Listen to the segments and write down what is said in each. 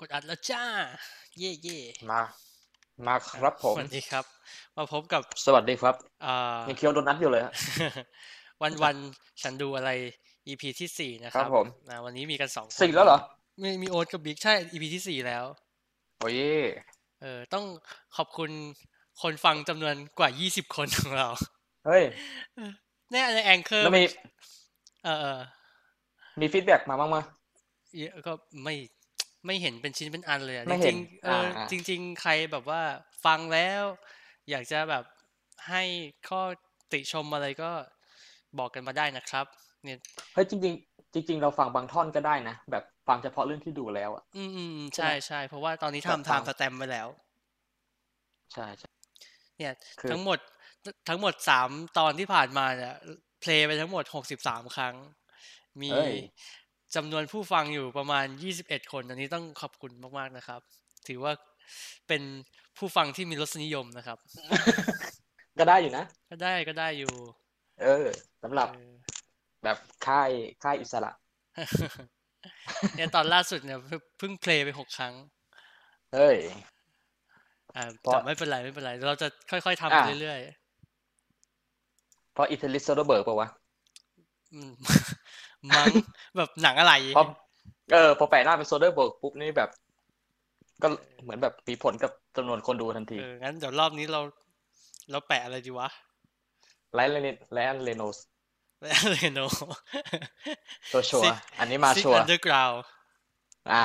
กดอัดแล้วจ้า เย่เย่ มา มาครับผม สวัสดีครับ มาพบกับ สวัสดีครับ อ่ า ยังเคี้ยวโดนัทอยู่เลยฮะ วันวันฉันดูอะไร EP ที่สี่นะค ครั รับบ ผม อ่าวันนี้มีกันสองคน สี่แล้วเหรอ มีมีโอ๊ตกับบิ๊กใช่ EP ที่สี่แล้ว โอ้ย เออต้องขอบคุณคนฟังจำนวนกว่ายี่สิบคนของเรา เฮ้ย แน่ในแองเกอร์ แล้วมี เออเออ มีฟีดแบ็กมาบ้างมั้ย เยอะก็ไม่ไม่เห็นเป็นชิ้นเป็นอันเลยอะ ไม่ จ เห็ ริงนๆเอออา จริง ๆ ใครแบบว่าฟังแล้ว อยากจะแบบให้ข้อติชมอะไรก็บอกกันมาได้นะครับ เนี่ย เฮ้ยจริง ๆ จริง ๆ เราฟังบางท่อนก็ได้นะ แบบฟังเฉพาะเรื่องที่ดูแล้วอ่ะ อืมอืม ใช่ ใช่ ไหม ใช่เพราะว่าตอนนี้ แบบ ทำ ฟั ไทาง ม์สแตมป์ไปแล้ว ใช่ใช่ เนี่ย คือ ทั้งหมดทั้งหมดสามตอนที่ผ่านมาเนี่ยเพลย์ไปทั้งหมดหกสิบสามครั้ง มี เอ้ย จำนวนผู้ฟังอยู่ประมาณยี่สิบเอ็ดคน อันนี้ต้องขอบคุณมาก ๆ นะครับ ถือว่าเป็นผู้ฟังที่มีรสนิยมนะครับ ก็ได้อยู่นะ ก็ได้ก็ได้อยู่ เออสำหรับ เออ แบบค่ายค่ายอิสระ เนี่ยตอนล่าสุดเนี่ยเพิ่งเพิ่งเพลย์ไปหกครั้ง เฮ้ย อ่า เพราะ แต่ไม่เป็นไรไม่เป็นไรเดี๋ยวเราจะค่อย ๆทำไป อ่า เรื่อยๆ เพราะอิตาลีโซโดเบิร์กปะวะ อืม มั้งแบบหนังอะไร เพราะเออพอแปะหน้าเป็นโซเดอร์เบิร์กปุ๊บนี่แบบ ก็เหมือนแบบมีผลกับจำนวนคนดูทันที เออ งั้นเดี๋ยวรอบนี้เรา เราแปะอะไรดีวะ ไลน์ไลน์เรโนส แปะอะไรโน ตัวชัวร์ Six- อันนี้มา ซิก ชัวร์ อันเดอร์กราว อ่า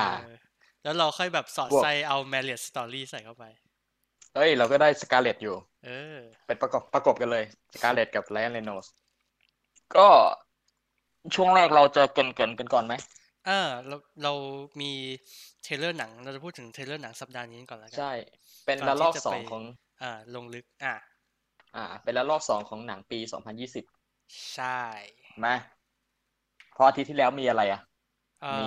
แล้วเราค่อยแบบสอด บวก ใส่เอาแมรี่สตอรี่ใส่เข้าไป เอ้ย เราก็ได้สกาเลตอยู่ เออ เป็นประกอบประกบกันเลยสกาเลตกับไลออนเรโนสก็ช่วงแรกเราจะเกรินเกรินกันก่อนไหม เออ เราเรามีเทรลเลอร์หนัง เราจะพูดถึงเทรลเลอร์หนังสัปดาห์นี้ก่อนแล้วกั ใช่ น เป็น ก่อน ระลอก ที่จะ สอง ไป ของ อ่า ลงลึก อ่ะ อ่า เป็นระลอกสองของหนังปี 2020 ใช่ มาเพราะอาทิตย์ที่แล้วมีอะไรอ่ะ เอ่ มี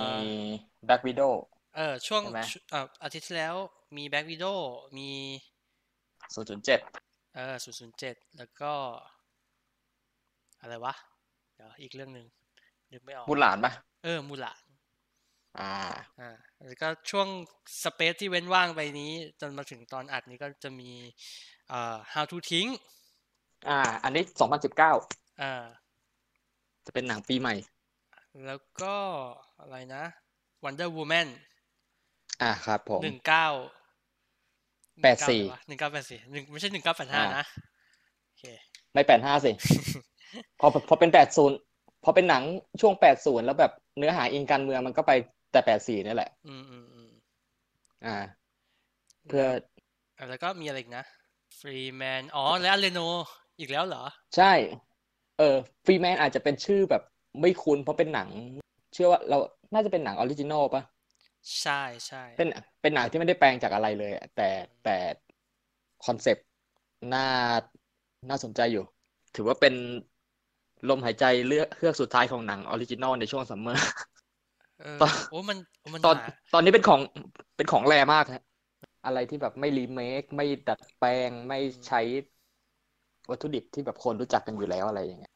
อ Black Widow เออ ช่วง ใช่ไหม ชเอ่ออาทิตย์ที่แล้วมีแบ็กวิดโอมี 0.7 เออศูนย์ศูนย์เจ็ดแล้วก็ อะไรวะ เดี๋ยวอีกเรื่องหนึ่งนึกไม่ออก บุญหลานปะ เออมูหลาน อ่า อ่าแล้วก็ช่วงสเปซที่เว้นว่างไปนี้ จนมาถึงตอนอัดนี้ก็จะมีเอ่อ how to ทิ้ง อ่า อันนี้ 2019 อ่า จะเป็นหนังปีใหม่ แล้วก็อะไรนะ Wonder Woman อ่าครับผม หนึ่งเก้า แปดสี่ หนึ่งเก้าแปดสี่หนึ่งไม่ใช่หนึ่งเก้าแปดห้า อ่า นะโอเค ไม่ 85 สิ พอพอเป็น 80 พอเป็นหนังช่วง 80 แล้วแบบเนื้อหาอิงการเมืองมันก็ไปแต่ 84นี่แหละ อืมอืมอืม อ่า เพื่อ แล้วแล้วก็มีอะไรอีกนะ Free Man อ๋อแล้วเรโนอีกแล้วเหรอ ใช่ เออฟรีแมนอาจจะเป็นชื่อแบบไม่คุ้นเพราะเป็นหนัง เชื่อว่าเราน่าจะเป็นหนังออริจินอลปะ ใช่ใช่ เป็นเป็นหนังที่ไม่ได้แปลงจากอะไรเลยอะแต่แต่คอนเซปต์น่าน่าสนใจอยู่ ถือว่าเป็นลมหายใจเลือกเฮือกสุดท้ายของหนังออริจินอลในช่วงซัมเมอร์ เออ ตอน โอ้มันมัน ตอน หนา ตอนนี้เป็นของเป็นของแรมากฮะอะไรที่แบบไม่รีเมค ไม่ดัดแปลงไม่ใช้วัตถุดิบที่แบบคนรู้จักกันอยู่แล้วอะไรอย่างเงี้ย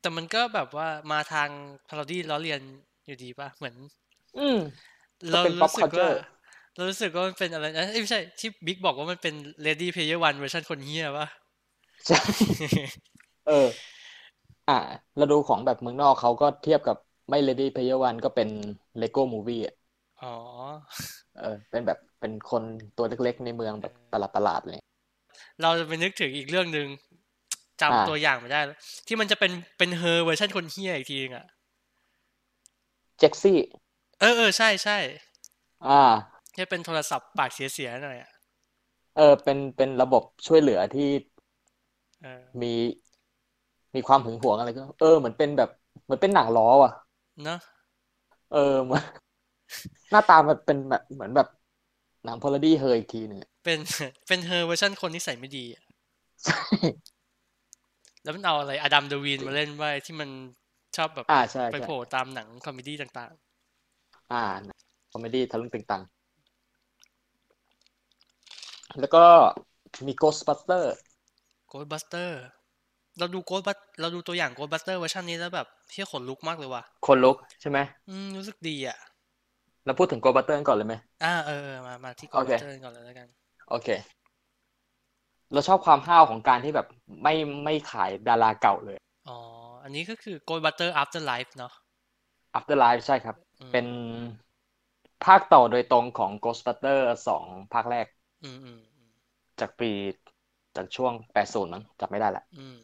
แต่มันก็แบบว่ามาทางพาโรดี้ล้อเลียนอยู่ดีป่ะ เหมือน อืม ก็ เรา เป็น pop รู้สึกว่า culture เรารู้สึกว่ามันเป็นอะไรนะเอ้ยไม่ใช่ที่บิ๊กบอกว่ามันเป็น Lady Player One เวอร์ชันคนเฮี้ยป่ะ ใช่ เออ อ่าเราดูของแบบเมืองนอกเขาก็เทียบกับไม่ Ready Player One ก็เป็น Lego Movie อะ อ๋อ เออ เป็นแบบเป็นคนตัวเล็กๆ ในเมืองแบบประหลาดๆเลย เราจะไปนึกถึงอีกเรื่องหนึ่งจำ อ่า ตัวอย่างไม่ได้แล้วที่มันจะเป็นเป็นเฮอเวอร์ชันคนเฮี้ยอีกทีนึงอ่ะ เจ็กซี่ เออเออใช่ใช่ อ่า ที่เป็นโทรศัพท์ปากเสียๆหน่อยอ่ะ เออ เป็นเป็นระบบช่วยเหลือที่ เออ มี มีความหึงหวงอะไรก็ เออเหมือนเป็นแบบเหมือนเป็นหนังล้อว่ะ เนาะ เออ เหมือน หน้าตามันเป็นแบบเหมือนแบบหนังพอลดี้เฮออีกทีหนึ่งอะ เป็นเป็นเฮอเวอร์ชันคนนิสัยไม่ดี อะ แล้วมันเอาอะไรอดัมเดวีนมาเล่นไว้ที่มันชอบแบบ อ่าใช่ ไป ใช่ โผล่ตามหนังคอมเมดี้ต่าง อ่าคอมเมดี้ทะลึ่งตึงตังแล้วก็มี Ghostbuster ๆ Ghostbuster เราดู Ghostbust เราดูตัวอย่าง Ghostbuster เวอร์ชันนี้แล้วแบบเที่ยขนลุกมากเลยว่ะ คนลุกใช่ไหม อืมรู้สึกดีอ่ะ แล้วพูดถึงโกบัตเตอร์ก่อนเลยไหม อ่าเออเออมามาที่ โอเค Godfather ก่อนเลยแล้วกัน โอเค เราชอบความห้าวของการที่แบบไม่ไม่ขายดาราเก่าเลย อ๋อ อันนี้ก็คือ Gold Butter Afterlife เนาะ Afterlife ใช่ครับ อืม เป็นภาคต่อโดยตรงของ Ghostbuster สองภาคแรก อืมอืมอืม จากปีจากช่วง 80 มั้งจำไม่ได้ละ อืม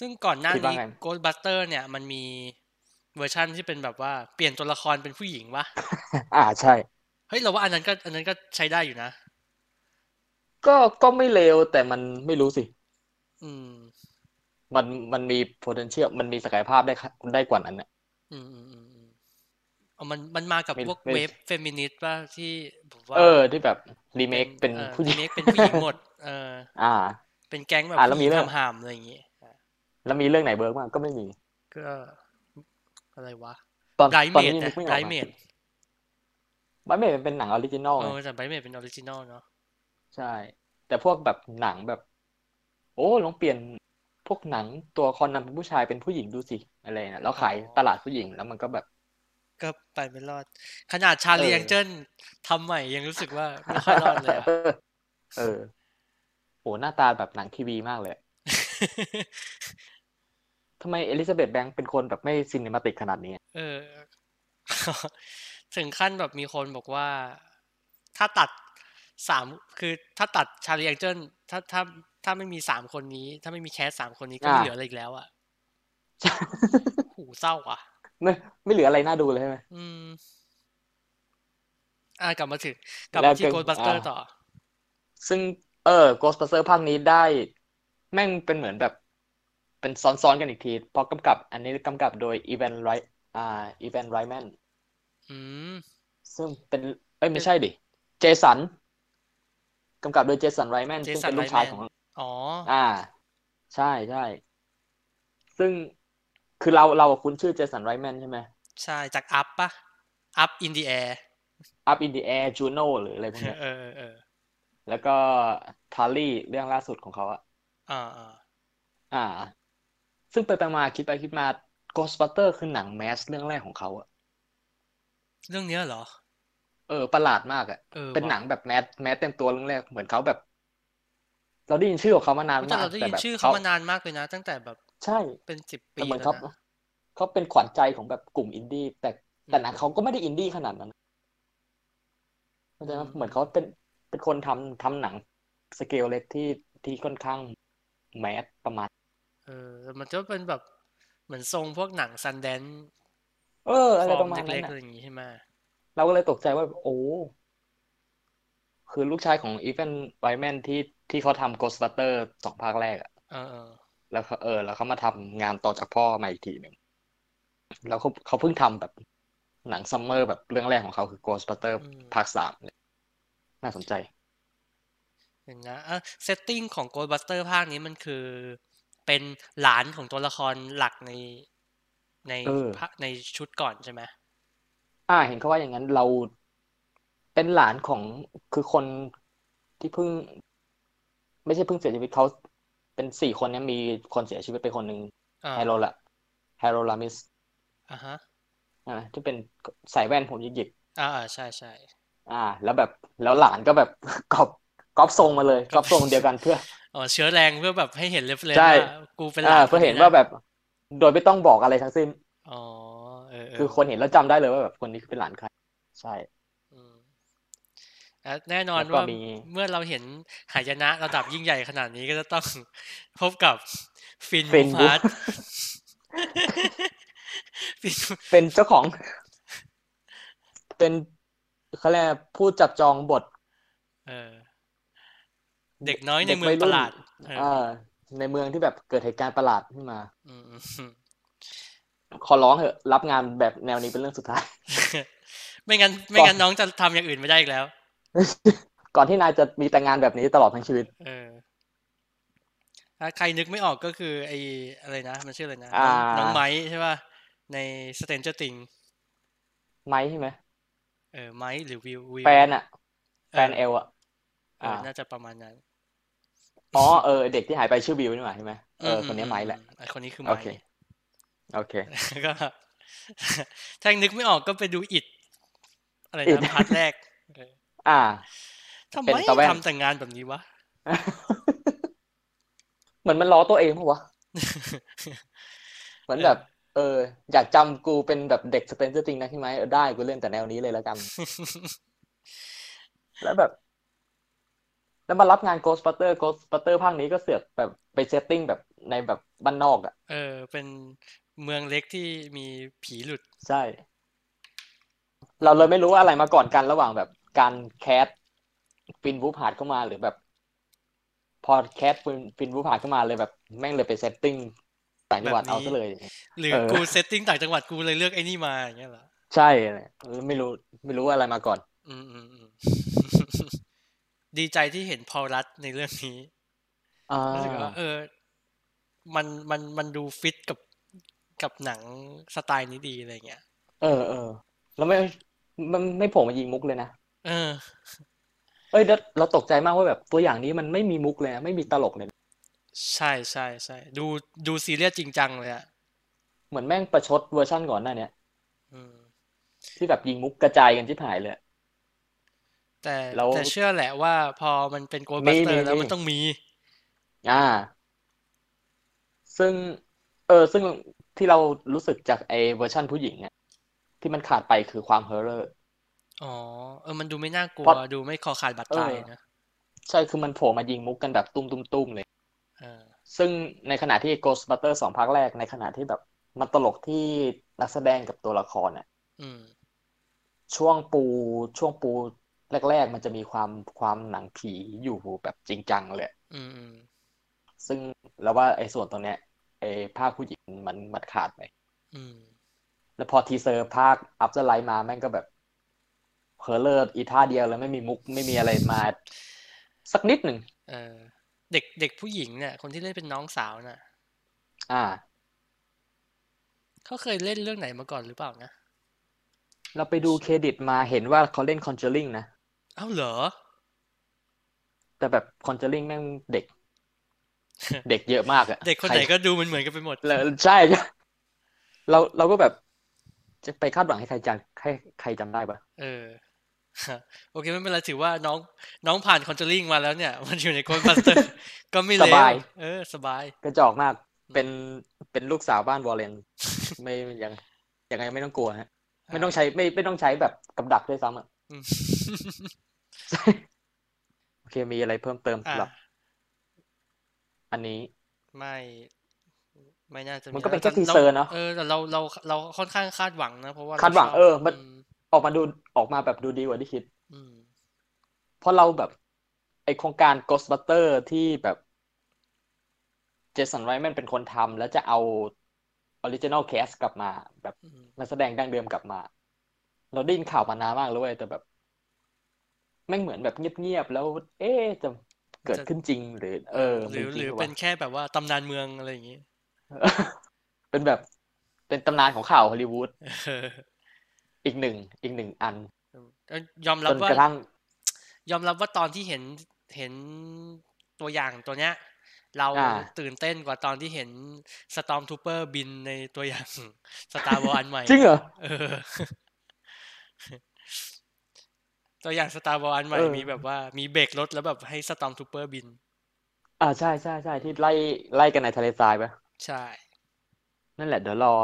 ซึ่งก่อนหน้า คิดว่า นี้ ไง Gold Butter เนี่ย มันมีเวอร์ชั่นที่เป็นแบบว่าเปลี่ยนตัวละครเป็นผู้หญิงวะ อ่าใช่ เฮ้ยเราว่าอันนั้นก็ อันนั้นก็ใช้ได้อยู่นะ ก็ก็ไม่เลวแต่มันไม่รู้สิ อืม มันมันมี potential มันมีศักยภาพได้ค่ะได้กว่านั้นน่ะ อืมอืมอืมอืมเอามันมันมากับ ไม่ พวก ไม่ เวฟเฟมินิสต์ป่ะที่ผมว่า เออที่แบบ remake เป็น ออ ผู้หญิง remake เป็นผู้หญิงหมด เออ อ่า เป็นแก๊งแบบ อ่ะแล้ว ผู้ห มี ญิง เรื่อง ทำหามอะไรอย่างงี้อ่ะ แล้วมีเรื่องไหนเบิร์กบ้างก็ไม่มี ก็อะไรวะ ตอน ไร ตอ เมดนนี้นึ นะ กไม่อ ไร อก เม อะ ด ไบรท์เมดมันเป็นหนังออริจินอล เอ ไง อแต่ไรเมดเป็นออริจินอลเนาะ ใช่ แต่พวกแบบหนังแบบ โอ้ลองเปลี่ยนพวกหนังตัวคอนนำเป็นผู้ชายเป็นผู้หญิงดูสิอะไรนะแล้วขายตลาดผู้หญิงแล้วมันก็แบบ ก็ไปไม่รอด ขนาดชาลี เออ แองเจิลทำใหม่ยังรู้สึกว่าไม่ค่อยรอดเลยอะ เออโอ้หน้าตาแบบหนังทีวีมากเลยทำไมเอลิซาเบธแบงค์เป็นคนแบบไม่ซินิมาติกขนาดนี้ เออ ถึงขั้นแบบมีคนบอกว่า ถ้าตัดสามคือถ้าตัดชาลีแองเจิลถ้าถ้าถ้าไม่มีสามคนนี้ ถ้าไม่มีแคสสามคนนี้ก็ไม่ อ่า เหลืออะไรอีกแล้วอ่ะหูเศร้าอ่ะ ไม่ไม่เหลืออะไรน่าดูเลยใช่ไหม อืม อ่ากลับมาถึงกลับมาที่ แล้วก็ โกดบัสเตอร์ อ่า ต่อ ซึ่งเออ Ghostbuster ภาคนี้ได้ แม่งเป็นเหมือนแบบ เป็นซ้อนๆกันอีกทีเพราะกำกับ อันนี้กำกับโดยอีแวนไรอ่าอีแวนไรแมน อืม ซึ่งเป็น เอ้ย ไม่ใช่ดิเจสันกำกับโดยเจสันไรแมนซึ่ง Jason เป็นลูกชาย Reitman ของ อ๋อ อ่า ใช่ใช่ซึ่งคือเราเราคุ้นชื่อเจสันไรแมนใช่ไหม ใช่จากอัพปะอัพอินดีแอร์ Up in the Air Juno หรืออะไรพวกเนี้ย เออเออเออ แล้วก็ทารี่เรื่องล่าสุดของเขาอะ อ่าอ่า อ่า ซึ่งไปไปมาคิดไปคิดมา Ghostbuster คือหนังแมสเรื่องแรกของเขาอะ เรื่องเนี้ยเหรอ เออประหลาดมากอะ เออ เป็น ว่ะ หนังแบบแมสแมสเต็มตัวเรื่องแรกเหมือนเขาแบบ เราได้ยินชื่อของเขามานาน แต่ มาก เราได้ แต่ ยิน แบบ ชื่อเขา เขา มานานมากเลยนะ ตั้งแต่แบบ ใช่ เป็นสิบปี แต่เหมือน แล้ว เขา นะ เขาเป็นขวัญใจของแบบกลุ่มอินดี้แต่ อื แต่ ม หนังเขาก็ไม่ได้อินดี้ขนาดนั้นเข้าใจไหม อืม เหมือนเขาเป็นเป็นคนทำทำหนังสเกลเล็กที่ที่ค่อนข้างแมสประมาณ เออแต่มันก็เป็นแบบเหมือนทรงพวกหนังซันแดน เออ อะ ฟ ไร อ ป ร์ม ระมาณนั้ เล็ น กๆ อะ อะไรอย่างงี้ใช่ไหม เราก็เลยตกใจว่า โอ้ คือลูกชายของอีเวนไวแมนที่ที่เขาทำ Ghostbuster สองภาคแรกอะ เออเออ แล้วเขาเออ แล้วเขามาทำงานต่อจากพ่อมาอีกทีหนึ่งแล้วเขาเขาเพิ่งทำแบบหนังซัมเมอร์แบบเรื่องแรกของเขาคือ Ghostbuster อืม ภาคสามเนี่ยน่าสนใจ เห็นนะเออเซตติ้งของ Ghostbuster ภาคนี้มันคือ เป็นหลานของตัวละครหลักในใน เออ ภาคในชุดก่อนใช่ไหม อ่า เห็นเขาว่าอย่างนั้นเราเป็นหลานของคือคนที่เพิ่ง ไม่ใช่เพิ่งเสียชีวิตเขาเป็นสี่คนเนี่ยมีคนเสียชีวิตไปคนหนึ่ง อ่า ไฮโรละไฮโรลามิส อ่าฮะ อ่าที่เป็นใส่แว่นผมหยิก อ่าอ่าใช่ใช่ ๆอ่า แล้วแบบแล้วหลานก็แบบ ก๊อปก๊อปทรงมาเลยก๊อปทรงเดียวกันเพื่อ อ๋อเชื้อแรงเพื่อแบบให้เห็นเรฟเลน ใช่ ว่ากูเป็นห อ่า ลาน เพื่อ คน เห็น นี้ ว่า นะ แบบ โดยไม่ต้องบอกอะไรทั้งสิ้น อ๋อเออเอ คือ อ คนเห็นแล้วจำได้เลยว่าแบบคนนี้คือเป็นหลานใครใช่ อืม อ่ะแน่นอ แล้ น วก็ ว่า มี เมื่อเราเห็นหายนะระดับยิ่งใหญ่ขนาดนี้ก็จะต้อง พบกับฟิน เป็ บู น ฟา บุ๊ ร์ด ฟิน เป็นเจ้าของ เป็นเขาเรียกอะไรผู้จับจองบท เออ เด็กน้อยใน เด็ก เมืองวัย ป รุ่ ระ น หลาดเออ อ่าในเมืองที่แบบเกิดเหตุการณ์ประหลาดขึ้นมา อืมอืม ขอร้องเถอะรับงานแบบแนวนี้เป็นเรื่องสุดท้าย ไม่งั้น ไม่งั้นน้องจะทำอย่างอื่นไม่ได้อีกแล้ว ก่อนที่นายจะมีแต่งานแบบนี้ตลอดทั้งชีวิต เออ ถ้าใครนึกไม่ออกก็คือ ไอ้อะไรนะ มันชื่ออะไรนะ อ่า น้องน้องไม้ใช่ป่ะในสเตนเจอร์ติง ไหมใช่ไหม เออไม้หรือวิววิว แฟนอะ เอ แฟนเอลอะ เอ อ่า อน่าจะประมาณนั้น อ๋อเออเด็กที่หายไปชื่อบิวนี่หว่าใช่ไหมเอ อื อ มอื คน ม นี้ อืม ไม้ อื แหละ มไอคนนี้คือ โอ ไม้ เค โอเค ก็ ถ้านึกไม่ออกก็ไปดูอิดอะไร อิ นะ ฐ พาร์ทแรกเออ อ่า ทำ เป็ ไม นตะแว่น ทำแต่งานแบบนี้วะ เหมือนมันล้อตัวเองปะ วะ เหมือนแบบ เออ อยากจำกูเป็นแบบเด็กสเปนเซอร์ติงนะใช่ไหมเออได้กูเล่นแต่แนวนี้เลยแล้ว กัน แล้วแบบ แล้วมารับงาน Ghostbuster Ghostbuster ภาคนี้ก็เสือกแบบไปเซตติ้งแบบในแบบบ้านนอกอ่ะ เออ เป็นเมืองเล็กที่มีผีหลุด ใช่ เราเลยไม่รู้ว่าอะไรมาก่อนกันระหว่างแบบการแคสฟินวูผาดเข้ามาหรือแบบ พอแคสฟินฟินวูผาดเข้ามาเลยแบบแม่งเลยไปเซตติ้งต่างจังหวัด แบบนี้ เอาซะเลย หรือ เออ กูเซตติ้งต่างจังหวัดกูเลยเลือกไอ้นี่มาอย่างเงี้ยเหรอ ใช่ไม่รู้ ไม่รู้ว่าอะไรมาก่อน อืมอืมอืม ดีใจที่เห็นพอลรัตในเรื่องนี้ อ่า รู้สึกว่าเออ มันมันมันดูฟิตกับกับหนังสไตล์นี้ดีอะไรเงี้ย เออเออแล้วไม่มันไม่โผล่มายิงมุกเลยนะ เออ เอ้ยแล้วเราตกใจมากว่าแบบตัวอย่างนี้มันไม่มีมุกเลยนะไม่มีตลกเลยนะ ใช่ใช่ใช่ดูดูซีเรียสจริงจังเลยอ่ะ เหมือนแม่งประชดเวอร์ชั่นก่อนหน้าเนี้ย อืม ที่แบบยิงมุกกระจายกันที่หายเลย แต่ แล้ว แต่เชื่อแหละว่าพอมันเป็นโกล มี บัสเตอ มี ร์แล้ว มี มันต้องมี อ่า ซึ่ง เออ ซึ่งที่เรารู้สึกจากไอ้เวอร์ชั่นผู้หญิงเนี่ยที่มันขาดไปคือความเฮอร์เรอร์ อ๋อ เออ มันดูไม่น่ากลั เพ ว ราะ ดูไม่คอขาดบาด เออ ตายนะ ใช่คือมันโผล่มายิงมุกกันแบบตุ้มตุ้มตุ้มเลย เออ ซึ่งในขณะที่ Ghostbuster สองภาคแรกในขณะที่แบบมันตลกที่นักแสดงกับตัวละครน่ะ อืม ช่วงปูช่วงปูแรก ๆ มันจะมีความความหนังผีอยู่แบบจริงจังเลย อืมอืม ซึ่งเราว่าไอ้ส่วนตรงเนี้ยไอ้ภาคผู้หญิงมันมันขาดไป อืม แล้วพอทีเซอร์ภาค After Light มาแม่งก็แบบเพอเลิศอีท่าเดียวเลยไม่มีมุกไม่มีอะไรมา สักนิดหนึ่ง เออ เด็กเด็กผู้หญิงเนี่ย คนที่เล่นเป็นน้องสาวน่ะ อ่า เขาเคยเล่นเรื่องไหนมาก่อนหรือเปล่านะ เราไปดูเครดิตมาเห็นว่าเขาเล่น Conjuring นะ เอ้าเหรอ แต่แบบ Conjuring แม่งเด็ก เด็กเยอะมากอะ เด็กคน ใคร ไหนก็ดูมันเหมือนๆกันไปหมด แล้วใช่ เราเราก็แบบ จะไปคาดหวังให้ใครจำให้ใครจำได้ปะ เออ โอเคไม่เป็นไรถือว่าน้องน้องผ่านคอนเจอริงมาแล้วเนี่ย มันอยู่ในโกลบัสเตอร์ ก็ไม่ ส เลว บาย เออ สบาย กระจอกมาก เป็นเป็นลูกสาวบ้านวอลเลน ไม่ยังยังไงไม่ต้องกลัวฮะ ไม่ต้องใช้ไม่ไม่ต้องใช้แบบกับดักด้วยซ้ำอะ อืม โอเค มีอะไรเพิ่มเติม อ่ะ สำหรับ อันนี้ ไม่ไม่น่าจะ มัน มี ก็เป็นแค่ แล้ ที ว เซอร์เนาะ เออแต่เราเราเราค่อนข้างคาดหวังนะ เพราะว่าเร คาดหวัง ชอบ เออมัน ม ออกมาดูออกมาแบบดูดีกว่าที่คิด อืม เพราะเราแบบ ไอโครงการ Ghostbuster ที่แบบเจสันไรแมนเป็นคนทำแล้วจะเอาออริจินอลแคสกลับมา แบบ อืม นักแสดงดั้งเดิมกลับมา เราได้ยินข่าวมานานมากเลยเว้ยแต่แบบ แม่งเหมือนแบบเงียบๆ แล้ว เอ๊ะจะเกิดขึ้นจริงหรือ เออ ห มี รือหจริง รือ ปะ เป็ วะ นแค่แบบว่าตำนานเมืองอะไรอย่างงี้ เป็นแบบ เป็นตำนานของข่าวฮอลลีวูด เออ อีกหนึ่งอีกหนึ่งอัน เออยอมรั จ บ น ว่าก ระทั่ง ยอมรับว่าตอนที่เห็นเห็นตัวอย่างตัวเนี้ย เรา อ่า ตื่นเต้นกว่าตอนที่เห็นสตอมทูเปอร์บินในตัวอย่าง สตาร์วอร์อันใหม่ จริงเหรอ เออ ตัวอย่างสตาร์วอร์อันใหม่ เออ มีแบบว่ามีเบรกรถแล้วแบบให้สตอมทูเปอร์บิน อ่าใช่ใช่ใช่ที่ไล่ไล่กันในทะเลทรายปะ ใช่ นั่นแหละเดี๋ยวรอ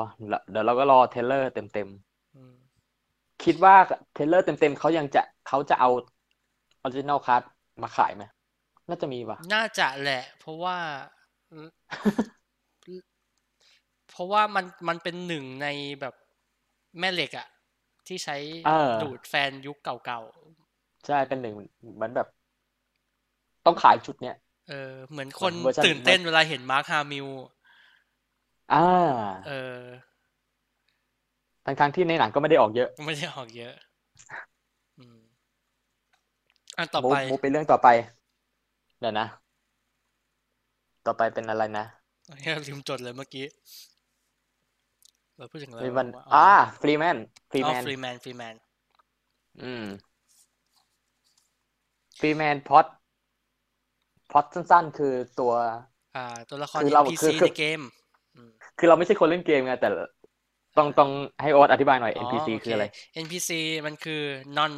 เดี๋ยวเราก็รอเทรลเลอร์เต็มเต็ม อืม ๆคิดว่าเทรลเลอร์เต็มเต็มๆเขายังจะเขาจะเอาออริจินอลคัทมาขายไหมน่าจะมีปะ น่าจะแหละ เพราะว่า เพราะว่ามันมันเป็นหนึ่งในแบบแม่เหล็กอะที่ใช้ เออ ดูดแฟนยุคเก่า ใช่เป็นหนึ่งเหมือนแบบ ต้องขายชุดเนี้ย ๆเออ เหมือน เห ค มือน น เวอร์ชัน ตื่นเต้นเวลาเห็นมาร์คฮามิล อ่า เออ ทั้งทั้งๆที่ในหนังก็ไม่ได้ออกเยอะ ไม่ได้ออกเยอะ อืมอันต่อ มู ไป ฟมูฟไปเรื่องต่อไปเดี๋ยวนะ ต่อไปเป็นอะไรนะ เฮ้ยลืมจดเลยเมื่อกี้เราพูดถึงอะไร มีวัน วะ อ่าฟรีแมนฟรี อ๋ แม อน ฟรีแมนฟรีแมน อืมฟรีแมนพล็อตพล็อตสั้น ๆ คือตัว อ่า ตัวละคร คือเรา NPC คือคือ ในเกม อืม คือเราไม่ใช่คนเล่นเกมไงแต่ ต้องต้องให้โอ๊ตอธิบายหน่อย อ๋อ NPC โอ คืออะไร เ NPC มันคือ non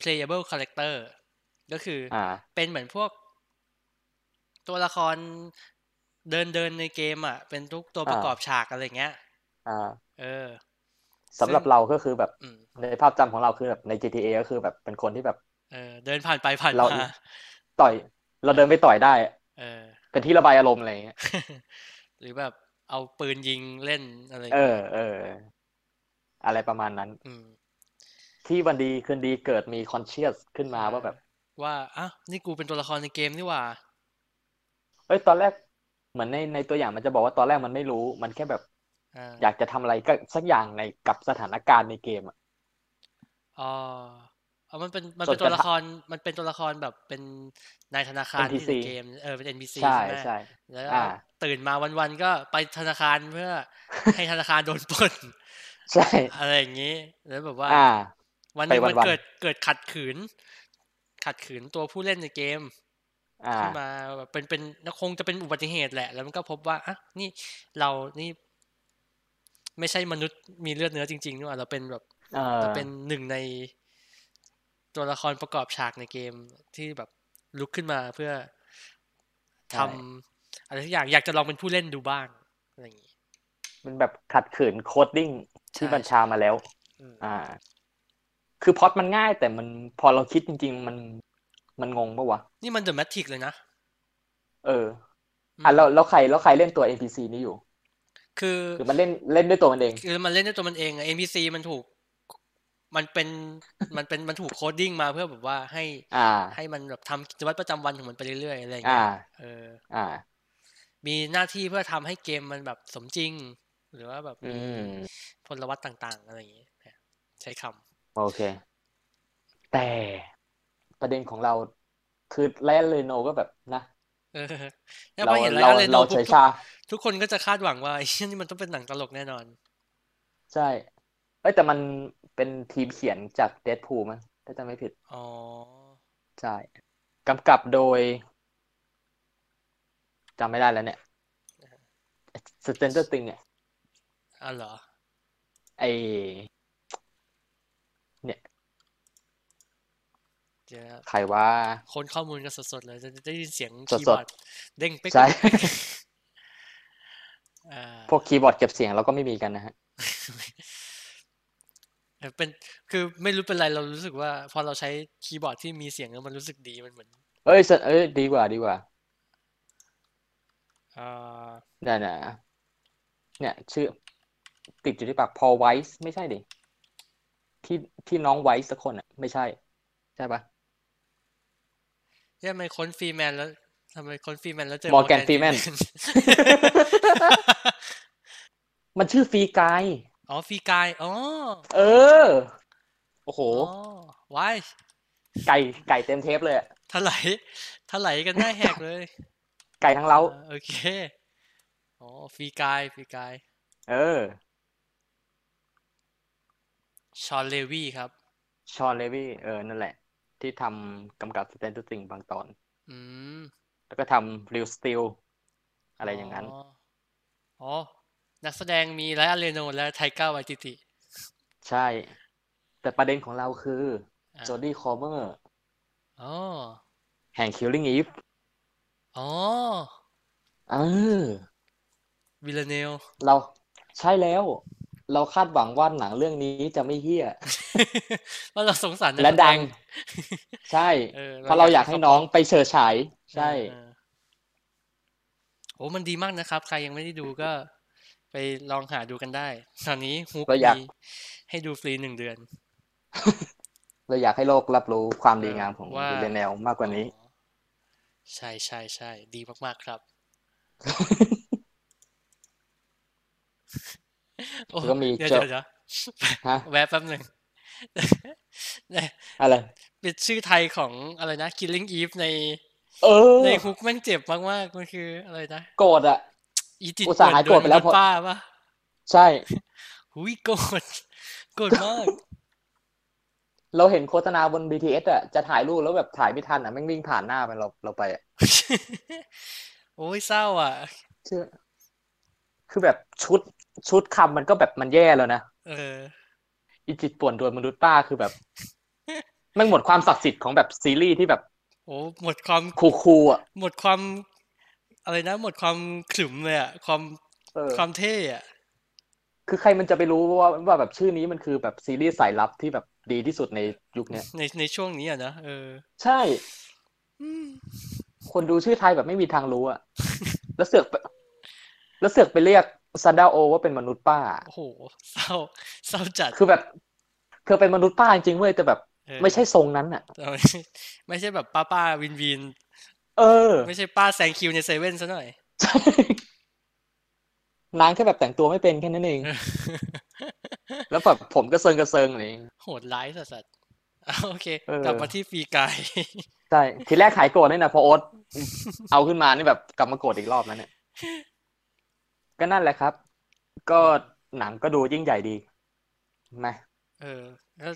playable character ก็คืออ อ่า เป็นเหมือนพวก ตัวละครเดินเดินๆในเกมอ่ะ เป็นทุกตัวประ อ่า กอบฉากอะไรเงี้ย อ่า เออ สำหรับเราก็คือแบบ อืม ในภาพจำของเราคือแบบใน GTA ก็คือแบบเป็นคนที่แบบ เออ เดินผ่านไปผ่าน เรา มา ต่อย เราเดินไปต่อยได้ เออ เป็นที่ระบายอารมณ์อะไรอย่างเงี้ย หรือแบบเอาปืนยิงเล่นอะไร เออเออ อะไรประมาณนั้น อืม ที่วันดีคืนดีเกิดมีคอนเชียสขึ้นมาว่าแบบ ว่าอ่ะนี่กูเป็นตัวละครในเกมนี่หว่า เอ้ยตอนแรกเหมือนในในตัวอย่างมันจะบอกว่าตอนแรกมันไม่รู้ มันแค่แบบ อ่า อยากจะทำอะไรก็สักอย่างในกับสถานการณ์ในเกมอะ อ๋อเอามันเป็นมัน ส่ว เป็นตันว กระ ละ ทะ ครมันเป็นตัวละครแบบเป็นนายธนาคารที่อยู่ NPC ในเกม เออเป็น NPC ใช่ ใช่ไหม ใช่ แล้ว อ่า ตื่นมาวันๆก็ไปธนาคารเพื่อ ให้ธนาคารโดนปล้น ใช่ อะไรอย่างนี้ แล้วแบบว่า อ่า วันห ไป นึง วั มัน น ๆ เกิดเกิดขัดขืน ขัดขืนตัวผู้เล่นในเกม อ่า ขึ้นมาแบบเป็นเป็นคงจะเป็นอุบัติเหตุแหละ แล้วมันก็พบว่าอ่ะนี่เรานี่ ไม่ใช่มนุษย์มีเลือดเนื้อจริงๆนี่หว่าเราเป็นแบบ เออ จะเป็นหนึ่งในตัวละครประกอบฉากในเกมที่แบบลุกขึ้นมาเพื่อทำอะไรทุกอย่างอยากจะลองเป็นผู้เล่นดูบ้างอะไรอย่างนี้ มันแบบขัดขืนโคดดิ้งที่ ใช่ บัญชามาแล้ว อืม อ่า คือพล็อตมันง่ายแต่มันพอเราคิดจริง ๆ มันมันงงปะวะ นี่มันเดอะแมทริกเลยนะ เออ อื อ่ะ ม แล้วแล้วใครแล้วใครเล่นตัว NPC นี้อยู่ คือ หรือมันเล่นเล่นด้วยตัวมันเอง คือมันเล่นด้วยตัวมันเองอะ NPC มันถูก มันเป็นมันเป็นมันถูกโคดดิ้งมาเพื่อแบบว่าให้ อ่า ให้มันแบบทำกิจวัตรประจำวันของมันไปเรื่อยๆอะไรอย่าง อ่า เงี้ยเออ อ่า มีหน้าที่เพื่อทำให้เกมมันแบบสมจริง หรือว่าแบบ อื มี ม พลวัตต่างๆ อะไรอย่างเงี้ยนะใช้คำ โอเค แต่ประเด็นของเราคือแรนเลโนก็แบบนะ เออแล้ว เรา พอเห็นไล เรา อ้อนเรโน เรา ปุ๊บ เฉทุยก ชา ทุกคนก็จะคาดหวังว่า ไอ้เหี้ยนี่มันต้องเป็นหนังตลกแน่นอน ใช่เอ้ยแต่มันเป็นทีมเขียนจากเดดพูลมั้งถ้าจำไม่ผิด อ๋อ ใช่กำกับโดยจำไม่ได้แล้วเนี่ยสเตนเจอร์ติงเนี่ย อ๋อเหรอ ไอ เดี๋ยวนะครับ ใครว่า ค้นข้อมูลกันสดๆเลย จะจะได้ยินเสียง สดคีๆย์บอร์ด เด้งเป๊ก ใช่ อ่า พวกคีย์บอร์ดเก็บเสียงเราก็ไม่มีกันนะฮะ เออเป็นคือไม่รู้เป็นไรเรารู้สึกว่า พอเราใช้คีย์บอร์ดที่มีเสียงแล้วมันรู้สึกดีมันเหมือน เอ้ยสเอ้ยดีกว่าดีกว่า อ่า เนี่ยนะเนี่ย ชื่อ ติดอยู่ที่ปากพอไวส์ไม่ใช่ดิที่ที่น้องไวส์สักคนอ่ะ ไม่ใช่ ใช่ปะ เนี่ยทำไมค้นฟรีแมนแล้วทำไมค้นฟรีแมนแล้วเจอ มอร์แกน Morgan ฟรีแมน Freeman มันชื่อฟรีกาย อ๋อฟรีกายอ๋อ เออ โอ้โห โอ้วาย ไก่ไก่เต็มเทปเลยอะ ถลายถลายกันหน้าแหกเลย ไก่ทั้งเล้า อ่าโอเค อ๋อฟรีกายฟรีกาย เออ ชอนเลวีครับ ชอนเลวีเออ นั่นแหละ ที่ทำกำกับสแตนต์ติงบางตอน อืม แล้วก็ทำริวสติลอะไรอย่างนั้น อ๋อ นักแสดงมีไลออนเรโนลด์และไทก้าไวติติ ใช่ แต่ประเด็นของเราคือ อ่า โจดี้คอเมอร์ อ๋อ แห่ง Killing Eve อ๋อ เออ วิลเลเนล เราใช่แล้ว เราคาดหวังว่าหนังเรื่องนี้จะไม่เฮี้ย ว่าเราสงสารนัก และ แส ดั ง ง ใช่ เออ เพราะเราอยากให้น้องไปเฉิดฉาย ใช่ เออโอ้มันดีมากนะครับ ใครยังไม่ได้ดูก็ ไปลองหาดูกันได้ ตอนนี้ฮุก เราอยาก มีให้ดูฟรีหนึ่งเดือน เราอยากให้โลกรับรู้ความดีงามของ ว่า วิลเลนเนลมาก กว่านี้ อ๋อใช่ใช่ใช่ดีมาก ๆ ครับ โอ้ แล้วก็มี เดี๋ยว เจอ เดี๋ยว ฮะ แวะแป๊บหนึ่ง เนี่ย อะไร เป็นชื่อไทยของอะไรนะ Killing Eve ใน เออ ในฮุกแม่งเจ็บมากๆ มันคืออะไรนะ โกรธอ่ะ อีจิต อุตส่าห์หายโกรธไปแล้ว โดน พอ ป้าปะ ใช่ หุยโกรธ โกรธมาก เราเห็นโฆษณาบน BTS อ่ะ จะถ่ายรูปแล้วแบบถ่ายไม่ทันอ่ะแม่งวิ่งผ่านหน้าไปเราเราไปอะ โอ้ยเศร้าอ่ะ เชื่อ คือแบบชุดชุดคำมันก็แบบมันแย่แล้วนะ เออ อีจิตป่วนดวลมนุษย์ป้าคือแบบ มันหมดความศักดิ์สิทธิ์ของแบบซีรีส์ที่แบบ โอ้หมดความ คูคูลๆอ่ะ หมดความ อะไรนะ หมดความขรึมเลยอะความ เออ ความเท่อะ คือใครมันจะไปรู้ว่าว่าแบบชื่อนี้มันคือแบบซีรีส์สายลับที่แบบดีที่สุดในยุคเนี้ย ในในช่วงนี้อะนะเออ ใช่ อืม คนดูชื่อไทยแบบไม่มีทางรู้อ่ะ แล้วเสือกไปแล้วเสือกไปเรียกซันดาโอว่าเป็นมนุษย์ป้า โอ้โหเศร้า เศร้าจัด คือแบบเธอเป็นมนุษย์ป้าจริงเว้ยแต่แบบ เออ ไม่ใช่ทรงนั้นอ่ะ แต่ไม่ไม่ใช่แบบป้าป้าวินวิน เออ ไม่ใช่ป้าแซงคิวในเซเว่นซะหน่อย ใช่ นางแค่แบบแต่งตัวไม่เป็นแค่นั้ นเอง แล้วแบบผมก็เซิงกระเซิงอะไรอย่างเงี้ย โหดร้ายสัสสัสอ่ะโอเค เออ กลับมาที่ฟรีกาย ใช่ทีแรกขายโกรธนี่นะพอโอ๊ตเอาขึ้นมานี่แบบกลับมาโกรธอีกรอบแล้วเนี่ย ก็นั่นแหละครับ ก็หนังก็ดูยิ่งใหญ่ดีนะ เออก็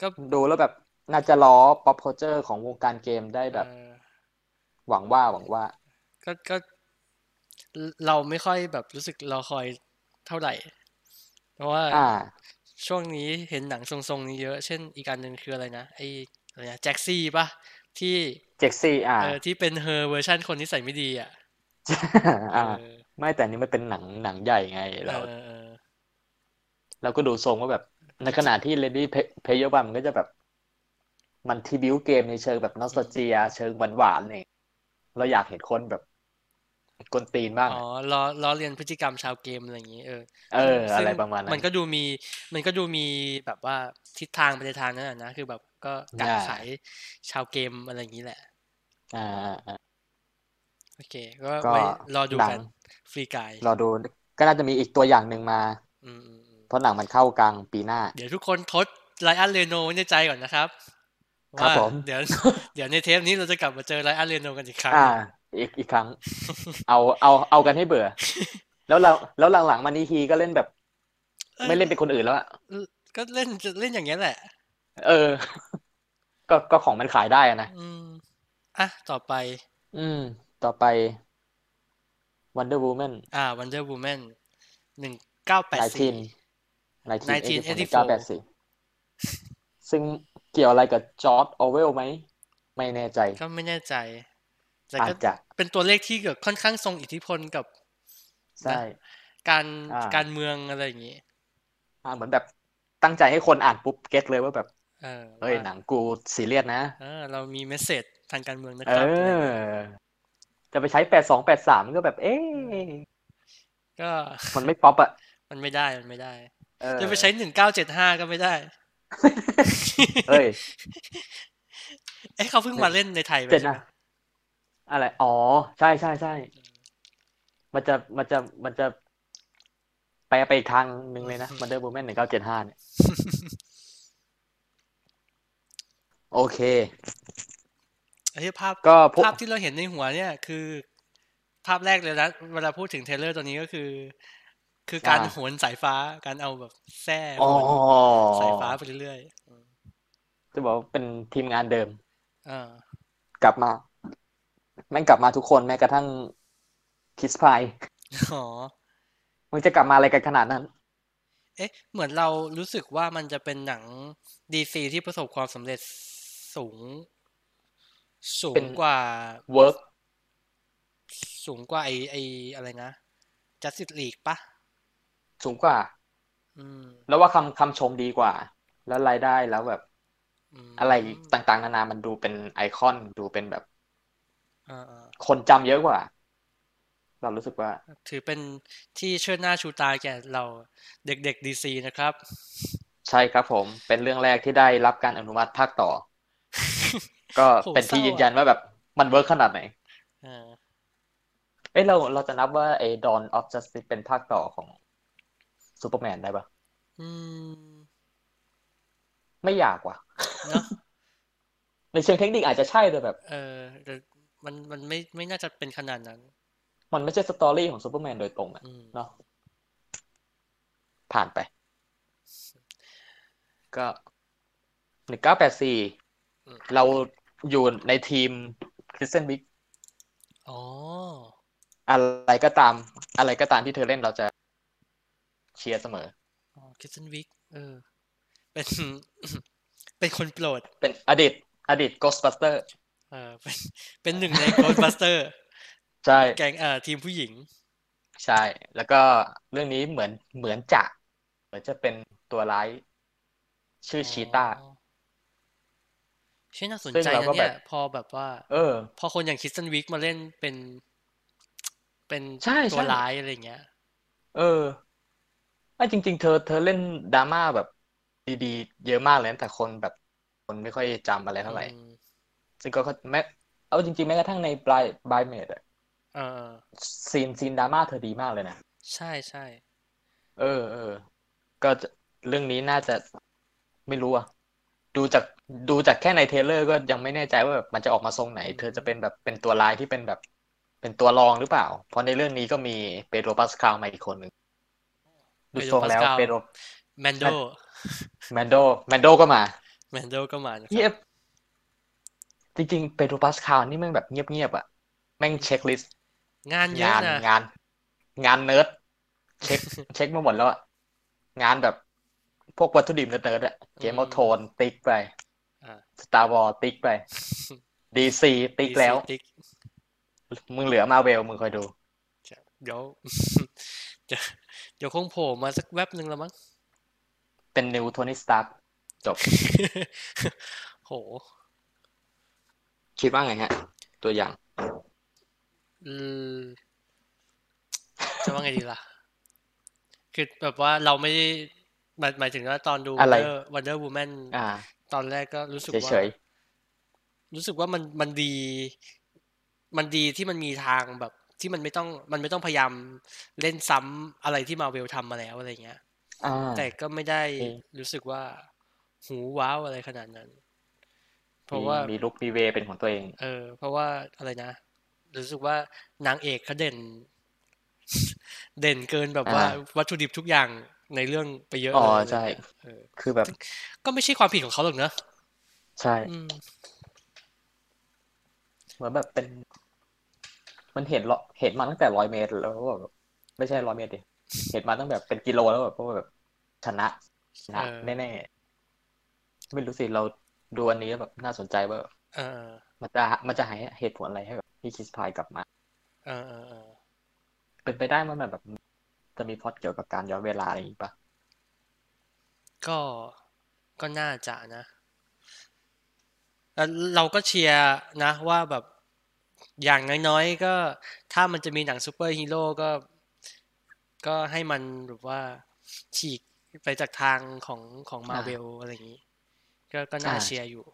ก็ ดูแล้วแบบน่าจะล้อ pop culture ของวงการเกมได้แบบ เออ หวังว่าหวังว่า ก็ก็เราไม่ค่อยแบบรู้สึกรอคอยเท่าไหร่ เพราะว่า อ่า ช่วงนี้เห็นหนังทรงๆนี้เยอะ เช่นอีกอันหนึ่งคืออะไรนะไอ้อะไรนะแจ็คซี่ปะที่ เจ็กซี่อ่า เออที่เป็นเฮอเวอร์ชันคนที่ใส่ไม่ดีอ่ะ อ่า เออ ไม่แต่อันนี่มันเป็นหนังหนังใหญ่ไง เอ เรา อเออเออ เราก็ดูทรงว่าแบบ ในขณะที่ Lady Player One มันก็จะแบบ มันทีบิวเกมในเชิงแบบนอสตาเจีย เชิงหวานๆเนี่ยเราอยากเห็นคนแบบกวนตีนบ้าง อ๋อ อะ ล้อล้อเลียนพฤติกรรมชาวเกมอะไรอย่างนี้เออ เออ ซึ่ง อะไรประมาณนั้ มัน น ก็ดูมี มันก็ดูมีแบบว่าทิศทางไปในทางนั้นอะนะ คือแบบก็กะ ใช่ ขายชาวเกมอะไรอย่างนี้แหละ อ่าอ่า โอเค ก็ ก็ ไว้รอดูกัน หนั ฟรีกาย เราดูก็น่าจะมีอีกตัวอย่างหนึ่งมา อืมอืมอืม เพราะหนังมันเข้ากลางปีหน้า เดี๋ยวทุกคนทดไลอ n นเรโนไว้ในใจก่อนนะครับ ครับ ว่า ผม เดี๋ยว เดี๋ยวในเทปนี้เราจะกลับมาเจอไลอ n นเรโนกันอีกครั้ง อ่า อีกอีกครั้ง เอาเอาเอากันให้เบื่อ แล้วเราแล้วหลังๆมานีฮีก็เล่นแบบ เออ ไม่เล่นเป็นคนอื่นแล้วอะ ก็เล่นจะเล่นอย่างนี้ยแหละ เออ ก็ก็ของมันขายได้อะนะ อืมอ่ะ ต่อไป อืม ต่อไป Wonder Woman อ่า Wonder Woman หนึ่งเก้าแปดสี่ 19 1984 1984 1984ซึ่งเกี่ยวอะไรกับจอร์ดออเวลไหม ไม่แน่ใจ ก็ไม่แน่ใจแต่ อา ก็ จจะ เป็นตัวเลขที่เกิดค่อนข้างทรงอิทธิพลกับ ใช่ การ อ่า การเมืองอะไรอย่างนี้ อ่าเหมือนแบบตั้งใจให้คนอ่านปุ๊บเก็ตเลยว่าแบบ เออ เฮ้ย ว่า หนังกูซีเรียสนะ เออเรามีเมสเซจทางการเมืองนะ เอ ครับอะไร อ เงี้ย จะไปใช้แปดสองแปดสามก็แบบ เอ๊ะ ก็ มันไม่ป๊อปอ่ะ มันไม่ได้มันไม่ได้ เออ จะไปใช้หนึ่งเก้าเจ็ดห้าก็ไม่ได้ เอ้ย เอ้เขาเพิ่งมาเล่นในไทยไป เจ็ด ใช่ไหม นะอะไร อ๋อ ใช่ใช่ใช่ มันจะ มันจะ มันจะ ไปไปอีกทางหนึ่งเลยนะ Wonder Woman หนึ่งเก้าเจ็ดห้า เนี่ย โอเค ไอ้ที่ภาพ ก็พวก ภาพที่เราเห็นในหัวเนี่ยคือ ภาพแรกเลยนะเวลาพูดถึงเทรลเลอร์ตัวนี้ก็คือ คือการโหนสายฟ้าการเอาแบบแส้โห อ๋อน สายฟ้าไปเรื่อยๆอืม จะบอกว่าเป็นทีมงานเดิม อ่าก ลับมา แม่งกลับมาทุกคนแม้กระทั่งคิสพาย อ๋อ มึงจะกลับมาอะไรกันขนาดนั้น เอ๊ะ เหมือนเรารู้สึกว่ามันจะเป็นหนังดีซีที่ประสบความสำเร็จสูง สู เป็ ง น กว่า เวิร์ก สูงกว่าไอไออะไรนะ Justice League ปะ สูงกว่า อืม แล้วว่าคำคำชมดีกว่า แล้วรายได้แล้วแบบ ม อะไรต่างๆ นานามันดูเป็นไอคอนดูเป็นแบบ อ่าอ่า คนจำเยอะกว่า เรารู้สึกว่า ถือเป็นที่เชิดหน้าชูตาแก่เราเด็กๆดีซีนะครับ ใช่ครับผม เป็นเรื่องแรกที่ได้รับการอนุมัติภาค ต่อ ก็ โห เป็นที่ เศร้าอะ ยืนยันว่าแบบมันเวิร์กขนาดไหน เออ เอ้ยเราเราจะนับว่าไอ้ Dawn of Justice เป็นภาคต่อของซูเปอร์แมนได้ปะ อืม ไม่อยากว่ะ เนาะ ในเชิงเทคนิคอาจจะใช่แต่แบบ เออแต่มันมันไม่ไม่น่าจะเป็นขนาดนั้น มันไม่ใช่สตอรี่ของซูเปอร์แมนโดยตรงอะ อืม เนาะผ่านไป ก็หนึ่งเก้าแปดสี่เราอยู่ในทีมคริสเซนวิก อ๋อ อะไรก็ตาม อะไรก็ตามที่เธอเล่นเราจะเชียร์เสมอ อ๋อคิสเซนวิกเออ เป็น เป็นคนโปรด เป็นอดีต อดีต Ghostbuster เออเป็นเป็นหนึ่งใน Ghostbuster ใช่ แก๊งเอ่อทีมผู้หญิง ใช่ แล้วก็เรื่องนี้เหมือนเหมือนจะเหมือนจะเป็นตัวร้าย ชื่อชีตา อ๋อเช่นน่าสน ซึ่ง ใจ เรา นะ ก็ เนี่ย แบบ พอแบบว่า เออ พอคนอย่างคิสตันวิกมาเล่นเป็นเป็น ใช่ ตัว ใช่ ร้ายอะไรอย่างเงี้ย เออไอ้จริง ๆ เธอเธอเล่นดราม่าแบบดีๆ เยอะมากเลยนะแต่คนแบบคนไม่ค่อยจำอะไรเท่าไหร่ อืม ซึ่งก็แม้เอาจริงๆแม้กระทั่งในบายบายเมดอะ เออ ซีนซีนดราม่าเธอดีมากเลยนะ ใช่ใช่ เออเออ ก็จะเรื่องนี้น่าจะไม่รู้อะดูจากดูจากแค่ในเทรลเลอร์ก็ยังไม่แน่ใจว่าแบบมันจะออกมาทรงไหน เธอจะเป็นแบบเป็นตัวร้ายที่เป็นแบบ เป็นตัวรองหรือเปล่า เพราะในเรื่องนี้ก็มีเปโดรปาสคาลมาอีกคนหนึ่งดูทรงแล้วเปโดร แมนโด แมนโดแมนโดก็มา แมนโดก็มานะค เงี รับ ยบจริงๆเปโดรปาสคาลนี่แม่งแบบเงียบๆอ่ะ แม่งเช็คลิสต์ งานเยอะ งาน นะ งาน งานเนิร์ดเช็ค เช็คมาหมดแล้วอ่ะ งานแบบพวกวัตถุดิบเนิร์ดๆอ่ะเกมออฟโทนติ๊กไป อ่า สตาร์วอล ติ๊กไปดีซีติ๊ก DC แล้ว ติ๊ก มึงเหลือมาเวลมึงคอยดู เดี๋ยว เดี๋ยวเดี๋ยวคงโผล่มาสักแว็บหนึ่งแล้ว มั้ง เป็นนิวโทนี่สตาร์จบ โห คิดว่าไงฮะ ตัวอย่าง อืมจะว่าไงดีล่ะ คือแบบว่าเราไม่ได้หมายหมายถึงว่าตอนดู อะไร Wonder Wonder Woman อ่า ตอนแรกก็รู้สึกว่า เฉย รู้สึกว่ามันมันดี มันดีที่มันมีทางแบบ ที่มันไม่ต้อง มันไม่ต้องพยายามเล่นซ้ำอะไรที่มาเวลทำมาแล้วอะไรเงี้ย ๆอ่า แต่ก็ไม่ได้ จริง รู้สึกว่า หูว้าวอะไรขนาดนั้น เพราะว่า มีลุคมีเวเป็นของตัวเอง เออเพราะว่าอะไรนะ รู้สึกว่านางเอกเขาเด่น เด่นเกินแบบว่า อ่า วัตถุดิบทุกอย่างในเรื่องไปเยอะ อ๋อ เลยอะไร ใช่ เงี้ยเออ คือแบบ ก็ไม่ใช่ความผิดของเขาหรอกเนอะ ใช่ อืม เหมือนแบบเป็น มันเห็นละเห็นมาตั้งแต่ร้อยเมตรแล้วก็แบบไม่ใช่ร้อยเมตรดิเห็นมาตั้งแบบเป็นกิโลแล้วแบบเพราะว่าแบบชนะชนะ เออ แน่ๆไม่รู้สิเราดูอันนี้แล้วแบบน่าสนใจว่าแบบ เออ มันจะมันจะหาเหตุผลอะไรให้แบบพี่คิสพายกลับมา เออเออเออ เป็นไปได้ไหมมันแบบ จะมีพล็อตเกี่ยวกับการย้อนเวลาอะไรอย่างงี้ปะ ก็ก็น่าจะนะแล้วเราก็เชียร์นะว่าแบบอย่างน้อยๆก็ ถ้ามันจะมีหนังซูเปอร์ฮีโร่ก็ ก็ให้มันแบบว่า ฉีกไปจากทางของของมาเวลอะไรอย่างนี้ ก็ก็น่าเชียร์อยู่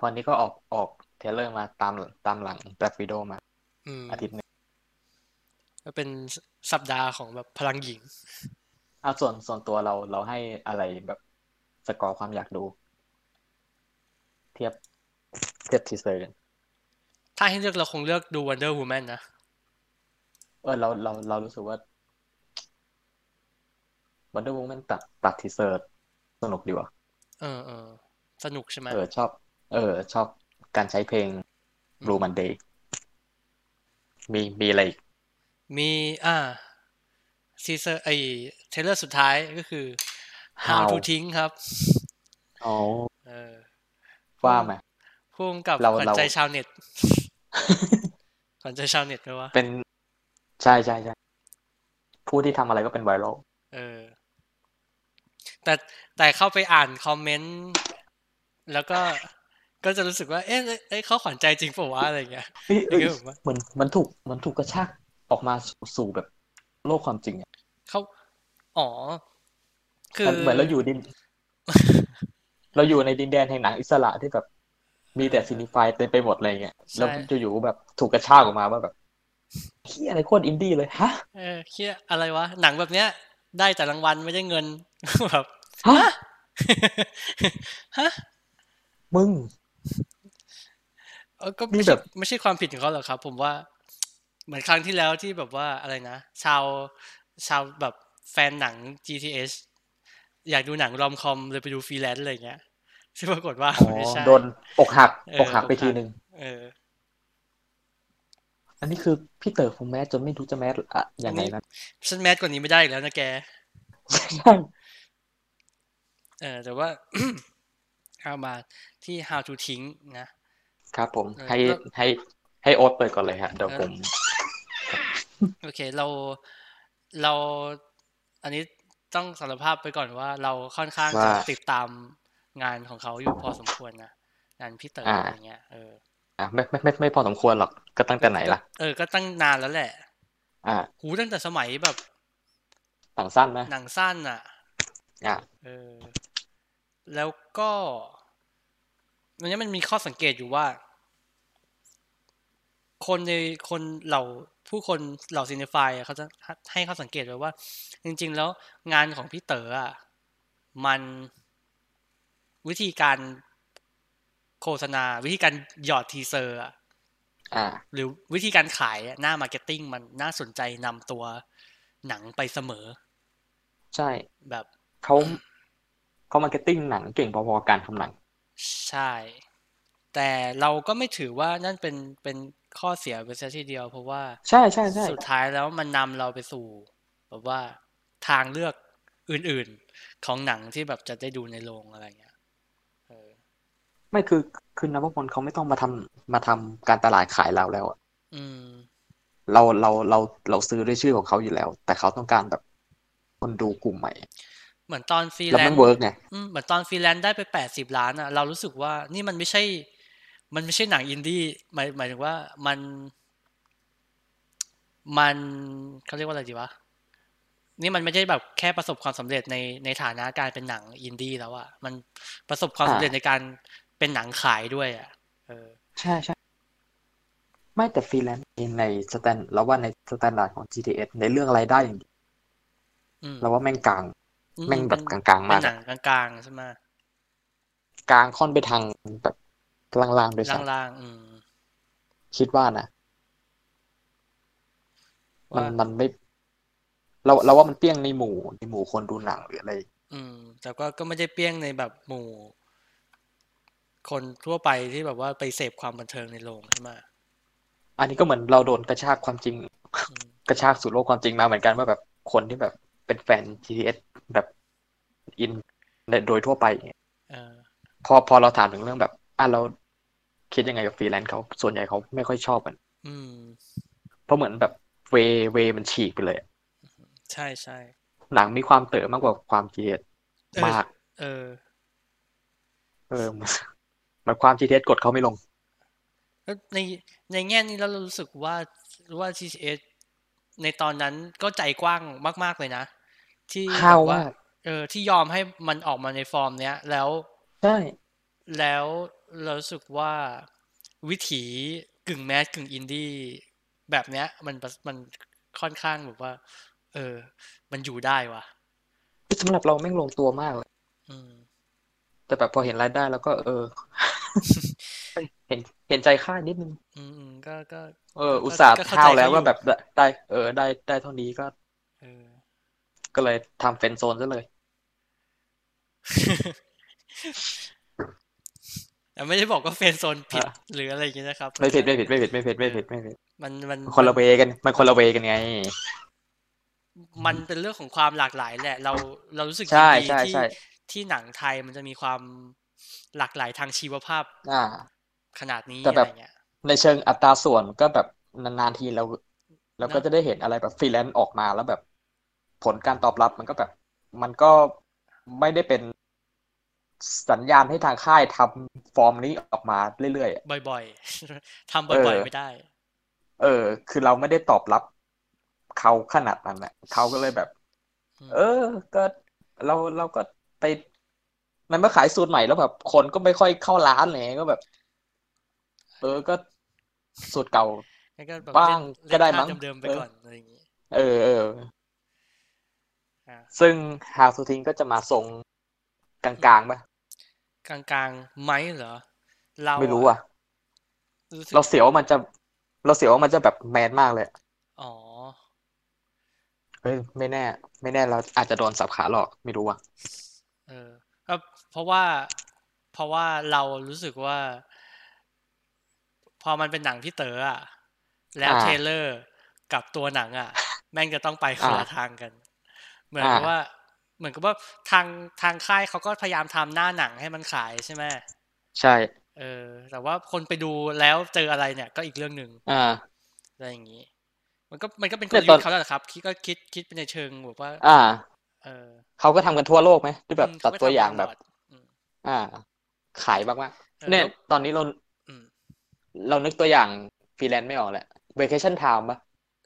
ตอนนี้ก็ออกออกเทรลเลอร์มาตามตามหลังแบล็กวิโดมา อืม อาทิตย์หนึง ก็เป็นสสัปดาห์ของแบบพลังหญิง อ่ะส่วนส่วนตัวเราเราให้อะไรแบบสกอร์ความอยากดู เทียบเทียบทีเซอร์กัน ถ้าให้เลือกเราคงเลือกดู Wonder Woman นะ เออเราเราเรารู้สึกว่า Wonder Woman ตัดตัดทีเซอร์สนุกดีว่ะ เออเออสนุกใช่ไหม เออชอบ เออ ชอบการใช้เพลง Blue Monday มีมีอะไรอีก มีอ่าซีเซอร์ไอเทเลอร์สุดท้ายก็คือ How to ทิ้งครับ อ๋อ เออ ว่ามา พ่วงกับ เรา ขวัญ เรา ใจชาวเน็ต ขวัญใจชาวเน็ตไหมวะ เป็น ใช่ใช่ใช่ผู้ที่ทำอะไรก็เป็นไวรัล เออ แต่แต่เข้าไปอ่านคอมเมนต์ แล้วก็ก็จะรู้สึกว่า เอ๊ะเอ๊ะเขาขวัญใจจริงเปล่าวะอะไรอย่างเงี้ย เอ้ยเอ้ย ก็แบบว่า เหมือนมันถูกมันถูกกระชากออกมาสู่สู่แบบโลกความจริงอะ เขาอ๋อ คือ มันเหมือนเราอยู่ดิน เราอยู่ในดินแดนแห่งหนังอิสระที่แบบ มีแต่ซินิฟายเต็มไปหมดเลยเงี้ยแล้วอยู่ๆแบบถูกกระชากออกมาว่าแบบเฮียอะไรโคตรอินดี้เลยฮะ เออเฮียอะไรวะ หนังแบบเนี้ย ได้แต่รางวัลไม่ได้เงิน แบบ ฮะ ฮะ มึง เออก็ นี่ ไม่ แบ ใช่ บ ไม่ใช่ความผิดของเขาหรอกครับ ผมว่า เหมือนครั้งที่แล้วที่แบบว่าอะไรนะ ชาวชาวแบบแฟนหนัง GTS อยากดูหนังรอมคอมเลยไปดูฟรีแลนซ์อะไรอย่างเงี้ยซึ่งปรากฏว่า อ๋อ ไม่ใช่ โดนอกหัก เออ อกหักไป อกหัก ทีนึง เออ อันนี้คือพี่เต๋อคงแมสจนไม่รู้จะแมสอะยังไงนะ ฉันแมสกว่านี้ไม่ได้อีกแล้วนะแก ใช่ เออแต่ว่า เอามาที่ how to ทิ้งนะ ครับผม เออ ให้ แล้ว ให้ให้โอ๊ตเปิดก่อนเลยฮะเดี๋ยวผม โอเคเราเรา อันนี้ต้องสารภาพไปก่อนว่า เราค่อนข้างจะ ว่า ติดตามงานของเขาอยู่พอสมควรนะงานพี่เต๋อ อ่า อะไรเงี้ยเออ อ่ะไม่ไม่ไม่ไม่พอสมควรหรอกก็ตั้งแต่ไหนล่ะ เออก็ตั้งนานแล้วแหละ อ่า หูตั้งแต่สมัยแบบ ต่างสั้นนะ หนังสั้นอ่ะ อ่า เออแล้วก็วันนี้มันมีข้อสังเกตอยู่ว่า คนในคนเหล่าผู้คนเหล่าซีเนฟายเขาจะให้ข้อสังเกตไว้ว่า จริง ๆ แล้วงานของพี่เต๋ออ่ะมันวิธีการโฆษณา วิธีการหยอดทีเซอร์อะ อ่า หรือวิธีการขายอะหน้ามาร์เก็ตติ้งมันน่าสนใจนำตัวหนังไปเสมอ ใช่ แบบ เขาเขามาร์เก็ตติ้งหนังเก่งพอๆกับการทำหนัง ใช่ แต่เราก็ไม่ถือว่านั่นเป็นเป็นข้อเสียไปซะทีเดียว เพราะว่า ใช่ใช่ใช่ สุดท้ายแล้วมันนำเราไปสู่แบบว่าทางเลือกอื่นๆของหนังที่แบบจะได้ดูในโรงอะไรเงี้ยเออ ไม่คือคือนับว่าคนเขาไม่ต้องมาทำมาทำการตลาดขายเราแล้วอะ อืม เราเราเราเราซื้อด้วยชื่อของเขาอยู่แล้ว แต่เขาต้องการแบบคนดูกลุ่มใหม่ เหมือนตอนฟรี แล้ว แล มัน น ซ์ เวิร์กไง อืมเหมือนตอนฟรีแลนซ์ได้ไปแปดสิบล้านอะเรารู้สึกว่านี่มันไม่ใช่ มันไม่ใช่หนังอินดี้หมายหมายถึงว่ามันมันเขาเรียกว่าอะไรดีวะ นี่มันไม่ใช่แบบแค่ประสบความสำเร็จในในฐานะการเป็นหนังอินดี้แล้วอะมันประสบความสำเร็จในการเป็นหนังขายด้วยอะเออ ใช่ใช่ไม่แต่ฟรีแลนซ์เองในสแตนเราว่าในสแตนดาร์ดของ GTS ในเรื่องรายได้อย่างเดียว อืม เราว่าแม่งกลาง อื แม่งแบบ เป็น กลางๆ เป็ มาน ก หนั อะ งกลางๆใช่ไหม กลางค่อนไปทางแบบล่างๆด้วยซ้ ล่างๆอืม ำคิดว่านะมั ว่า นมันไม่ เราเราว่ามันเปี้ยงในหมู่ในหมู่คนดูหนังหรืออะไร อืม แต่ก็ก็ไม่ได้เปรี้ยงในแบบหมู่ คนทั่วไปที่แบบว่าไปเสพความบันเทิงในโรงใช่ไหม อันนี้ก็เหมือนเราโดนกระชากความจริง อืม กระชากสู่โลกความจริงมาเหมือนกันว่าแบบคนที่แบบเป็นแฟน GTS แบบอินโดยทั่วไปเนี่ย เออ พอพอเราถามถึงเรื่องแบบอ่ะเราคิดยังไงกับฟรีแลนซ์เขาส่วนใหญ่เขาไม่ค่อยชอบมัน อืม เพราะเหมือนแบบเวเวมันฉีกไปเลยอะ ใช่ใช่ หนังมีความเต๋อมากกว่าความ GTS เออ มาก เออ เออ มันมันความ GTS กดเขาไม่ลง แล้วในในแง่นี้แล้วเรารู้สึกว่าว่า GTS ในตอนนั้นก็ใจกว้างมาก ๆ เลยนะ ที่ ห้าว แบบว่าม าก เออที่ยอมให้มันออกมาในฟอร์มเนี้ย แล้ว ใช่ แล้วเรารู้สึกว่าวิถีกึ่งแมสกึ่งอินดี้แบบเนี้ย มันมันค่อนข้างแบบว่า เออ มันอยู่ได้ว่ะ สำหรับเราแม่งลงตัวมากเลย อืม แต่แบบพอเห็นรายได้แล้วก็ เอ อ เห็นเห็นใจค่ายนิดนึง อืมอืมก็ก็ เออ ก็ อุตส่าห์ ก็เข้า เท่า ใจ แล้ว เขาอยู่ ว่าแบบได้ได้เออได้ได้เท่านี้ก็ เออ ก็เลยทำเฟรนด์โซนซะเลย แต่ไม่ได้บอกว่าเฟรนด์โซนผิด อ่ะ หรืออะไรอย่างเงี้ยนะครับ ไม่ผิดไม่ผิดไม่ผิดไม่ผิดไม่ผิดไม่ผิด มันมัน คนละ มั เวกันมันคนละเวกันไง มันเป็นเรื่องของความหลากหลายแหละ เราเรารู้สึก ใช่ ยินดี ใช่ ที่ ใช่ ที่หนังไทยมันจะมีความหลากหลายทางชีวภาพ อ่า ขนาดนี้ แต่ อะ แบ ไร บ เงี้ย ในเชิงอัตราส่วนก็แบบนานๆทีเราเราก็ นะ จะได้เห็นอะไรแบบฟรีแลนซ์ออกมาแล้วแบบ ผลการตอบรับมันก็แบบ มันก็ไม่ได้เป็นสัญญาณให้ทางค่ายทำฟอร์มนี้ออกมาเรื่อยๆอะ บ่อยๆ ทำ เอ บ่อย อ ๆไม่ได้ เออ คือเราไม่ได้ตอบรับเขาขนาดนั้นแหละเขาก็เลยแบบ อืม เออ ก็เราเราก็ไป มันมาขายสูตรใหม่แล้วแบบ คนก็ไม่ค่อยเข้าร้านอะไรเลยก็แบบ เออก็สูตรเก่า งั้นก็แบบ บ้าง เล่น ก็ได้ เล่นภาพ มั้ง เดิมๆไป เออ ก่อนอะไรอย่างงี้ เออเออ อ่ะ ซึ่ง How to Think ก็จะมาทรงกลางๆป่ะ กลางๆไหมเหรอ เรา ไม่รู้ อะ อ่ะ รู้สึก เราเสียวว่ามันจะ เราเสียวว่ามันจะแบบแมนมากเลย อ๋อ เฮ้ยไม่แน่ ไม่แน่เราอาจจะโดนสับขาหลอกไม่รู้อ่ะ เออก็เพราะว่าเพราะว่าเรารู้สึกว่า พอมันเป็นหนังพี่เต๋ออ่ะ แล้ว อ่า เทรลเลอร์กับตัวหนังอ่ะ แม่งจะต้องไปคน อ่า ละทางกัน เหมือนกับ อ่า ว่า เหมือนกับว่าทางทางค่ายเขาก็พยายามทำหน้าหนังให้มันขายใช่ไหม ใช่ เออ แต่ว่าคนไปดูแล้วเจออะไรเนี่ยก็อีกเรื่องหนึ่ง อ่า อะไรอย่างนี้ มันก็มันก็เป็นก แต่ ล ต ยุทอน ธ์เขาแหละครับ คิดก็คิดคิดเป็นในเชิงแบบว่า อ่า เออ เขาก็ทำกันทั่วโลกไหมหรือแบบ อืม ตัด เขา ตัว ก็ อ ทำ ย่าง ต แบ ล บ อดอืม อ่า ขายมาก เอ ๆ อ เนี่ย แล้ว ตอนนี้เรา อืม เรานึกตัวอย่างฟรีแลนซ์ไม่ออกแหละ Vacation Time ปะ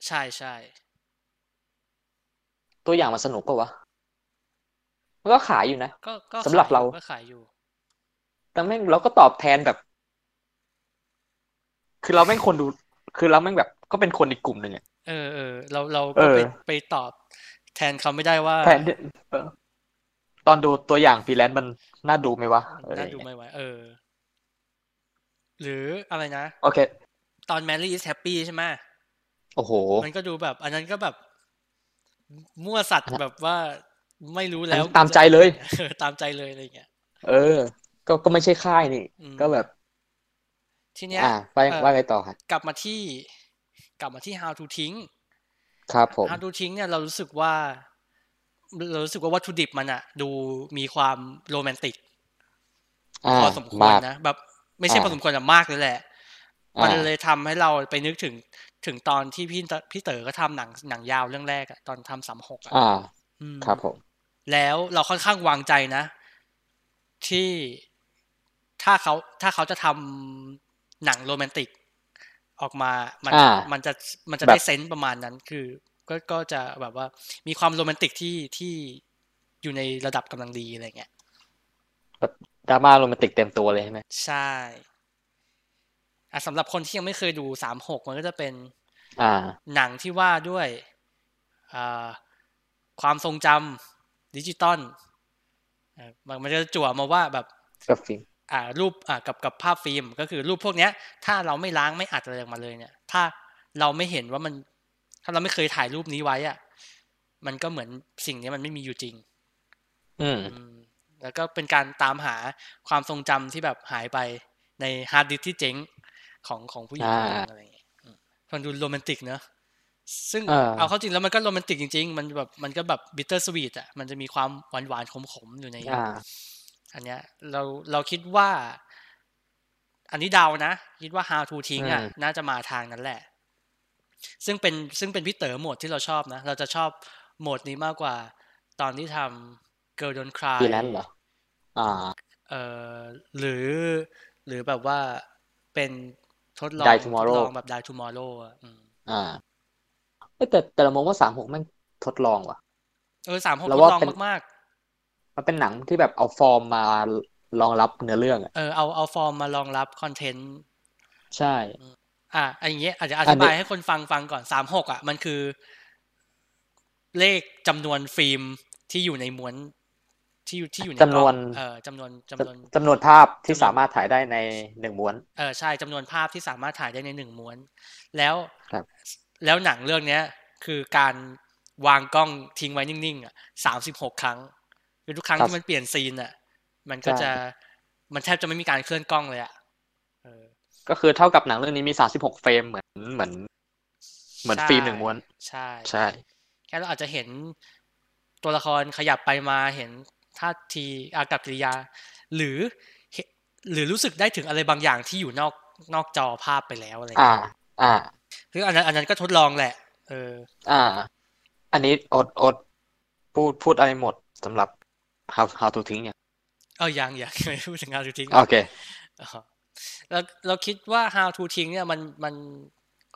ใช่ใช่ ตัวอย่างมันสนุกปะวะ มันก็ขายอยู่นะ ก็ก็ สำหรับ ขายอยู่ เรา ก็ขายอยู่ แต่แม่งเราก็ตอบแทนแบบ คือเราแม่งคนดู คือเราแม่งแบบก็เป็นคนอีกกลุ่มหนึ่งอะ เออเออเราเรา เอ ก็ไป อ ไปตอบแทนเขาไม่ได้ว่า แทนที่เออตอนดูตัวอย่างฟรีแลนซ์มันน่าดูไหมวะอะไร น่า อย่าง ดูไหเงี้ยวมะเออ หรืออะไรนะ โอเค ตอน Mary is Happy ใช่ไหม โอ้โห มันก็ดูแบบ อันนั้นก็แบบ มั่วสัตว์แบบว่าไม่รู้ อัน แล้ว ตามใจเลย เออ ตามใจเลยอะไรอย่างเงี้ย เออ ก็ก็ไม่ใช่ค่ายนี่ อืม ก็แบบ ทีเนี้ย อ่าว่า เออ ว่าไงต่อครับ กลับมาที่ กลับมาที่ how to ทิ้ง ครับผม how to ทิ้งเนี่ยเรารู้สึกว่า เรารู้สึกว่าวัตถุดิบมันอะดูมีความโรแมนติก อ่า พอสมควร มาก นะแบบไม่ใช่ อ่า พอสมควรแต่มากเลยแหละ อ่ามั มันเลยทำให้เราไปนึกถึงถึงตอนที่พี่ตพี่เต๋อก็ทำหนังหนังยาวเรื่องแรกอะตอนทำสามหกอะ อ่า อืม ครับผม แล้วเราค่อนข้างวางใจนะ ที่ถ้าเขาถ้าเขาจะทำหนังโรแมนติก ออกมามัน อ่ามั มันจะมันจะ แบบ ได้เซนส์ประมาณนั้น คือ ก็ก็จะแบบว่ามีความโรแมนติกที่ที่อยู่ในระดับกำลังดีอะไรเงี้ย ดราม่าโรแมนติกเต็มตัวเลยใช่ไหม ใช่ อ่ะสำหรับคนที่ยังไม่เคยดูสามหกมันก็จะเป็น อ่า หนังที่ว่าด้วยอ่าความทรงจำดิจิตอลอ่ะมันมันจะจั่วมาว่าแบบ กับฟิล์ม อ่ารูปอ่ากับกับภาพฟิล์มก็คือรูปพวกเนี้ย ถ้าเราไม่ล้างไม่อัดอะไรออกมาเลยเนี่ย ถ้าเราไม่เห็นว่ามัน ถ้าเราไม่เคยถ่ายรูปนี้ไว้อะมันก็เหมือนสิ่งเนี้ยมันไม่มีอยู่จริง อืม อืมแล้วก็เป็นการตามหาความทรงจำที่แบบหายไปในฮาร์ดดิสก์ที่เจ๊งของของผู้หญิงคนหนึง อ่า อะไรอย่างเงี้ยอืมมันดูโรแมนติกเนอะซึ่ง เออ เอาเข้าจริงแล้วมันก็โรแมนติกจริง ๆ มันแบบมันก็แบบบิตเตอร์สวีทอ่ะมันจะมีความหวานหวานขมขมๆอยู่ใน อ่า อันเนี้ยเราเราคิดว่า อันนี้เดานะ คิดว่า how to ทิ้งอ่ะ อืม น่าจะมาทางนั้นแหละ ซึ่งเป็นซึ่งเป็นพี่เต๋อโหมดที่เราชอบนะ เราจะชอบโหมดนี้มากกว่า ตอนที่ทำ Girl Don't ฟรี Cry แลนซ์เหรอ อ่า เอ่อหรือหรือแบบว่าเป็นทดลอง Die ทดล Tomorrow องแบบ Die Tomorrow อะอืม อ่าเอ้ยแต่แต่เรามองว่าสามหกแม่งทดลองว่ะ เออสามหก เรา ทด ว่า ลอง เป็น มาก มันเป็นหนังที่แบบเอาฟอร์มมารองรับเนื้อเรื่องอ่ะ ๆเออเอาเอาฟอร์มมารองรับคอนเทนต์ ใช่ อ่ะอันอย่างเงี้ยอาจจะอ อั ธิ นนี้ บายให้คนฟังฟังก่อนสามหกอ่ะ มันคือเลขจำนวนฟิล์มที่อยู่ในม้วนที่อยู่ที่อยู่ในก จำน ล้อ ว ง น เออจำนวนจำนวน จำนวนภาพที่ จำนวน สามารถถ่ายได้ในหนึ่งม้วน เออใช่จำนวนภาพที่สามารถถ่ายได้ในหนึ่งม้วน แล้ว ครับ แล้วหนังเรื่องเนี้ย คือการวางกล้องทิ้งไว้นิ่งๆอ่ะสามสิบหกครั้งคือทุกครั้งที่มันเปลี่ยนซีนอ่ะ มันก็จะมันแทบจะไม่มีการเคลื่อนกล้องเลยอ่ะเออ ก็คือเท่ากับหนังเรื่องนี้มีสามสิบหกเฟรมเหมือนเหมือน เหมือนฟิล์มหนึ่งม้วน ใช่ ใช่ แค่เราอาจจะเห็นตัวละครขยับไปมาเห็นท่าทีอากับกิริยา หรือเหหรือรู้สึกได้ถึงอะไรบางอย่างที่อยู่นอกนอกจอภาพไปแล้วอะไร อ่า เงี้ย อ่า คืออันนั้นอันนั้นก็ทดลองแหละ เออ อ่า อันนี้อดอดพูดพูดอะไรหมดสำหรับ how how to ทิ้งเนี่ย เออยังยังไม่พูดถึง How to ทิ้ง โอเค อ๋อแล้วเราคิดว่า How to ทิ้งเนี่ยมันมัน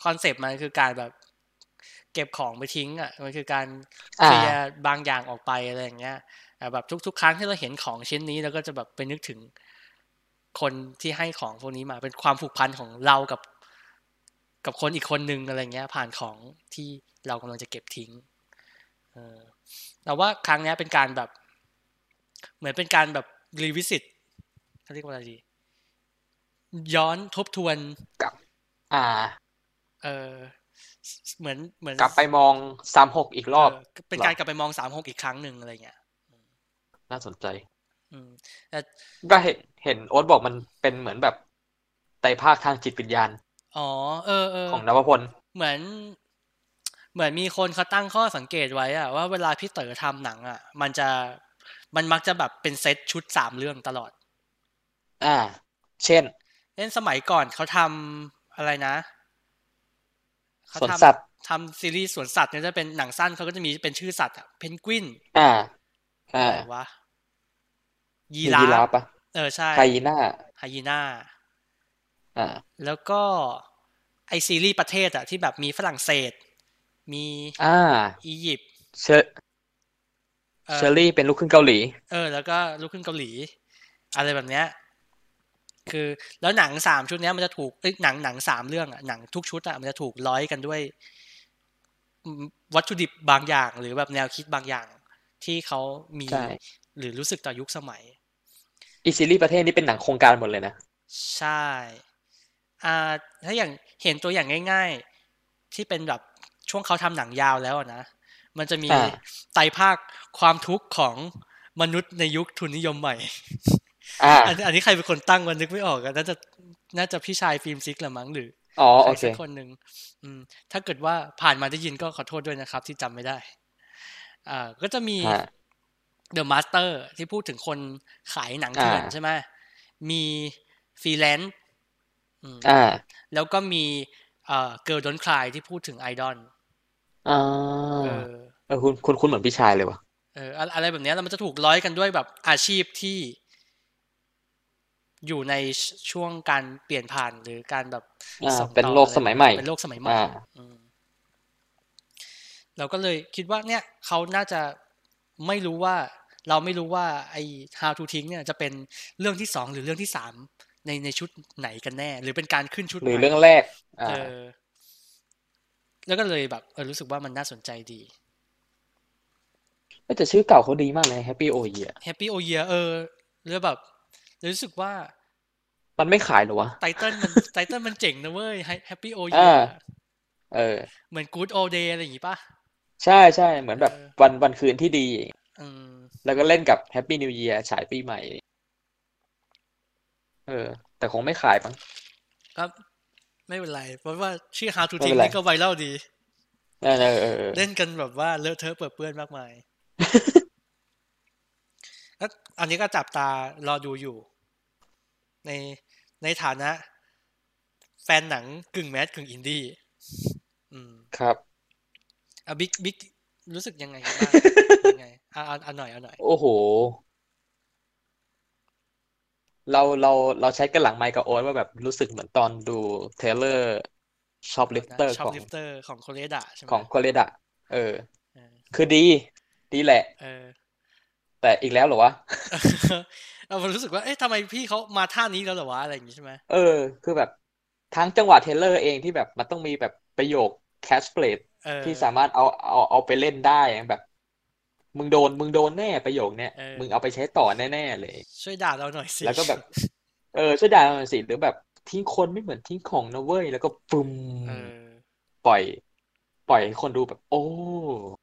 คอนเซปต์มันคือการแบบ เก็บของไปทิ้งอ่ะมันคือการเค อ่า ลียร์บางอย่างออกไปอะไรอย่างเงี้ยแต่แบบทุก ๆ ครั้งที่เราเห็นของชิ้นนี้เราก็จะแบบไปนึกถึงคนที่ให้ของพวกนี้มาเป็นความผูกพันของเรากับ กับคนอีกคนนึงอะไรเงี้ย ผ่านของที่เรากำลังจะเก็บทิ้งเออแต่ว่าครั้งเนี้ยเป็นการแบบ เหมือนเป็นการแบบรีวิสิตเขาเรียกว่าอะไรดี ย้อนทบทวน อ่า เออสสเหมือนเหมือน กลับไปมองสามหกอีกรอบ เอเป็น หรอ การกลับไปมองสามหกอีกครั้งหนึ่งอะไรเงี้ย น่าสนใจ อืมแต่ ก็เห็นเห็นโอ๊ตบอกมันเป็นเหมือนแบบไตรภาคทางจิตวิญญาณ อ๋อ เออเออ ของนวพล เหมือน เหมือนมีคนเขาตั้งข้อสังเกตไว้อะว่าเวลาพี่เต๋อทำหนังอะมันจะมันมักจะแบบเป็นเซตชุดสามเรื่องตลอด อ่า เช่น เล่นสมัยก่อนเขาทำอะไรนะเขา สวน ท สัตว์ ำทำซีรีส์สวนสัตว์เนี่ยจะเป็นหนังสั้นเขาก็จะมีเป็นชื่อสัตว์อะเพนกวิน อ่า อ่า อะไรวะยี มี รา ยีรา ฟ ฟปะ เออใช่ ไฮยีน่า ไฮยีน่า อ่า แล้วก็ไอซีรีส์ประเทศอะที่แบบมีฝรั่งเศส มี อ่า อียิปต์ เชอ เอ เช อ อรี่เป็นลูกครึ่งเกาหลี เออ แล้วก็ลูกครึ่งเกาหลี อะไรแบบเนี้ยคือแล้วหนังสามชุดเนี้ยมันจะถูกเอ้ยหนังหนังสามเรื่องอะหนังทุกชุดอะมันจะถูกร้อยกันด้วยอืมวัตถุดิบบางอย่าง หรือแบบแนวคิดบางอย่าง ที่เขามี ใช่ หรือรู้สึกต่อยุคสมัย อีซีรีส์ประเทศนี้เป็นหนังโครงการหมดเลยนะ ใช่อ่าถ้าอย่างเห็นตัวอย่างง่าย ๆ ที่เป็นแบบช่วงเขาทำหนังยาวแล้วอะนะ มันจะมี อ่า ไตรภาคความทุกข์ของมนุษย์ในยุคทุนนิยมใหม่ อ่า อันอันนี้ใครเป็นคนตั้งวันนึกไม่ออกอะน่าจะน่าจะพี่ชายฟิล์มซิกละมั้งหรือ อ๋อ ใคร โอเค สักคนหนึ่งอืม ถ้าเกิดว่าผ่านมาได้ยินก็ขอโทษด้วยนะครับ ที่จำไม่ได้ อ่า ก็จะมี ฮะ The Master ที่พูดถึงคนขายหนัง อ่า เถื่อนใช่ไหมมีฟรีแลนซ์อืม อ่า แล้วก็มีเอ่อ Girl Don't Cry ที่พูดถึงไอดอล อ่า เออ เออคุณคุณคุณเหมือนพี่ชายเลยวะ เอออะอะไรแบบเนี้ยแล้วมันจะถูกร้อยกันด้วยแบบอาชีพที่อยู่ในชช่วงการเปลี่ยนผ่านหรือการแบบ อ่า ส่ง เป็น ต่อ โลก อะไร สมัยใหม่ เป็นโลกสมัยใหม่ อ่า อืมเราก็เลยคิดว่าเนี่ยเขาน่าจะไม่รู้ว่า เราไม่รู้ว่าไอ้ How to ทิ้งเนี่ยจะเป็นเรื่องที่สองหรือเรื่องที่สามในในชุดไหนกันแน่ หรือเป็นการขึ้นชุด หรือ ใหม่ เรื่องแรก อ่า เออ แล้วก็เลยแบบเออรู้สึกว่ามันน่าสนใจดี เอ้ยแต่ชื่อเก่าเขาดีมากเลย Happy O Year Happy O Year เออแล้วแบบรู้สึกว่า มันไม่ขายเหรอวะ ไตเติลมัน ไตเติลมันเจ๋งนะเว้ย Happy O อ่า Year เออ เหมือน Good Old Day อะไรอย่างงี้ป่ะ ใช่ใช่เหมือนแบบ เออ วันวันคืนที่ดี อืม แล้วก็เล่นกับ Happy New Year ฉายปีใหม่ เออ แต่คงไม่ขายมั้ง ครับ ไม่เป็นไร เพราะว่าชื่อ How to ไม่เป็ Think นไร นี่ก็ไวรัลดี เออเออเออเออ เล่นกันแบบว่าเลอะเทอะเปื้อนเปื้อนมาก มาย แล้วอันนี้ก็จับตารอดูอยู่ ในในฐานะ แฟนหนังกึ่งแมสกึ่งอินดี้อืม ครับ อ่ะบิ๊กบิ๊กรู้สึก ยังไงกันบ้าง เป็นไงอ่ะเอาเอาหน่อยเอาหน่อย โอ้โห เราเราเราแชทกันหลังไมค์กับโอ๊ตว่าแบบรู้สึกเหมือนตอนดูเทรลเลอร์ช็อปลิฟเตอร์ ช็อ ข ป อง ลิฟเตอร์ของโคเรดาใช่ไห ข ม องโคเรดะเออ เออ คือดี ดีแหละ เอ อ แต่อีกแล้วเหรอวะ เรารู้สึกว่าเอ๊ะทำไมพี่เขามาท่านี้แล้วเหรอวะอะไรอย่างงี้ใช่ไหม เออ คือแบบทั้งจังหวะเทรลเลอร์เองที่แบบมันต้องมีแบบประโยคแคชเพลท เออ ที่สามารถเอาเอาเอาไปเล่นได้แบบ มึงโดน มึงโดนแน่ประโยคเนี้ย เออ มึงเอาไปใช้ต่อแน่ๆเลย ช่วยด่าเราหน่อยสิ แล้วก็แบบ เออช่วยด่าหน่อยสิหรือแบบทิ้งคนไม่เหมือนทิ้งของนะเว้ยแล้วก็ปึ้ม เออ ปล่อย ปล่อยให้คนดูแบบ โอ้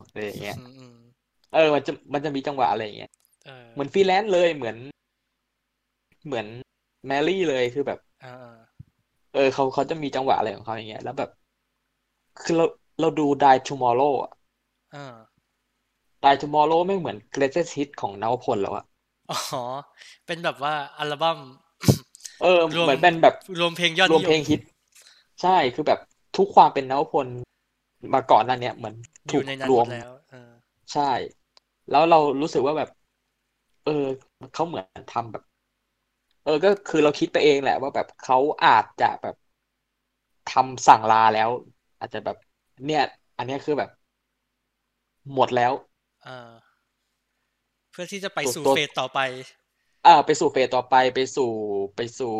อะไรอย่างเงี้ย อืมอืม เออมันจะมันจะมีจังหวะอะไรอย่างเงี้ย เออ เหมือนฟรีแลนซ์เลยเหมือน เหมือนแมรี่เลยคือแบบ เออเออ เออเขาเขาจะมีจังหวะอะไรของเขาอย่างเงี้ยแล้วแบบ คือเราเราดู Die Tomorrow อะ เออ Die Tomorrow ไม่งเหมือน Greatest Hits ของนวพลแล้วอะ อ๋อเป็นแบบว่าอัลบั้ม เออ รวม เหมือนเป็นแบบ รวมเพลงยอด รวม นิย เพล ม งฮิต ใช่คือแบบทุกความเป็นนวพลมาก่อนหน้าเนี้ยเหมือน อ ถู ยู่ ก ในนั้นหรม ว ด ม แล้วเออ ใช่ แล้วเรารู้สึกว่าแบบ เออเขาเหมือนทำแบบ เออก็คือเราคิดไปเองแหละ ว่าแบบเขาอาจจะแบบทำสั่งลาแล้ว อาจจะแบบ เนี่ย อันเนี้ยคือแบบ หมดแล้ว เออ เพื่อที่จะไป ตัว สู่ ตัว เฟสต่อไป อ่า ไปสู่เฟสต่อไปไปสู่ไปสู่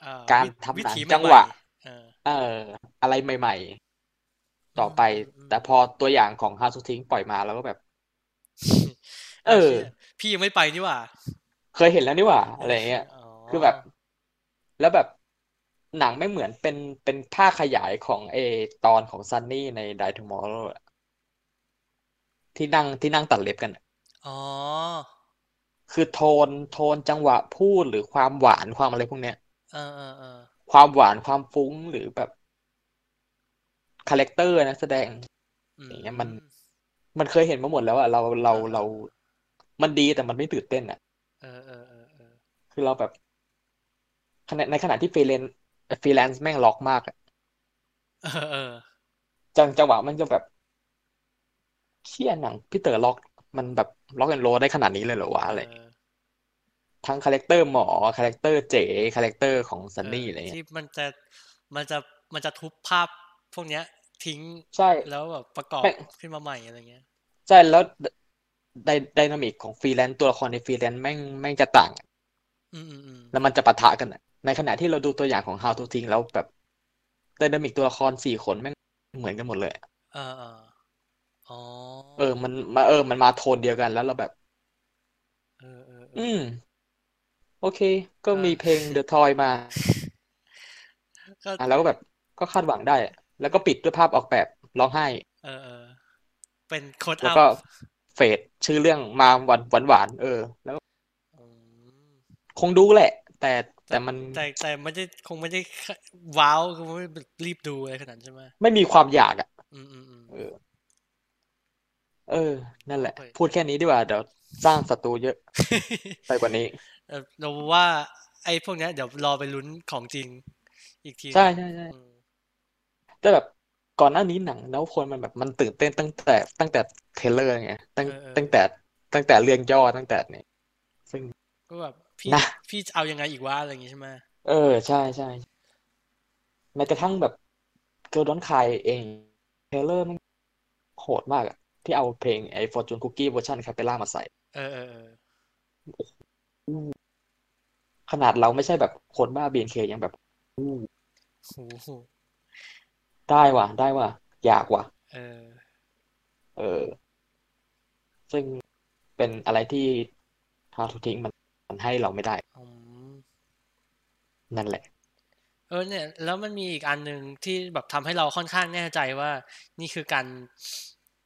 เอ่อ การ วิ ทำ วิ หนัง ถี จัง ให ห ม่ วะ ๆเออ เอ่ออะไรใหม่ ๆ ต่อไป อืมอืม แต่พอตัวอย่างของ How to Think ปล่อยมาแล้วก็แบบ เอ เอา อ เชี่ยพี่ยังไม่ไปนี่หว่า เคยเห็นแล้วนี่หว่าอะไรอย่างเงี้ย อ๋อ คือแบบ แล้วแบบหนังไม่เหมือนเป็นเป็นภาคขยายของเอตอนของซันนี่ใน Die Tomorrow อะที่นั่งที่นั่งตัดเล็บกันอะ อ๋อ คือโทนโทนจังหวะพูดหรือความหวานความอะไรพวกเนี้ย เออเออเออ ความหวานความฟุ้งหรือแบบ คาแรคเตอร์นักแสดง อื อย่างเงี้ยมัน มันเคยเห็นมาหมดแล้วอะเราเราเรา มันดีแต่มันไม่ตื่นเต้นอะ เออเออเออเออ คือเราแบบขณะในขณะที่ฟรีแลนซ์ฟรีแลนซ์แม่งล็อกมากอะ เออเออ จังจังหวะมันจะแบบเชี่ยหนังพี่เต๋อล็อก มันแบบล็อกแอนด์โรลได้ขนาดนี้เลยเหรอวะอะไร เออ ทั้งคาแรคเตอร์หมอคาแรคเตอร์เจ๋คาแรคเตอร์ของซัน เอ นี่ อ อะไรเงี้ย ที่มันจะมันจะมันจะทุบภาพพวกเนี้ย ทิ้ง ใช่ แล้วแบบประกอบ ไม่ ขึ้นมาใหม่อะไรเงี้ย ใช่แล้วไดไดนามิกของฟรีแลนซ์ตัวละครในฟรีแลนซ์แม่งแม่งจะต่าง อืมอืมอืม แล้วมันจะปะทะกันอะในขณะที่เราดูตัวอย่างของ How to Think แล้วแบบไดนามิกตัวละครสี่คนแม่งเหมือนกันหมดเลยอะ เออเอออ๋อ เออมันมาเออ มันมาโทนเดียวกันแล้วเราแบบ เออเออเอ อื อ ม โอเค ก็ ก็ มีเพลง The Toy มา ก็ อ่ะแล้วก็แบบก็คาดหวังได้อะแล้วก็ปิดด้วยภาพออกแบบร้องไห้ เออเออเป็นโค้ด แล้อัวพ ก็เฟดชื่อเรื่องมาหวานหวานหวานเออ แล้ว อืม คงดูแหละ แต่แต่มัน แต่แต่มันจะคงไม่ได้ว้าวคงไม่รีบดูอะไรขนาดนั้นใช่ไหม ไม่มีความอยากอ่ะ อืมอืมอืม เออ เออ นั่นแหละ โอเค พูดแค่นี้ดีกว่า เดี๋ยวสร้างศัตรูเยอะไปกว่านี้ เอ่อเราว่าไอ้พวกเนี้ยเดี๋ยวรอไปลุ้นของจริงอีกที ใช่ นึง ใช่ใช่ อืม แต่แบบก่อนหน้านี้หนังแล้วคนมันแบบมันตื่นเต้นตั้งแต่ตั้งแต่เทรลเลอร์ไงตั้ง เออเออ ตั้งแต่ตั้งแต่เรื่องย่อตั้งแต่เนี่ยซึ่ง ก็แบบพี่ นะ พี่จะเอายังไงอีกว่าอะไรอย่างงี้ใช่ไหม เออใช่ใช่แม้กระทั่งแบบเกิร์ลดอนคายเองเทรลเลอร์มันโหดมากอะที่เอาเพลงไอ้ Fortune Cookie เวอร์ชันคาเปล่ามาใส่ เออเออเออ ขนาดเราไม่ใช่แบบคนบ้า BNK ยังแบบอู้ โหโห ได้ว่ะ ได้ว่ะ อยากว่ะ เออ เออ ซึ่งเป็นอะไรที่ How to Think มันมันให้เราไม่ได้ อืม นั่นแหละ เออเนี่ย แล้วมันมีอีกอันหนึ่งที่แบบทำให้เราค่อนข้างแน่ใจว่า นี่คือการ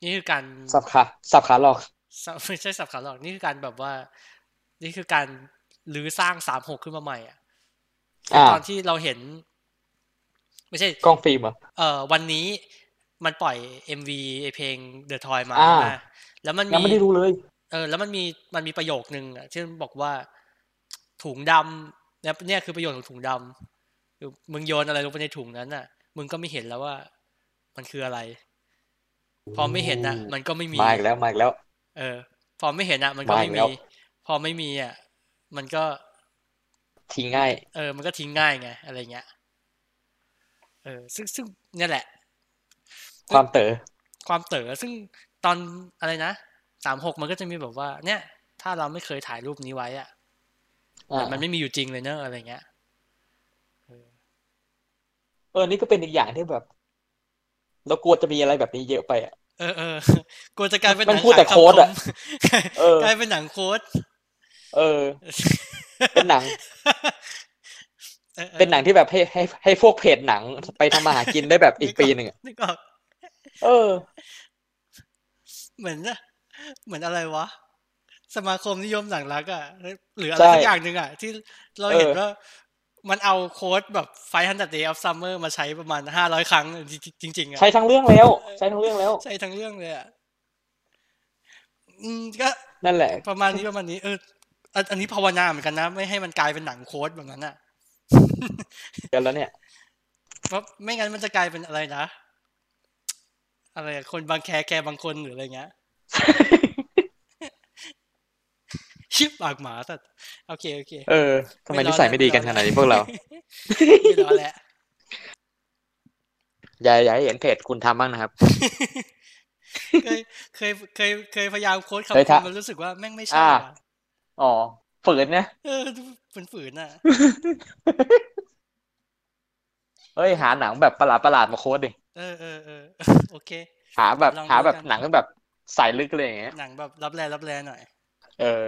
นี่คือการ สับขาสับขาหลอก สับไม่ใช่สับขาหลอกนี่คือการแบบว่า นี่คือการรื้อสร้างสามหกขึ้นมาใหม่อ่ะคือ อ่า ตอนที่เราเห็น ไม่ใช่ กล้องฟิล์มเหรอ เอ่อวันนี้มันปล่อย MV ไอเพลง The Toy มา อ่า ใช่ไหมแล้วมัน ยัง มี ไม่ได้รู้เลย เออแล้วมันมีมันมีประโยคนึงอ่ะที่มันบอกว่าถุงดำเนี่ยเนี่ยคือประโยชน์ของถุงดำคือมึงโยนอะไรลงไปในถุงนั้นอ่ะ มึงก็ไม่เห็นแล้วว่า มันคืออะไร พอไม่เห็นอ่ะ มันก็ไม่มี มาอีกแล้วมาอีกแล้ว เออ พอไม่เห็นอ่ะ มันก็ มา ไม่ อีกแล้ มี ว พอไม่มีอ่ะ มันก็ ทิ้งง่าย เออ มันก็ทิ้งง่ายไงอะไรเงี้ยเออ ซึ่งซึ่งเนี่ยแหละ ความเต๋อ ความเต๋อซึ่งตอนอะไรนะสามหกมันก็จะมีแบบว่า เนี่ย ถ้าเราไม่เคยถ่ายรูปนี้ไว้อะ อ่า มันไม่มีอยู่จริงเลยเนอะอะไรเงี้ย เออนี่ก็เป็นอีกอย่างที่แบบเรากลัวจะมีอะไรแบบนี้เยอะไปอ่ะ เออเอ อกลัวจะกลายเป็นห มั นั น ง พูดแต่ ขาย โค้ดอะ คำคม เออ กลายเป็นหนังโค้ด เออ เป็น หนัง เออออ เป็นหนังที่แบบให้ให้ให้พวกเพจหนังไปทำมาหากินได้แบบอีกปีหนึ่งอะ นึกออก เออ เหมือนนะเหมือนอะไรวะ สมาคมนิยมหนังรักอะหรืออะไร ใช่ สักอย่างหนึ่งอะที่เรา เออ เห็นว่า มันเอาโค้ดแบบ500 Day of Summer มาใช้ประมาณ500ครั้งจริงๆอะ ใช้ทั้งเรื่องแล้ว ใช้ทั้งเรื่องแล้ว ใช่ทั้งเรื่องเลยอ่ะ อืมก็ นั่นแหละ ประมาณนี้ประมาณนี้ เอออันอันนี้ภาวนาเหมือนกันนะ ไม่ให้มันกลายเป็นหนังโค้ดแบบนั้นอ่ะ กันแล้วเนี่ย เพราะไม่งั้นมันจะกลายเป็นอะไรนะ อะไรอะคนบางแคแคบางคนหรืออะไรเงี้ย ชิบปากหมาสัตว์โอเคโอเค เออทำไมนิสัยไม่ดีกันขนาดนี้พวกเรา ไม่รอแล้ว อย่าอย่าให้เห็นเพจคุณทำบ้างนะครับ เคยเคยเคยเคยพยายามโค้ด เคย คำค ทะ มมันรู้สึกว่าแม่งไม่ใช่ อ่า ว่ะ อ๋อฝืนนะ เออฝืนฝืนๆอ่ะ เอ้ยหาหนังแบบประหลาดประหลาดมาโค้ดดิ เออเออเออ โอเค หาแบบ ลองดู หาแบบ กัน หนังแบบสายลึกเลยอย่างเงี้ย หนังแบบรับแลรับแลหน่อย เออ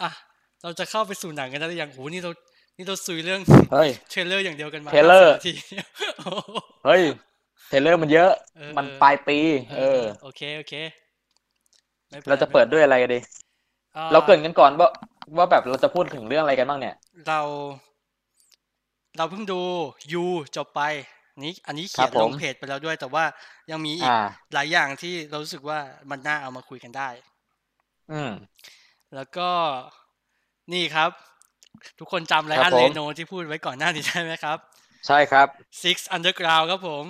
อ่ะ เราจะเข้าไปสู่หนังกันได้หรือยังโหนี่เรา นี่เราซุยเรื่อง เฮ้ย เทรลเลอร์อย่างเดียวกันมา เทรลเลอร์ 50นาทีโอ้ โห เฮ้ยเทรลเลอร์มันเยอะ เออ มันปลายปี เออ โอเค โอเคไม่น เรา ไร จะเปิดด้วยอะไรกันดี อ่ เราเกรินกันก่อนว่าว่าแบบเราจะพูดถึงเรื่องอะไรกันบ้างเนี่ย เรา เราเพิ่งดูยูจบไป นี้อันนี้ ครั เขีย บ น ผ ล ม งเพจไปแล้วด้วย แต่ว่ายังมีอีก อ่า หลายอย่างที่เรารู้สึกว่ามันน่าเอามาคุยกันได้ อืม แล้วก็นี่ครับ ทุกคนจำไร คอัรับ น ผม เรโนที่พูดไว้ก่อนหน้านี้ได้ไหมครับ ใช่ครับ Six Underground ครับผม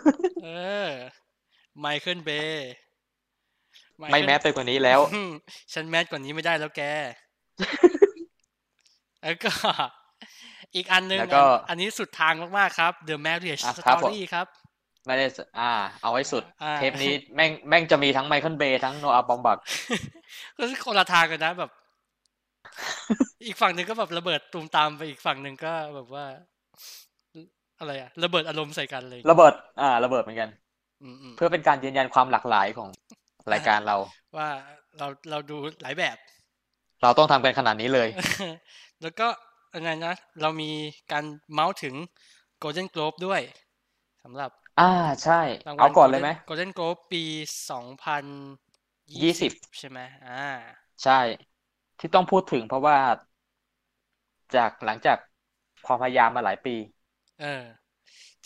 เออไมเคิลเบย์ ไม่แม้ไปกว่านี้แล้ว ฉันแมสกว่านี้ไม่ได้ แล้วแก แล้วก็ อีกอันหนึง แล้วก็ อันอันนี้สุดทางมาก ๆ ครับ The Marriage อ่ะครับผม Story ครับ ไม่ได้สอ่า เอาไว้สุด อ่า เทปนี้แม่งแม่งจะมีทั้งไมเคิลเบย์ทั้งโนอาห์บอมบัก ก็คือคนละทางกันนะแบบ อีกฝั่งหนึ่งก็แบบระเบิดตูมตามไปอีกฝั่งหนึ่งก็แบบว่า อะไรอะระเบิดอารมณ์ใส่กันเลย ระเบิด อ่า ระเบิดเหมือนกัน อืมอืม เพื่อเป็นการยืนยันความหลากหลายของรายการเรา ว่าเราเราดูหลายแบบ เราต้องทำกันขนาดนี้เลย แล้วก็อะไรนะ เรามีการเมาส์ถึง Golden Globe ด้วยสำหรับ อ่า ใช่ รางวั เอา ล ก่อนเลยไหม Golden- Golden Globe ปีสองพัน ยี่สิบ ใช่ไหมอ่า ใช่ ที่ต้องพูดถึงเพราะว่า จากหลังจากความพยายามมาหลายปี เออ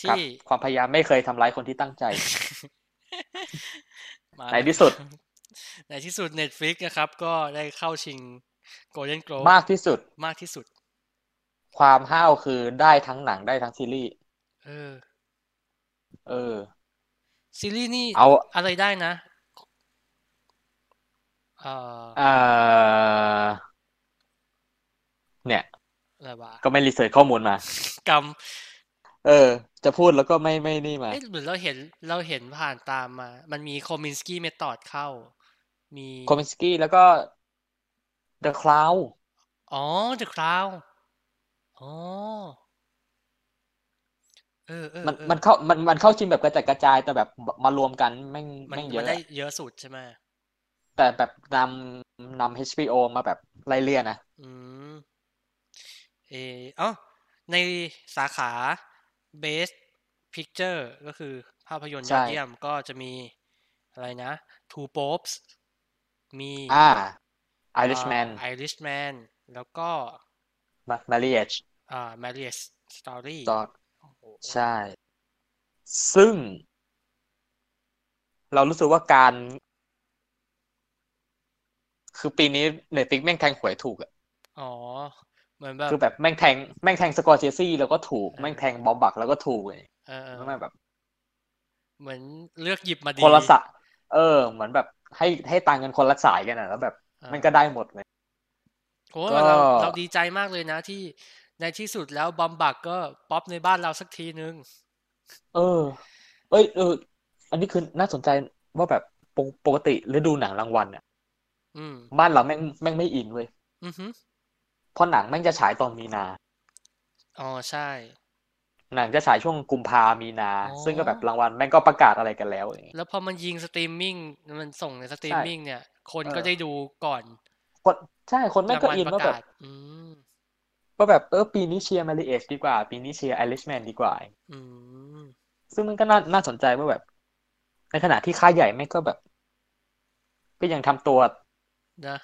กับ ที่ ความพยายามไม่เคยทำร้ายคนที่ตั้งใจ มา ในแล้ที่ว สุด ครับในที่สุด Netflix นะครับ ก็ได้เข้าชิง Golden Globe มากที่สุด มากที่สุด ความห้าวคือได้ทั้งหนังได้ทั้งซีรีส์ เออ เออ ซีรีส์นี่ เอา อะไรได้นะเอ่อ เอ่อ เนี่ย อะไรวะ ก็ไม่รีเสิร์ชข้อมูลมา กรรม เออ จะพูดแล้วก็ไม่ไม่นี่มา เอ๊ะหรือเราเห็นเราเห็นผ่านตามมา มันมี Kominsky Method เข้า มี โคมินสกี้แล้วก็ The Cloud อ๋อ The Crown อ๋อเออเออ มัน เออ มันเข้ามันมันเข้าชิงแบบกระจัดกระจายแต่แบบมารวมกันแม่ง มัน แม่ง มัน เยอะ ได้ อะ เยอะสุดใช่ไหม แต่แบบนำนำ HBO มาแบบไล่เลี่ยนะ อืม เออเอ้าในสาขา Best Picture ก็คือภาพยนตร์ย ใช่ อดเยี่ยมก็จะมีอะไรนะ Two Popes มี อ่า เอ่อ Irishman Irishman แล้วก็ Ma- Marriage อ่า Marriage Story ต่อ โอ้โห ใช่ ซึ่ง เรารู้สึกว่าการ คือปีนี้ Netflix แม่งแทงหวยถูกอะ อ๋อ เหมือนแบบ คือแบบแม่งแทงแม่งแทงสกอร์เซซี่แล้วก็ถูก แม่งแทงบอมบักแล้วก็ถูกเลย เออเออ แล้วแม่งแบบ เหมือนเลือกหยิบมา คนละ ดี สะเออ เหมือนแบบให้ให้ตังค์กันคนละสายกันอ่ะแล้วแบบ อ่า มันก็ได้หมดเลย โอ้ ก็ เราเราดีใจมากเลยนะที่ในที่สุดแล้วบอมบักก็ป๊อปในบ้านเราสักทีนึง เออ เอ้ยเออ อันนี้คือน่าสนใจว่าแบบปกปกติฤดูหนังรางวัลอ่ะ อืม บ้านเราแม่งแม่งไม่อินเว้ย อือฮึ เพราะหนังแม่งจะฉายตอนมีนา อ๋อใช่ หนังจะฉายช่วงกุมภามีนา อ๋อ ซึ่งก็แบบรางวัลแม่งก็ประกาศอะไรกันแล้วอย่างเงี้ย แล้วพอมันยิงสตรีมมิ่งมันส่งในสตรีมมิ่งเนี่ย คนก็ เออ ได้ดูก่อน คนใช่คนแม่ ราง ง ก็ วัล อิน ประ ว่าแบ กา บ ศ อืม ว่าแบบเออปีนี้เชียร์ Marriage ดีกว่า ปีนี้เชียร์ Irishman ดีกว่า อืม ซึ่งมันก็น่าน่าสนใจว่าแบบ ในขณะที่ค่ายใหญ่แม่งก็แบบ ก็ยังทำตัว นะ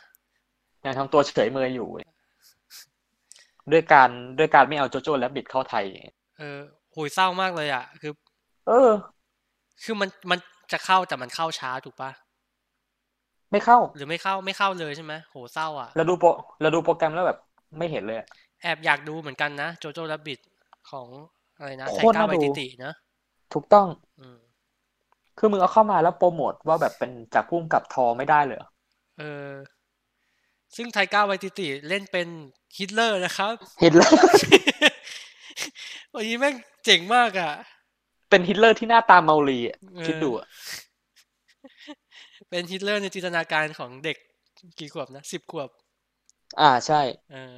ยังทำตัวเฉยเมยอยู่ ด้วยการด้วยการไม่เอาโจโจ้และบิดเข้าไทย เออโหยเศร้ามากเลยอ่ะ คือ เออ คือมันมันจะเข้าแต่มันเข้าช้าถูกปะ ไม่เข้า หรือไม่เข้าไม่เข้าเลยใช่ไหมโหเศร้าอ่ะ เราดูโปรเราดูโปรแกรมแล้วแบบ ไม่เห็นเลยอะ แอบอยากดูเหมือนกันนะโจโจ้และบิดของอะไรนะ โค ไท ตร ก้า น่า ไว ดู ติตินะ ถูกต้อง อืม คือมึงเอาเข้ามาแล้วโปรโมทว่าแบบเป็นจากพุ่มกับทอไม่ได้เลยเหรอ เออ ซึ่งไทก้าไวติติเล่นเป็นฮิตเลอร์นะครับ ฮิตเลอร์ วันนี้แม่งเจ๋งมากอ่ะ เป็นฮิตเลอร์ที่หน้าตาเมาลีอะ เออ คิดดูอะ เป็นฮิตเลอร์ในจินตนาการของเด็กกี่ขวบนะสิบขวบ อ่าใช่ เออ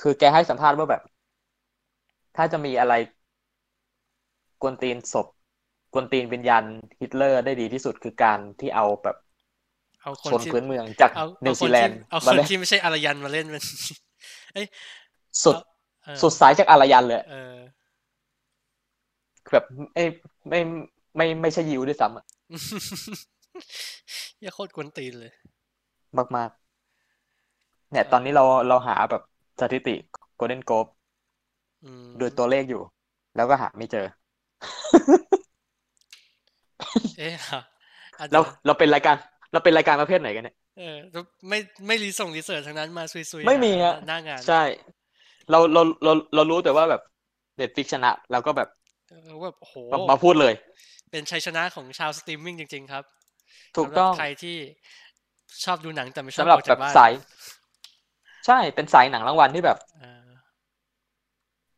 คือแกให้สัมภาษณ์ว่าแบบ ถ้าจะมีอะไร กวนตีนศพ กวนตีนวิญญาณฮิตเลอร์ได้ดีที่สุดคือการที่เอาแบบ เอาค ช น น ที่ พื้นเมืองจาก เอา นิ เอา ว ค ซี น แล ที่ นด์ เอาค มาน เล่น ที่ไม่ใช่อารยันมาเล่นมัน เอ้ย สุด เออ สุดสายจากอารยันเลย เอ อ แบบเอ้ยไม่ไม่ไม่ใช่ยิวด้วยซ้ำอะ อย่าโคตรกวนตีนเลย มากๆ เนี่ย ตอนนี้เราเราหาแบบสถิติ Golden Globe อืม โดยตัวเลขอยู่ แล้วก็หาไม่เจอ เอ๊ะ อาจจะ เราเราเป็นรายการ เราเป็นรายการประเภทไหนกันเนี่ย เออไม่ไม่รีส่งรีเสิร์ชทางนั้นมาซุยๆ ไม่มี หา ฮะ หน้างาน ใช่ เราเราเราเรารู้แต่ว่าแบบเน็ตฟิกชนะเราก็แบบ เออแบบโอ้โห มามาพูดเลย เป็นชัยชนะของชาวสตรีมมิ่งจริง ๆ ครับ ถูก สำหรับ ต้อง ใครที่ชอบดูหนังแต่ไม่ชอบ สำหรับ ออก แบ จาก บ บ้าน สาย ใช่เป็นสายหนังรางวัลที่แบบ เออ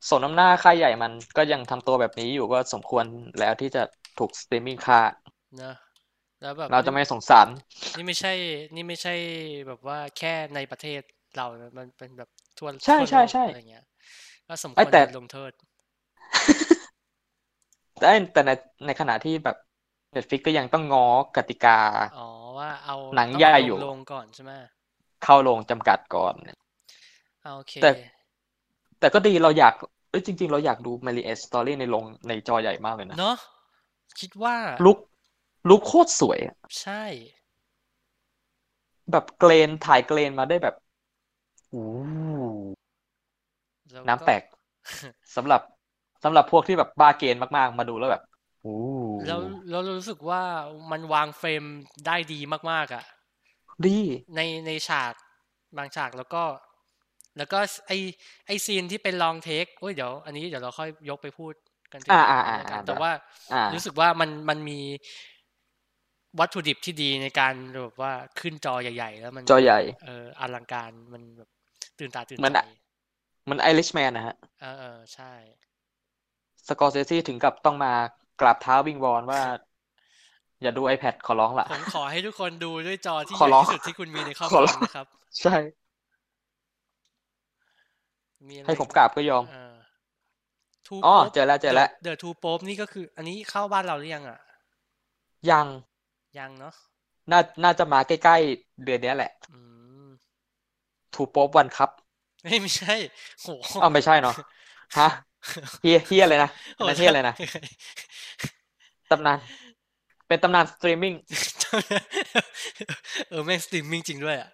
สมน้ำหน้าค่ายใหญ่มันก็ยังทำตัวแบบนี้อยู่ก็สมควรแล้วที่จะถูกสตรีมมิ่งค่า เนอะแล้วแบบ เราจะไม่สงสาร นี่ไม่ใช่ นี่ไม่ใช่แบบว่าแค่ในประเทศเรานะมันเป็นแบบทั่ว ใช่ ทั่ว ใช่ โลก ใช่ อะไรเงี้ยก็สมค ไอ้ วร แต่ โดนลงโทษ แต่แต่ในในขณะที่แบบ Netflix ก็ยังต้องง้อกติกา อ๋อว่าเอา หนัง ต้อง ใหญ่ เอาล อยู่ ลงก่อนใช่ไหม เข้าโรงจำกัดก่อน เอาโอเค แต่ แต่ก็ดีเราอยากเอ้ยจริง ๆ เราอยากดู m a r i a g e Story ในโรงในจอใหญ่มากเลยนะ เนาะคิดว่า ลุกลุกโคตรสวยอะ ใช่ แบบเกรนถ่ายเกรนมาได้แบบอู้ ล้ว น้ำแตกสำหรับสำหรับพวกที่แบบบ้าเกรนมากๆ มาดูแล้วแบบอู้ แล้วแล้วเรารู้สึกว่ามันวางเฟรมได้ดีมากๆอ่ะ ดี ในในฉากบางฉากแล้วก็ แล้วก็ไอไอซีนที่เป็นลองเทคโอ้ยเดี๋ยวอันนี้เดี๋ยวเราค่อยยกไปพูดกันที อ่าอ่า หลัแล้วกัอ่างอ่าน แต่ว่า อ่า รู้สึกว่ามันมันมีวัตถุดิบที่ดีในการแบบว่าขึ้นจอใหญ่ ๆ แล้วมัน จอใหญ่ เอออลังการมันแบบตื่นตาตื่น เหมือน ใจ อะ มันไอริชแมนนะฮะ เออเออใช่ สกอร์เซซี่ถึงกับต้องมากราบเท้าวิงวอนว่า อย่าดู iPad ขอร้องละ ผมขอให้ทุกคนดูด้วยจอที่ ขอ ใหญ่ร้อง ที่สุดที่คุณมีในครอบ ขอ ค ร้ รั อ ว ง นะครับ ใช่ มีอะไร ให้ผมกราบก็ยอม เออทู อ๋อ โป๊ป เจอแล้วเจอแล้ว เดอะทูโป๊ปนี่ก็คือ อันนี้เข้าบ้านเราหรือยังอ่ะ ยัง ยังเนาะ น่าน่าจะมาใกล้ๆ เดือนเนี้ยแหละ อืม ทูโป๊ปวันครับ เฮ้ยไม่ใช่โห อ้าวไม่ใช่เนาะฮะเฮียเฮียอะไรนะ โห อันนั้นเฮียอะไรนะตำนาน เป็นตำนานสตรีมมิ่ง เออแม่งสตรีมมิ่งจริงด้วยอ่ะ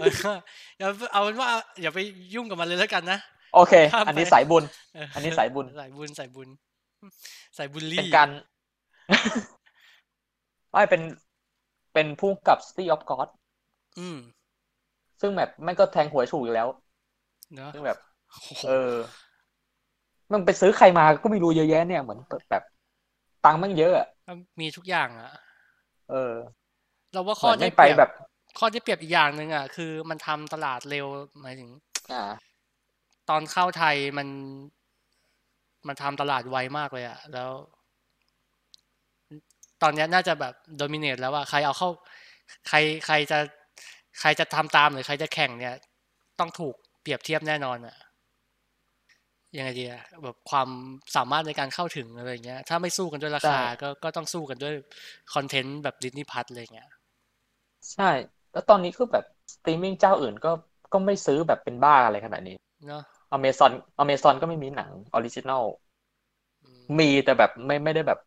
เอา เป็นว่าอย่าเอาเป็นว่าอย่าไปยุ่งกับมันเลยแล้วกันนะ โอเค ข้ามไป อันนี้สายบุญ เ อันนี้สายบุญ สายบุญสายบุญสายบุล เป็น ลี่ การ ไม่เป็นเป็นผู้กับ City of God อืม ซึ่งแบบแม่งก็แทงหวยถูกอยู่แล้ว เนาะ ซึ่งแบบ โอ้โห เออ มันไปซื้อใครมาก็ไม่รู้เยอะแยะเนี่ยเหมือนแบบตังค์มันเยอะอะ มีทุกอย่างอ่ะ เออ เราว่า เห ข้อ มือน ได้ ไม่ไป เปรียบ แบบ ข้อได้เปรียบอีกอย่างหนึ่งอ่ะ คือมันทำตลาดเร็วหมายถึง อ่า ตอนเข้าไทยมัน มันทำตลาดไวมากเลยอะแล้ว ตอนเนี้ยน่าจะแบบโดมิเนตแล้วว่าใครเอาเข้า ใครใครจะ ใครจะทำตามหรือใครจะแข่งเนี่ย ต้องถูกเปรียบเทียบแน่นอนอะยังไงดีอะแบบความสามารถในการเข้าถึงอะไรอย่างเงี้ย ถ้าไม่สู้กันด้วยราคา ใช่ ก็ก็ต้องสู้กันด้วยคอนเทนต์แบบดิสนีย์พัทอะไรอย่างเงี้ย ใช่ แล้วตอนนี้คือแบบสตรีมมิ่งเจ้าอื่นก็ก็ไม่ซื้อแบบเป็นบ้าอะไรขนาดนี้ เนาะ อเมซอนอเมซอนก็ไม่มีหนังออริจินัล อืม มีแต่แบบไม่ไม่ได้แบบ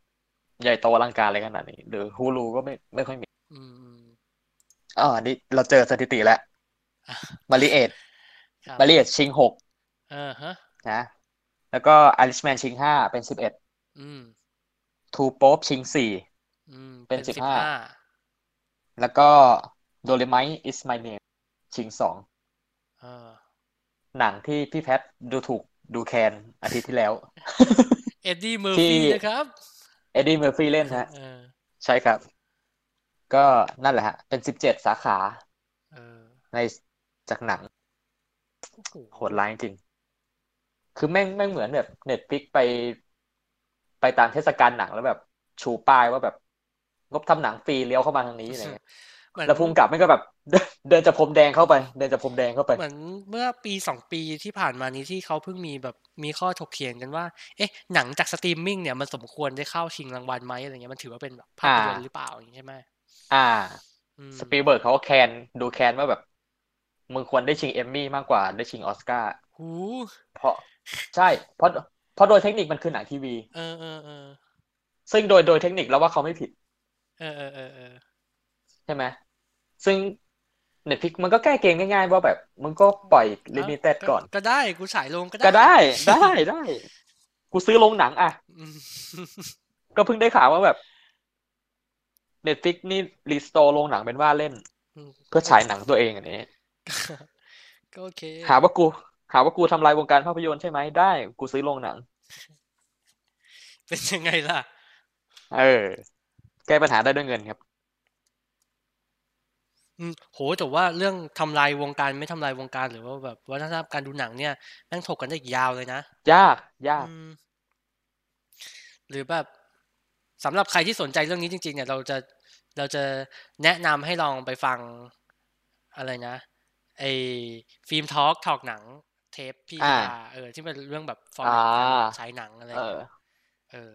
ใหญ่โตอลังการอะไรขนาดนี้ หรือฮูลูก็ไม่ไม่ค่อยมี อืมอืม อ่านี่เราเจอสถิติแล้ว อ่ะ มาริเอต ครับ มาริเอตชิงหก เออฮะ นะแล้วก็อ r ิชแมนชิงห้าเป็นสิบเอ็ด อืม ทูโป๊ปชิงสี่ อืม เป็น เป็น สิบ สิบ ห้า ห้า แล้วก็โดเรไม is my name ชิงสอง เออ หนังที่พี่แพทดูถูกดูแคลนอาทิต ย์ที่แล้ว เอ็ดดี้เมอร์ฟี่ ที่ นะครับ เอ็ดดี้เมอร์ฟี่เล่นฮะ เออ ใช่ครับ ก็นั่นแหละฮะ เป็นสิบเจ็ดสาขา เออ ในจากหนัง โอ้โห โหดร้ายจริง คือแม่งแม่งเหมือนแบบเน็ตฟิกไป ไปตามเทศกาลหนังแล้วแบบ ชูป้ายว่าแบบ งบทำหนังฟรีเลี้ยวเข้ามาทางนี้อะไรเงี้ย เหมือน แล้วพุ่งกลับแม่งก็แบบ เดินเดินจะพรมแดงเข้าไป เดินจะพรมแดงเข้าไป เหมือนเมื่อปีสองปีที่ผ่านมานี้ที่เขาเพิ่งมีแบบมีข้อถกเถียงกันว่า เอ๊ะ หนังจากสตรีมมิ่งเนี่ยมันสมควรได้เข้าชิงรางวัลไหมอะไรเงี้ยมันถือว่าเป็นแบบภาพยนตร์ อ่า หรือเปล่าอย่างงี้ใช่ไหม อ่า อืม สปีลเบิร์กเขาก็แคนดูแคนว่าแบบ มึงควรได้ชิงเอมมี่มากกว่าได้ชิงออสการ์ หู เพราะใช่เพราะเพราะโดยเทคนิคมันคือหนังทีวี เออเออเออ ซึ่งโดยโดยเทคนิคแล้วว่าเขาไม่ผิด เออเออเออเออ ใช่ไหมซึ่งเน็ตพิกมันก็แก้เกมง่ายๆ ว่าแบบ มึงก็ปล่อยลิมิเต็ด เา ก่อน ก็ได้กูฉายลงก็ได้ ก็ได้ได้ได้ กูซื้อโรงหนังอ่ะ อืม ก็เพิ่งได้ข่าวว่าแบบ Netflix นี่รีสโตร์โรงหนังเป็นว่าเล่น อืม เพื่อฉายหนังตัวเองอันนี้ ก็โอเค หาว่ากู หาว่ากูทำลายวงการภาพยนตร์ใช่ไหมได้ กูซื้อโรงหนัง เป็นยังไงล่ะ เออ แก้ปัญหาได้ด้วยเงินครับ อืมโหแต่ว่าเรื่องทำลายวงการไม่ทำลายวงการหรือว่าแบบวัฒนธรรมการดูหนังเนี่ยแม่งถกกันได้อีกยาวเลยนะ ยาก ยาก อืมหรือแบบสำหรับใครที่สนใจเรื่องนี้จริง ๆ เนี่ย เราจะเราจะแนะนำให้ลองไปฟังอะไรนะไอฟิล์มทอล์กทอกหนัง เทปพี่ อ่า ดาเออ ที่เป็นเรื่องแบบฟอร์แมต อ่า ฉายหนังอะไรอ เอย่าง เงี้ย อ เออ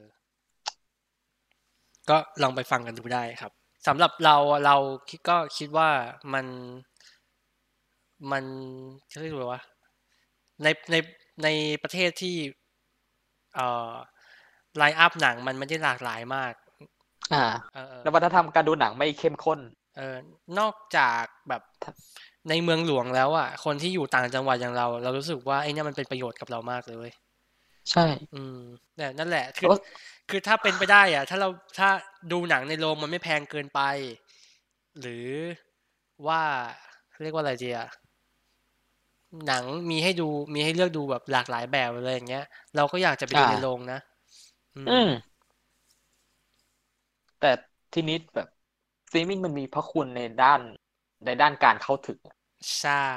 ก็ลองไปฟังกันดูได้ครับสำหรับเราเราคิดก็คิดว่ามันมันเขาเรียกว่าไงวะในในในประเทศที่ เอ่อไลน์อัพหนังมันไม่ได้หลากหลายมาก อ่า เออเออ แล้ววัฒนธรรมการดูหนังไม่เข้มข้น เออนอกจากแบบในเมืองหลวงแล้วอ่ะคนที่อยู่ต่างจังหวัดอย่างเรา เรารู้สึกว่าไอ้เนี่ยมันเป็นประโยชน์กับเรามากเลยเว้ย ใช่ อืมเนี่ยนั่นแหละคื แต่ อ ว่า คือถ้าเป็นไปได้อะถ้าเราถ้าดูหนังในโรงมันไม่แพงเกินไป หรือว่าเรียกว่าอะไรดีอะหนังมีให้ดูมีให้เลือกดูแบบหลากหลายแบบอะไรอย่างเงี้ย เราก็อยากจะไปดูใน อ่า โรงนะอืม อืม แต่ทีนี้แบบสตรีมมิ่งมันมีพระคุณในด้านในด้านการเข้าถึง ใช่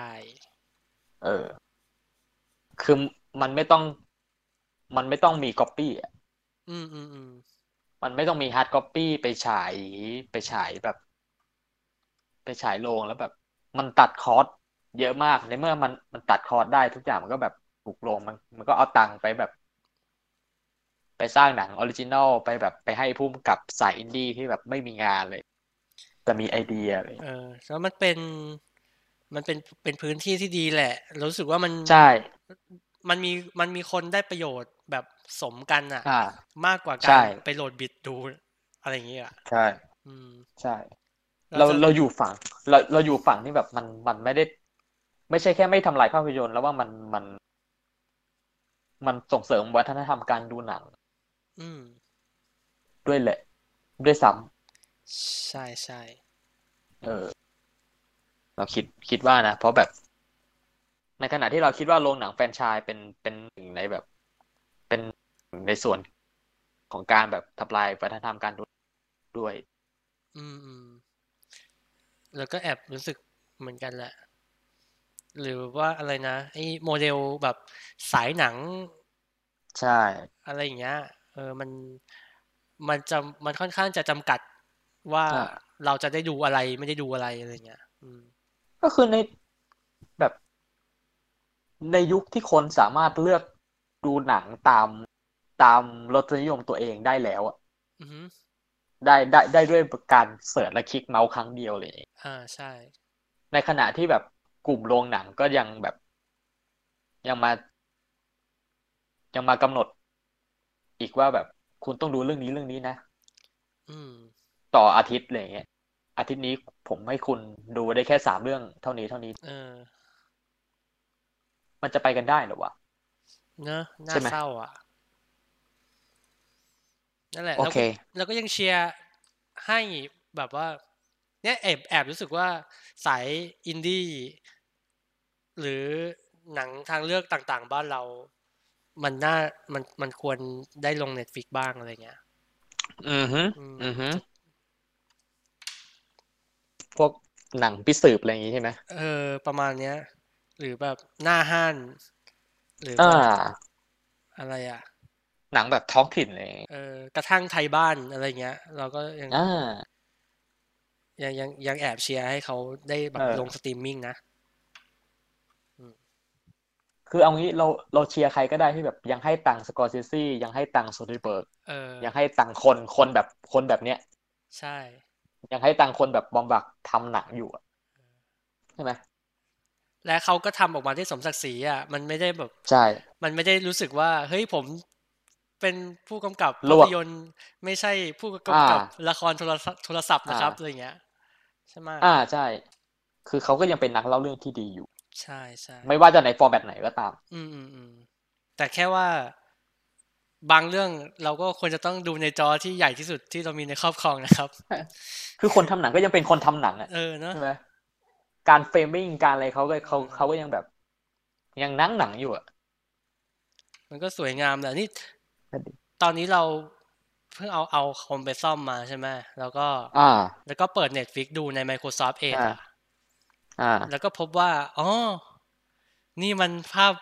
เออ คือมันไม่ต้อง มันไม่ต้องมีก๊อปปี้ อืมอืมอืม มันไม่ต้องมีฮาร์ดคอปปี้ไปฉายไปฉายแบบ ไปฉายโรงแล้วแบบ มันตัดคอร์สเยอะมากในเมื่อมันมันตัดคอร์สได้ทุกอย่างมันก็แบบถูกลงมัน มันก็เอาตังค์ไปแบบ ไปสร้างหนังออริจินัลไปแบบไปให้ผู้กำกับสายอินดี้ที่แบบไม่มีงานเลย แต่มีไอเดียเลย เออแล้วมันเป็นมันเป็นเป็นพื้นที่ที่ดีแหละ รู้สึกว่ามัน ใช่ มันมีมันมีคนได้ประโยชน์แบบสมกันอ่ะ อ่า มากกว่า ใช่ การไปโหลดบิดดูอะไรอย่างเงี้ยอ่ะ ใช่ อืม ใช่ เรา เรา จะ เราอยู่ฝั่งเราเราอยู่ฝั่งที่แบบมันมันไม่ได้ ไม่ใช่แค่ไม่ทำลายภาพยนตร์แล้วว่ามันมัน มันส่งเสริมวัฒนธรรมการดูหนัง อืม ด้วยแหละ ด้วยซ้ ใช่ใช่ ำเออ เราคิดคิดว่านะ เพราะแบบ ในขณะที่เราคิดว่าโรงหนังแฟรนไชส์เป็นเป็นหนึ่งในแบบ เป็นหนึ่งในส่วนของการแบบทำลายวัฒนธรรมการดูด้วย อืมอืมแล้วก็แอบรู้สึกเหมือนกันแหละ หรือว่าอะไรนะไอ้โมเดลแบบสายหนัง ใช่ อะไรอย่างเงี้ยเออมันมันจะมันค่อนข้างจะจำกัดว่า อ่า เราจะได้ดูอะไรไม่ได้ดูอะไรอะไรอย่างเงี้ย อืม ก็คือในแบบในยุคที่คนสามารถเลือกดูหนังตามตามรสนิยมตัวเองได้แล้วอะ อือหือ ได้ได้ได้ด้วยการเสิร์ชและคลิกเมาส์ครั้งเดียวเลย อ่าใช่ ในขณะที่แบบกลุ่มโรงหนังก็ยังแบบ ยังมา ยังมากำหนด อีกว่าแบบคุณต้องดูเรื่องนี้เรื่องนี้นะ อืม ต่ออาทิตย์อะไรอย่างเงี้ยอาทิตย์นี้ผมให้คุณดูได้แค่สามเรื่องเท่านี้เท่านี้ เออ มันจะไปกันได้เหรอวะ เนอะน่า ใช่ไหม เศร้าอ่ะ นั่นแหละ โอ แล้ว เค ก็ เราก็ยังเชียร์ให้แบบว่า เนี่ยแอบแอบรู้สึกว่าสายอินดี้หรือหนังทางเลือกต่างๆ บ้านเรา มันน่ามันมันควรได้ลง Netflix บ้างอะไรเงี้ย อือฮึ อืม อือฮึพวกหนังพิสืบอะไรอย่างงี้ใช่ไหม เออ ประมาณเนี้ย หรือแบบหน้าห้าน หรือ อ่า แบบอะไรอ่ะ หนังแบบท้องถิ่นอะไรอย่างงี้ เออกระทั่งไทยบ้านอะไรเงี้ย เราก็ยัง อ่า ยังยังยังแอบเชียร์ให้เขาได้แบบ เออ ลงสตรีมมิ่งนะ คือเอางี้เราเราเชียร์ใครก็ได้ที่แบบยังให้ตังค์สกอร์เซซี่ยังให้ตังค์โซเดเบิร์ก เออ ยังให้ตังค์คนคนแบบคนแบบเนี้ย ใช่ ยังให้ตังค์คนแบบบอมบักทำหนังอยู่อะใช่ไหม และเขาก็ทำออกมาได้สมศักดิ์ศรีอ่ะ มันไม่ได้แบบ ใช่ มันไม่ได้รู้สึกว่า เฮ้ยผมเป็นผู้กำกับ ล ภาว พ ก ยนตร์ไม่ใช่ผู้อ่ากำกับละครโทรศัพท์โทรศัพท์นะครับ อ่า อะไรเงี้ย ใช่ไหม อ่าใช่ คือเขาก็ยังเป็นนักเล่าเรื่องที่ดีอยู่ ใช่ใช่ ไม่ว่าจะในฟอร์แบตไหนก็ตาม อืมอืมอืมแต่แค่ว่า บางเรื่องเราก็ควรจะต้องดูในจอที่ใหญ่ที่สุดที่เรามีในครอบครองนะครับ คือคนทำหนังก็ยังเป็นคนทำหนังอ่ะ เออเนอะ ใช่ไหมการเฟรมมิ่งการอะไรเขาก็เขาเขาก็ยังแบบ ยังนั่งหนังอยู่อ่ะ มันก็สวยงามแหละนี่ ก็ดี ตอนนี้เราเพิ่งเอาเอาคอมไปซ่อมมาใช่ไหมแล้วก็ อ่า แล้วก็เปิด Netflix ดูใน Microsoft Edge อ่า อะ อ่า แล้วก็พบว่า อ๋อ นี่มันภาพ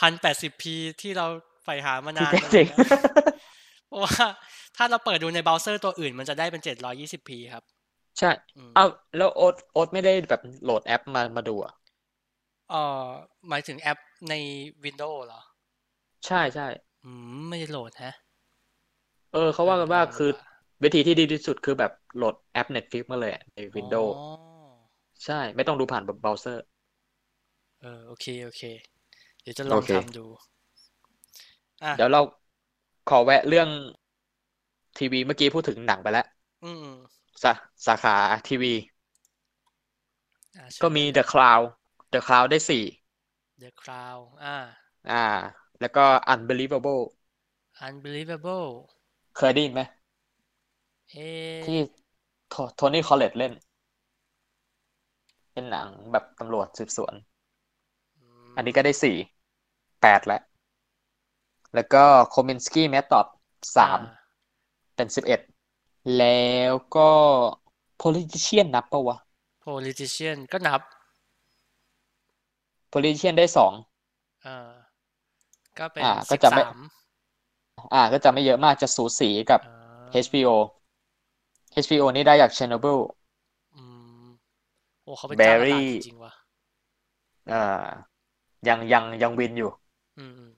1080p ที่เราใฝ่หามานาน ที่เจ๋ง อะไรอย่างเงี้ยเพราะว่าถ้าเราเปิดดูในเบราว์เซอร์ตัวอื่น มันจะได้เป็น 720p ครับ ใช่ อืม เอ้าแล้วโอ๊ตโอ๊ตไม่ได้แบบโหลดแอปมามาดูอ่ะ เออหมายถึงแอปใน Windows เหรอ ใช่ใช่ อืม ไม่ได้โหลดฮะ เออเขาว่ากันว่า เออ คือวิธีที่ดีที่สุดคือแบบโหลดแอป Netflix มาเลยอะใน Windows อ๋อ ใช่ ไม่ต้องดูผ่านเบราว์เซอร์ เออ โอเค โอเค เดี๋ยวจะลอง โอเค ทำดู อ่ะ เดี๋ยวเราขอแวะเรื่องทีวีเมื่อกี้พูดถึงหนังไปแล้ว อืม สาสาขาทีวี อ่ะเชิญ ก็มี The Cloud The Cloud ได้สี่ The Crown อ่า อ่า แล้วก็ Unbelievable Unbelievable เคยได้ยินไหม เอ๊ะ ที่โทโทนี่คอลเลตเล่น เป็นหนังแบบตำรวจสืบสวน อันนี้ก็ได้สี่แปดแล้ว แล้วก็โคมินสกี้แมทตอดสาม อ่ เป็นสิบเอ็ดแล้วก็ Politician นับปะวะ politician ก็นับ Politician ได้สอง เออก็เป็น อ่าก็ สิบ จะไม่ สาม อ่า ก็จะไม่เยอะมากจะสูสีกับ อ่า HBO HBO นี่ได้จาก Chernobyl อืมโอ้เขาเป็นเจ้าตลาด Barry จริงๆว่ะ อ่ายังยังยังวินอยู่ อืมอืม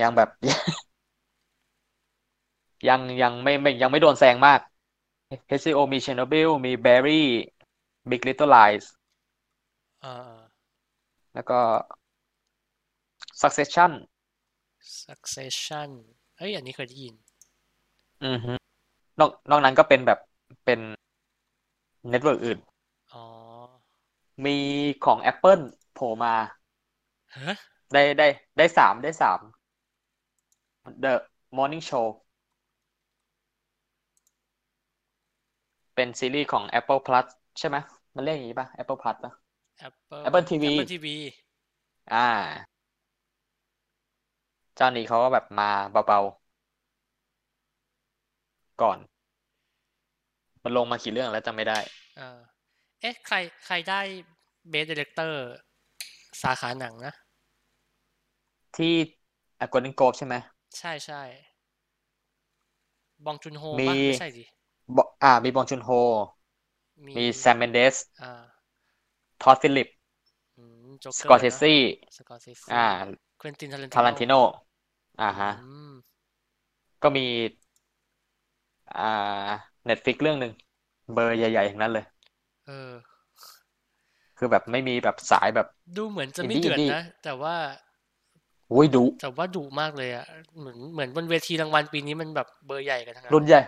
ยังแบบ ยังยังไม่ไม่ยังไม่โดนแซงมาก HBO มี Chernobyl มี Barry Big Little Lies เอ่อ แล้วก็ Succession succession เอ้ยอันนี้เคยได้ยิน อือฮึนอกนอกนั้นก็เป็นแบบเป็นเน็ตเวิร์กอื่น อ๋อ มีของ Apple โผล่มา ฮะ ได้ได้ได้สามได้สาม The Morning Show เป็นซีรีส์ของ Apple Plus ใช่ไหมมันเรียกอย่างนี้ป่ะ Apple Plus ป่ะ แอปเปิล Apple TV Apple TV อ่า เจ้านี้เขาก็แบบมาเบาๆ ก่อน มันลงมากี่เรื่องแล้วจำไม่ได้ เออเอ๊ะใครใครได้ best director สาขาหนังนะ ที่อ่ะ Golden Globe ใช่ไหม ใช่ใช่บองจุนโฮ มี ปะไม่ใช่ดิ บอ่า มีบองจุนโฮ มี มีแซมเมนเดส อ่า ทอดฟิลิป จ็อก ส เก กอร์ ร์ เซ นะ ซี สกอร์เซซี อ่า เควินตินทารัน ทารันติโน อ่าฮะ อืม ก็มี อ่า Netflix เรื่องหนึ่ง เบอร์ใหญ่ๆทั้งนั้นเลย เออ คือแบบไม่มีแบบสายแบบ ดูเหมือนจะ อิน ไม่ ดี้ เดือด อินดี้ นะ แต่ว่า อุ้ยดุ แต่ว่าดุมากเลยอ่ะ เหมือนเหมือนบนเวทีรางวัลปีนี้มันแบบเบอร์ใหญ่กันทั้งนั้น รุ่นใหญ่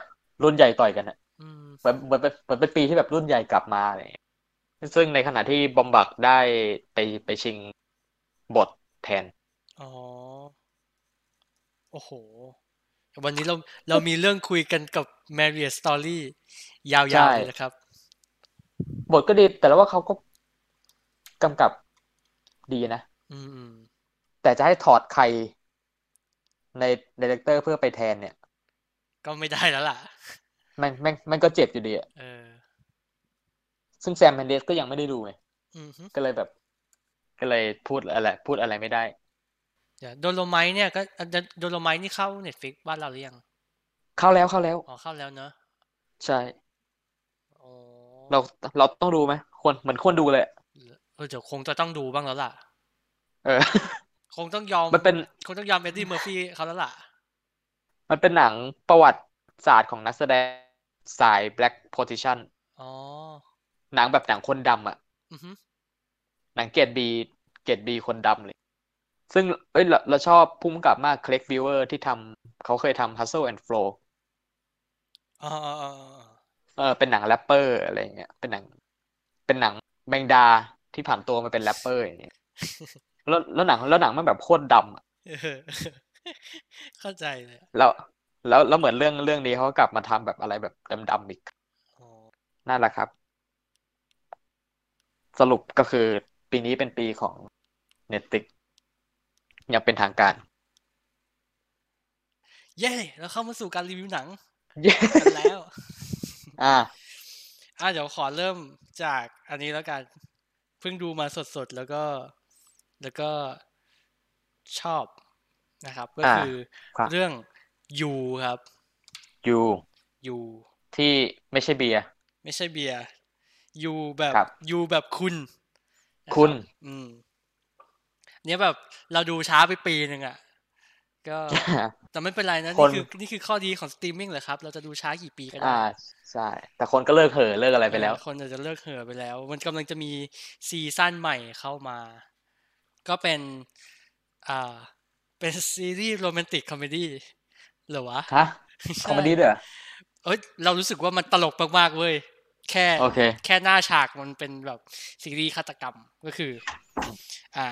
รุ่นใหญ่ต่อยกันอะ อืม เหมือนเหมือนเป็นเหมือนเป็นปีที่แบบรุ่นใหญ่กลับมาอะไรอย่างเงี้ยซึ่งในขณะที่บอมบักได้ไปไปชิงบทแทน อ๋อ โอ้โห วันนี้เราเรามีเรื่องคุยกันกับ Marriott Story ยาว ใช่ ๆเลยนะครับ บทก็ดีแต่แล้วว่าเขาก็กำกับดีนะ อืมอืม แต่จะให้ถอดใครในดีเรคเตอร์เพื่อไปแทนเนี่ย ก็ไม่ได้แล้วล่ะ แม่งแม่งแม่งก็เจ็บอยู่ดีอะ เออ ซึ่งแซมแมนเดสก็ยังไม่ได้ดูไง อือฮึ ก็เลยแบบ ก็เลยพูดอะไรพูดอะไรไม่ได้ เดี๋ยวโดโลไมเนี่ยก็โดโลไมนี่เข้า Netflix บ้านเราหรือยัง เข้าแล้วเข้าแล้ว อ๋อเข้าแล้วเนอะ ใช่ โอ้ เราเราต้องดูไหมควรเหมือนควรดูเลยอะ เออเดี๋ยวคงจะต้องดูบ้างแล้วล่ะ เอ อ คงต้องยอม มันเป็น คงต้องยอมเอ็ดดี้เมอร์ฟี่เขาแล้วล่ะ มันเป็นหนังประวัติศาสตร์ของนักแสดงสาย Black Position อ๋อ หนังแบบหนังคนดำอะ อือฮึ หนังเกรดบีเกรดบีคนดำเลย ซึ่งเอ้ยเราเราชอบผู้กำกับมากเคลกบิวเวอร์ที่ทำเขาเคยทำ Hustle and Flow อ๋ออ๋ออ๋ออ๋อ เออเป็นหนังแรปเปอร์อะไรอย่างเงี้ยเป็นหนัง เป็นหนังแมงดาที่ ผ่านตัวมาเป็นแรปเปอร์อย่างเงี้ยแล้วแล้วหนังแล้วหนังมันแบบโคตรดำอะ เออ เข้าใจเลยอะ แล้วแล้วแล้วเหมือนเรื่องเรื่องนี้เขาก็กลับมาทำแบบอะไรแบบดำๆอีก อ๋อ นั่นแหละครับ สรุปก็คือปีนี้เป็นปีของ Netflix อยังเป็นทางการ เย้แล้วเข้ามาสู่การรีวิวหนัง เย้ กันแล้ว อ่า อ่ะเดี๋ยวขอเริ่มจากอันนี้แล้วกันเพิ่งดูมาสดๆ แล้วก็ แล้วก็ชอบนะครับ ก็ อ่า คือ ครับ เรื่องยูครับ ยู ยู ที่ไม่ใช่เบียร์ ไม่ใช่เบียร์ยูแบบ ครับ ยูแบบคุณนะ คุณ รับอืม เนี่ยแบบเราดูช้าไปปีหนึ่งอ่ะ ก็แต่ไม่เป็นไรนะ ค นี่ น คือนี่คือข้อดีของสตรีมมิ่งเหรอครับ เราจะดูช้ากี่ปีก็ได้ อ่าใช่ แต่คนก็เลิกเห่อะเลิกอะไรไปแล้ว เออคนอาจจะเลิกเห่อไปแล้ว มันกำลังจะมีซีซั่นใหม่เข้ามา ก็เป็น อ่า เป็นซีรีส์โรแมนติกคอมเมดี้เหรอวะ ฮะค ใช่ อมเมดี้ด้วยเหรอ เอ้ย เรารู้สึกว่ามันตลกมากๆเว้ย แค่ โอเค แค่หน้าฉากมันเป็นแบบซีรีส์ฆาตกรรมก็คือ อ่า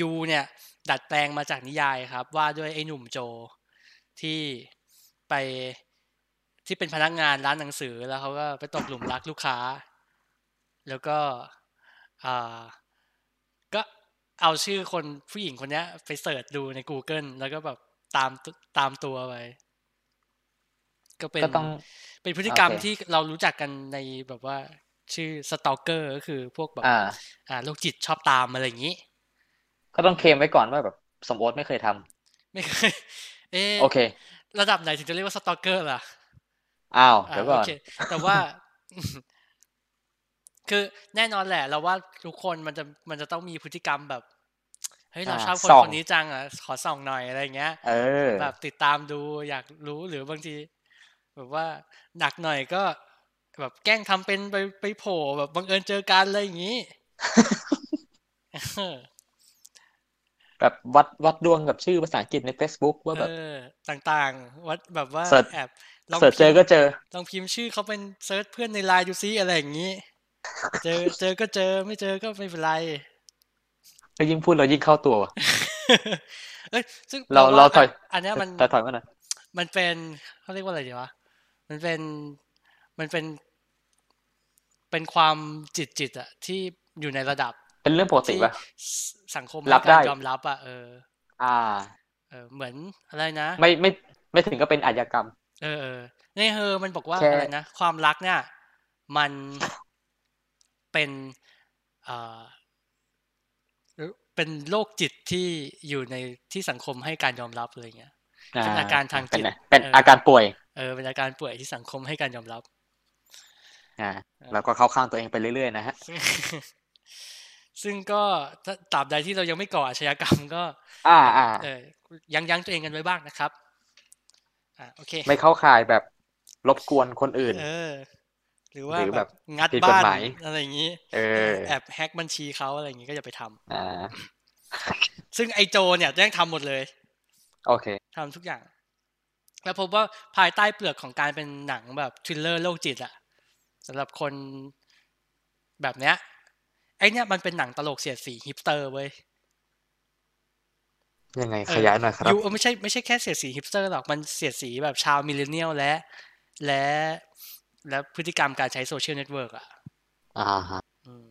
ยูเนี่ย ดัดแปลงมาจากนิยายครับ ว่าด้วยไอ้หนุ่มโจที่ไปที่เป็นพนักงานร้านหนังสือแล้วเขาก็ไปตกหลุมรักลูกค้า แล้วก็อ่าก็เอาชื่อคนผู้หญิงคนเนี้ย ไปเสิร์ชดูใน Google แล้วก็แบบตามตัวตามตัวไปก็เป็น ก็ต้อง เป็นพฤติกรรม โอเค ที่เรารู้จักกันในแบบว่าชื่อสตอกเกอร์ก็คือพวกแบบ อ่า อ่าโรคจิตชอบตามอะไรอย่างนี้ ก็ต้องเคลมไว้ก่อนว่าแบบสมโอ๊ตไม่เคยทำ ไม่เคย เอ๊ะ โอเค ระดับไหนถึงจะเรียกว่าสตอกเกอร์ล่ะ อ้าว อ่า เดี๋ยว โอ ก่อน เค แต่ว่า คือแน่นอนแหละ เราว่าทุกคนมันจะมันจะต้องมีพฤติกรรมแบบ เฮ้ยเรา อ่า ชอบคน ส่อ ค ง นนี้จังอ่ะขอส่องหน่อยอะไรอย่างเงี้ย เออ แบบติดตามดูอยากรู้หรือบางที แบบว่าหนักหน่อยก็ แบบแกล้งทำเป็นไปไปโผล่แบบบังเอิญเจอกันอะไรอย่างนี้ เออ แบบวัดวัดดวงกับชื่อภาษาอังกฤษใน Facebook ว่าแบบ เออต่างๆ วัดแบบว่า เสิร์ช แอบลอง เสิร์ชเจอ พิมพ์ ก็เจอ ลองพิมพ์ชื่อเขาเป็นเซิร์ชเพื่อนในไลน์ดูซิอะไรอย่างนี้ เจอเจอก็เจอไม่เจอก็ไม่เป็นไร ก็ยิ่งพูดเรายิ่งเข้าตัวว่ะ เอ้ยซึ่ง เรา ว่ เราถอย นอันเนี้ยมัน แต่ถอยมาหน่อย มันเป็นเขาเรียกว่าอะไรดีวะ มันเป็นมันเป็น เป็นความจิตจิตๆอะที่อยู่ในระดับ เป็นเรื่องปกติ ที่ ป่ะ สสังคม รั ให้ บ การ ได้ ยอมรับอะเออ อ่า เออ เหมือนอะไรนะ ไม่ไม่ไม่ถึงก็เป็นอาชญากรรม เออเออในเฮอมันบอกว่า แค่ อะไรนะความรักเนี่ย มันเป็นเอ่อเป็นโรคจิตที่อยู่ในที่สังคมให้การยอมรับอะไรเงี้ย เป็นอาการทางจิต เป็นไเป็น เอออ อาการป่วย เออเป็นอาการป่วยที่สังคมให้การยอมรับ อ่าแล้วก็เข้าข้างตัวเองไปเรื่อยๆนะฮะ ซึ่ง ซึ่งก็ถ้าตราบใดที่เรายังไม่ก่ออาชญากรรมก็ อ่าอ่า เออยังยั้งตัวเองกันไว้บ้างนะครับ อ่าโอเค ไม่เข้าข่ายแบบรบกวนคนอื่น เออ หรือว่า หรือ แบ แบบ บ งัด ผิดกฎ บ้าน หมาย อะไรอย่างนี้ เอ เอ อ อแอบแฮ็กบัญชีเขาอะไรอย่างนี้ก็อย่าไปทำ อ่า ซึ่งไอโจเนี่ยแจ้งทำหมดเลย โอเค ทำทุกอย่าง แล้วพบว่าภายใต้เปลือกของการเป็นหนังแบบทริลเลอร์โรคจิตอะสำหรับคนแบบเนี้ยไอเนี่ยมันเป็นหนังตลกเสียดสีฮิปสเตอร์เว้ย ยังไง เออ ขยายหน่อยครับ ยูเออไม่ใช่ไม่ใช่แค่เสียดสีฮิปสเตอร์หรอก มันเสียดสีแบบชาวมิลเลนเนียลและ และ และพฤติกรรมการใช้โซเชียลเน็ตเวิร์กอ่ะ อ่าฮะ อืม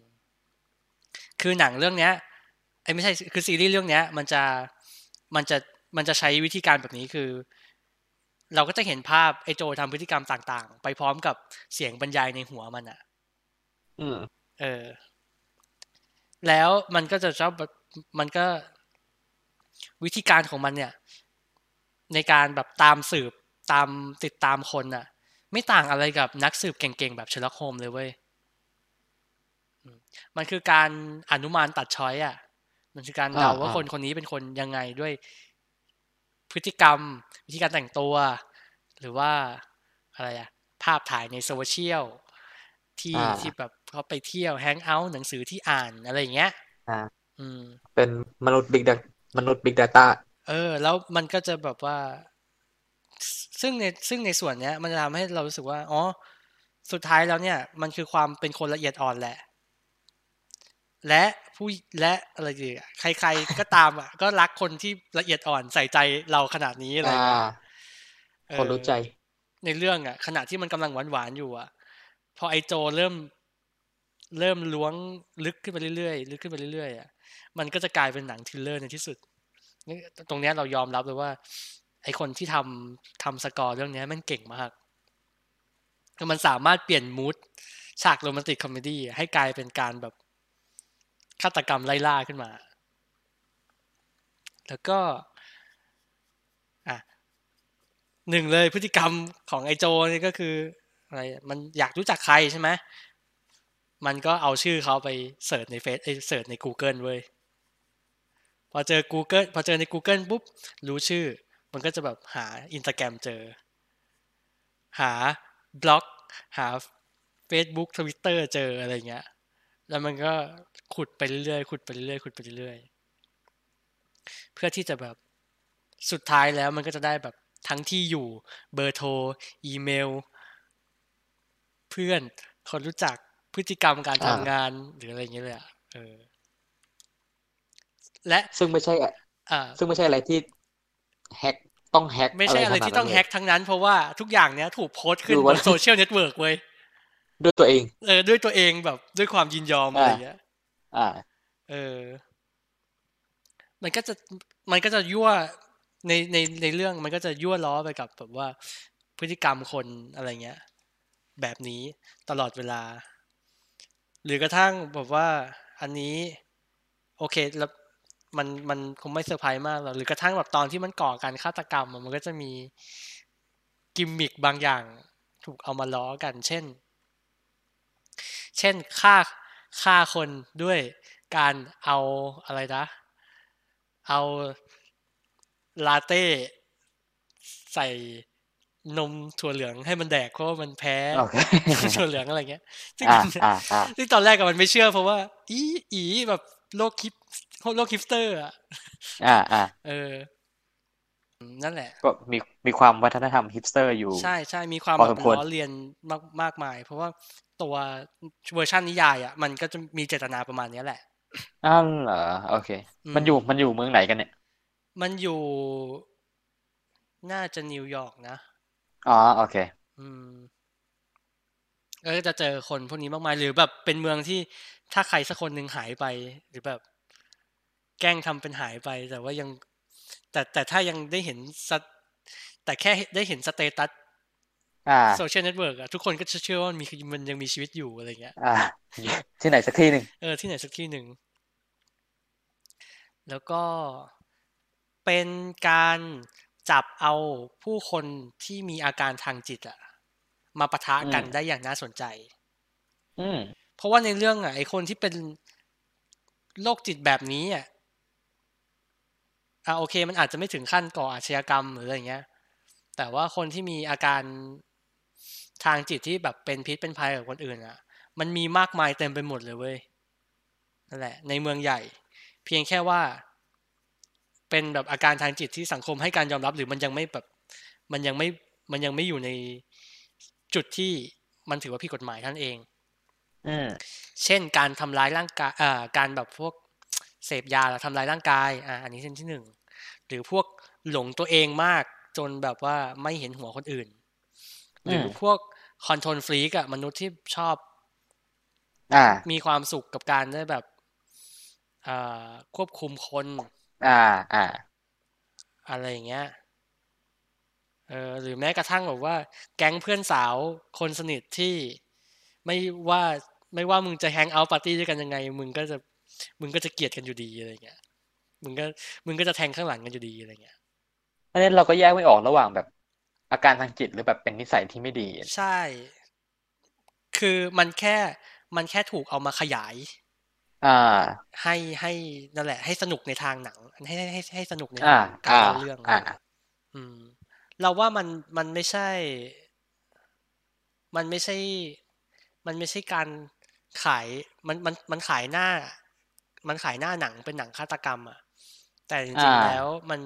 คือหนังเรื่องเนี้ยไอ้ยไม่ใช่คือซีรีส์เรื่องเนี้ย มันจะมันจะมันจะใช้วิธีการแบบนี้คือ เราก็จะเห็นภาพไอ้โจทำพฤติกรรมต่างๆ ไปพร้อมกับเสียงบรรยายในหัวมันอ่ะ อืม เออ แล้วมันก็จะชอบแบบมันก็วิธีการของมันเนี่ย ในการแบบตามสืบตามติดตามคนน่ะ ไม่ต่างอะไรกับนักสืบเก่งๆ แบบเชลโฮมเลยเว้ยอืมมันคือการอนุมานตัดช้อยอ่ะ มันคือการเดา า ว่า อ่า คนคนนี้เป็นคนยังไงด้วยพฤติกรรม วิธีการแต่งตัว หรือว่าอะไรอะภาพถ่ายในโซเชียลที่ อ่า ที่แบบเขาไปเที่ยวแฮงเอาท์หนังสือที่อ่านอะไรอย่างเงี้ย อ่า อืม เป็นมนุษย์บิ๊กดมนุษย์บิ๊กดาต้า เออ แล้วมันก็จะแบบว่า ซึ่งในซึ่งในส่วนเนี้ย มันจะทำให้เรารู้สึกว่า อ๋อ สุดท้ายแล้วเนี่ย มันคือความเป็นคนละเอียดอ่อนแหละ และ ผู้และอะไรดีอะใครๆก็ตามอ่ะ ก็รักคนที่ละเอียดอ่อนใส่ใจเราขนาดนี้อะไร อ่า เงี้ยเอ คน อ รู้ใจ ในเรื่องอ่ะขณะที่มันกำลังหวานๆอยู่อ่ะ พอไอโจเริ่ม เริ่มล้วงลึกขึ้นไปเรื่อยๆลึกขึ้นไปเรื่อยๆอ่ะมันก็จะกลายเป็นหนังทริลเลอร์ในที่สุดนี่ตรงเนี้ยเรายอมรับเลยว่า ไอคนที่ทำทำสกอร์เรื่องเนี้ยมันเก่งมากคือมันสามารถเปลี่ยนมูดฉากโรแมนติกคอมเมดี้ให้กลายเป็นการแบบฆาตกรรมไล่ล่าขึ้นมา แล้วก็ อ่ะ หนึ่งเลยพฤติกรรมของไอโจนี่ก็คืออะไรอะมันอยากรู้จักใครใช่ไหมมันก็เอาชื่อเขาไปเสิร์ชในเฟซเอ้ยเสิร์ชใน Google เว้ยพอเจอ Google พอเจอใน Google ปุ๊บ รู้ชื่อ มันก็จะแบบหาอินสตาแกรมเจอ หาบล็อก หา Facebook Twitter เจออะไรเงี้ย แล้วมันก็ขุดไปเรื่อยๆขุดไปเรื่อยๆขุดไปเรื่อยๆเพื่อที่จะแบบ สุดท้ายแล้วมันก็จะได้แบบทั้งที่อยู่เบอร์โทร อีเมล เพื่อน คนรู้จักพฤติกรรมการ อ่า ทำงานหรืออะไรอย่างเงี้ยเลยอ่ะเออ และ ซึ่งไม่ใช่ อ่า ซึ่งไม่ใช่อะไรที่แฮกต้องแฮก ไม่ใช่อะไร ขนาด ที่ นั้น ต้อง เลย แฮ็กทั้งนั้น เพราะว่าทุกอย่างเนี้ยถูกโพสต์ขึ้น ดู บ ว่า นโซเชียลเน็ตเวิร์กเว้ย ด้วยตัวเอง เออด้วยตัวเองแบบด้วยความยินยอม อ่า อะไรเงี้ย อ่า เออ มันก็จะมันก็จะยั่วในในในเรื่องมันก็จะยั่วล้อไปกับแบบว่าพฤติกรรมคนอะไรเงี้ย แบบนี้ตลอดเวลา หรือกระทั่งแบบว่าอันนี้ โอเคแล้วมันมันคงไม่เซอร์ไพรส์มากหรอกหรือกระทั่งแบบตอนที่มันก่อการฆาตกรรมอะมันก็จะมีกิมมิคบางอย่าง ถูกเอามาล้อกัน เช่น เช่นฆ่าฆ่าคนด้วยการเอาอะไรนะ เอาลาเต้ใส่นมถั่วเหลืองให้มันแดกเพราะว่ามันแพ้ โอเค ถั่วเหลืองอะไรเงี้ยซึ่ง อ่า มัน อ่าอ่า ที่งตอนแรกอะมันไม่เชื่อเพราะว่า อีอีแบบโลกคลิปโลกคลิปสเตอร์อะ อ่าอ่า เออ นั่นแหละ ก็มีมีความวัฒนธรรมฮิปสเตอร์อยู่ ใช่ใช่มีความ พอ แบ ส บ มควร ล้อเลียนมากมากมาย เพราะว่าตัวเวอร์ชันนิยายอะมันก็จะมีเจตนาประมาณเนี้ยแหละ อ้าวเหรอโอเค อืม มันอยู่มันอยู่เมืองไหนกันเนี่ย มันอยู่น่าจะนิวยอร์กนะ อ๋อโอเค อืมแล้วก็จะเจอคนพวกนี้มากมาย หรือแบบเป็นเมืองที่ถ้าใครสักคนหนึ่งหายไป หรือแบบ แกล้งทำเป็นหายไป แต่ว่ายัง แต่แต่ถ้ายังได้เห็นสตแต่แค่ได้เห็นสเตตัส อ่า โซเชียลเน็ตเวิร์กอะทุกคนก็จะเชื่อว่ามันมีมันยังมีชีวิตอยู่อะไรเงี้ย อ่า ที่ไหนสักที่หนึ่ง เออที่ไหนสักที่หนึ่ง แล้วก็เป็นการจับเอาผู้คนที่มีอาการทางจิตอะมาปะทะกันได้อย่างน่าสนใจ อืม เพราะว่าในเรื่องอ่ะไอคนที่เป็นโรคจิตแบบนี้อ่ะอ่ะโอเค มันอาจจะไม่ถึงขั้นก่ออาชญากรรมหรืออะไรอย่างเงี้ย แต่ว่าคนที่มีอาการทางจิตที่แบบเป็นพิษเป็นภัยกับคนอื่นอ่ะ มันมีมากมายเต็มไปหมดเลยเว้ยนั่นแหละ ในเมืองใหญ่ เพียงแค่ว่า เป็นแบบอาการทางจิตที่สังคมให้การยอมรับหรือมันยังไม่แบบ มันยังไม่มันยังไม่อยู่ในจุดที่มันถือว่าผิดกฎหมายท่านเอง อืม เช่นการทำร้ายร่างกายเอ่อการแบบพวก เสพยาแล้วทำร้ายร่างกาย อ่า อันนี้เส้นที่หนึ่ง หรือพวกหลงตัวเองมากจนแบบว่าไม่เห็นหัวคนอื่น หรืออ ม พวกคอนโทรลฟรีกอะมนุษย์ที่ชอบ อ่า มีความสุขกับการได้แบบเอ่อควบคุมคน อ่า อ่า อะไรอย่างเงี้ย เออหรือแม้กระทั่งแบบว่า แก๊งเพื่อนสาวคนสนิทที่ไม่ว่าไม่ว่ามึงจะแฮงเอาท์ปาร์ตี้ด้วยกันยังไง มึงก็จะมึงก็จะเกลียดกันอยู่ดีอะไรเงี้ยมึงก็มึงก็จะแทงข้างหลังกันอยู่ดีอะไรเงี้ย อันนี้เราก็แยกไม่ออกระหว่างแบบ อาการทางจิตหรือแบบเป็นนิสัยที่ไม่ดี ใช่ คือมันแค่มันแค่ถูกเอามาขยาย อ่า ให้ให้นั่นแหละ ให้สนุกในทางหนังให้ให้ให้ให้สนุกใน อ่า ทางการ อ่า เล่าเรื่อง อ่า อืม เราว่ามันมันไม่ใช่ มันไม่ใช่ มันไม่ใช่การขายมันมันมันขายหน้า มันขายหน้าหนังเป็นหนังฆาตกรรมอ่ะแต่จริง อ่า ๆแล้วมัน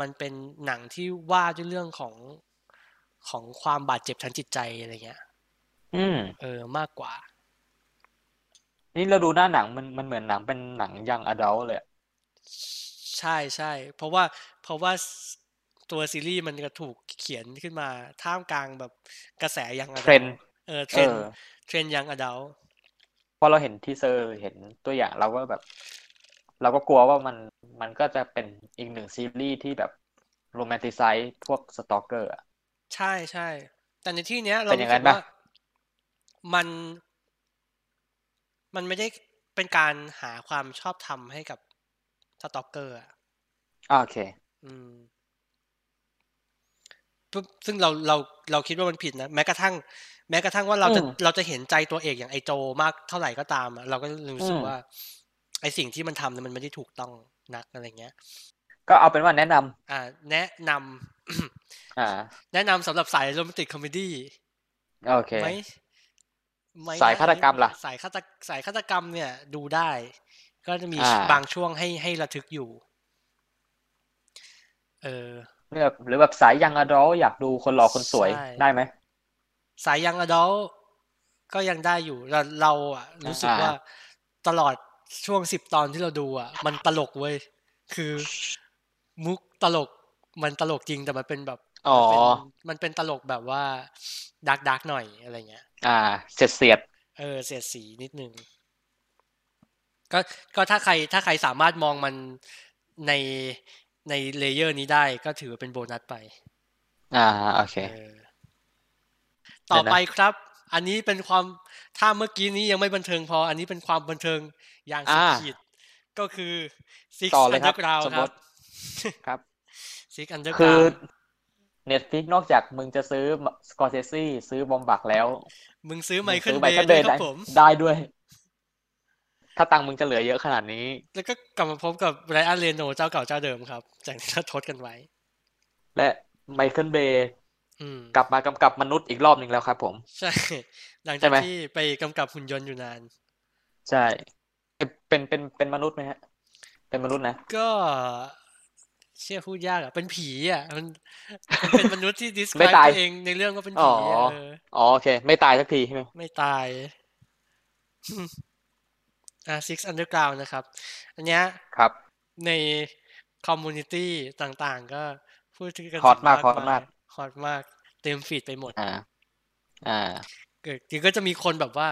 มันเป็นหนังที่ว่าด้วยเรื่องของของความบาดเจ็บทางจิตใจอะไรเงี้ย อืม เออมากกว่า นี่เราดูหน้าหนังมันมันเหมือนหนังเป็นหนังยังอดัลเลยอะ ใช่ใช่เพราะว่าเพราะว่าสตัวซีรีส์มันก็ถูกเขียนขึ้นมาท่ามกลางแบบกระแสยังอ เท ดั ร ล นด์ เออเท เอ รน อ เทรนยังอดัล พอเราเห็นทีเซอร์เห็นตัวอย่างเราก็แบบ เราก็กลัวว่ามันมันก็จะเป็นอีกหนึ่งซีรีส์ที่แบบโรแมนติไซส์พวกสตอกเกอร์อะ ใช่ใช่แต่ในที่เนี้ยเรา เป็นอย่างนั้น รู้สึก ปะ ว่ามันมันไม่ได้เป็นการหาความชอบธรรมให้กับสตอกเกอร์อะ อ่าโอเค อืมปุ๊บซึ่งเราเราเราคิดว่ามันผิดนะแม้กระทั่ง แม้กระทั่งว่าเราจะ อืม เราจะเห็นใจตัวเอกอย่างไอโจมากเท่าไหร่ก็ตามอะเราก็รู้สึก อืม ว่า ไอสิ่งที่มันทำเนี่ยมันไม่ได้ถูกต้องนักอะไรเงี้ย ก็เอาเป็นว่าแนะนำ อ่า แนะนำ อ่า แนะนำสำหรับสายโรแมนติกคอมเมดี้ โอเค ไหมไหม สาย นะ ฆาตกรรมล่ะ สายฆาตสายฆาตกรรมเนี่ย ดูได้ ก็จะมี อ่า บางช่วงให้ให้ระทึกอยู่ เออ หรือแบบหรือแบบสายยังอดัลอยากดูคนหล่อคนสวย ใช่ ได้ไหม สายยังอดัลก็ยังได้อยู่เราเราอะรู้สึก อ่า ว่าตลอดช่วงสิบตอนที่เราดูอะมันตลกเว้ยคือมุกตลกมันตลกจริงแต่มันเป็นแบบ อ๋อ มันเป็นมันเป็นตลกแบบว่าดักดักหน่อยอะไรเงี้ย อ่าเสียดเสียด เออเสียดสีนิดนึงก็ก็ถ้าใครถ้าใครสามารถมองมันในในเลเยอร์นี้ได้ก็ถือว่าเป็นโบนัสไป อ่าโอเค เออต่อ เดี๋ยวนะ ไปครับ อันนี้เป็นความถ้าเมื่อกี้นี้ยังไม่บันเทิงพอ อันนี้เป็นความบันเทิงอย่างสุด อ่า ขีด ก็คือ Six ต่อเลยครับ Underground สม ค ม รับ ติครับ Six คือ Underground Netflix นอกจากมึงจะซื้อสกอร์เซซีซื้อบอมบักแล้ว มึงซื้อไม มึง เคิ ซื้ ล อ เบ ไม ย์ เคิลเบ ด้วย ย์ ครับได้ผม ได้ด้วย ถ้าตังค์มึงจะเหลือเยอะขนาดนี้ แล้วก็กลับมาพบกับไรอันเรโนเจ้าเก่าเจ้าเดิมครับ จากที่เราทดกันไว้ และไมเคิลเบย์ อืม กลับมากำกับมนุษย์อีกรอบหนึ่งแล้วครับผม ใช่ หลัง ใช่ จาก ไหม ที่ไปกำกับหุ่นยนต์อยู่นาน ใช่ เป็นเป็นเป็นมนุษย์ไหมฮะ เป็นมนุษย์นะ ก็เชื่อพูดยากอ่ะ เป็นผีอ่ะ มันมันเป็นมนุษย์ที่ describe ตาย ตัวเองในเรื่องว่าเป็น อ๋อ ผีอะเออ อ๋อโอเค ไม่ตายสักทีใช่ไหม ไม่ตาย อ่า Six Underground นะครับ อันเนี้ย ครับ ในคอมมูนิตี้ต่างๆ ก็พูดถึงกัน ฮอต ถึง มากฮอต ย มาก ฮอตมาก เต็มฟีดไปหมด อ่า อ่า เกิดจริงก็จะมีคนแบบว่า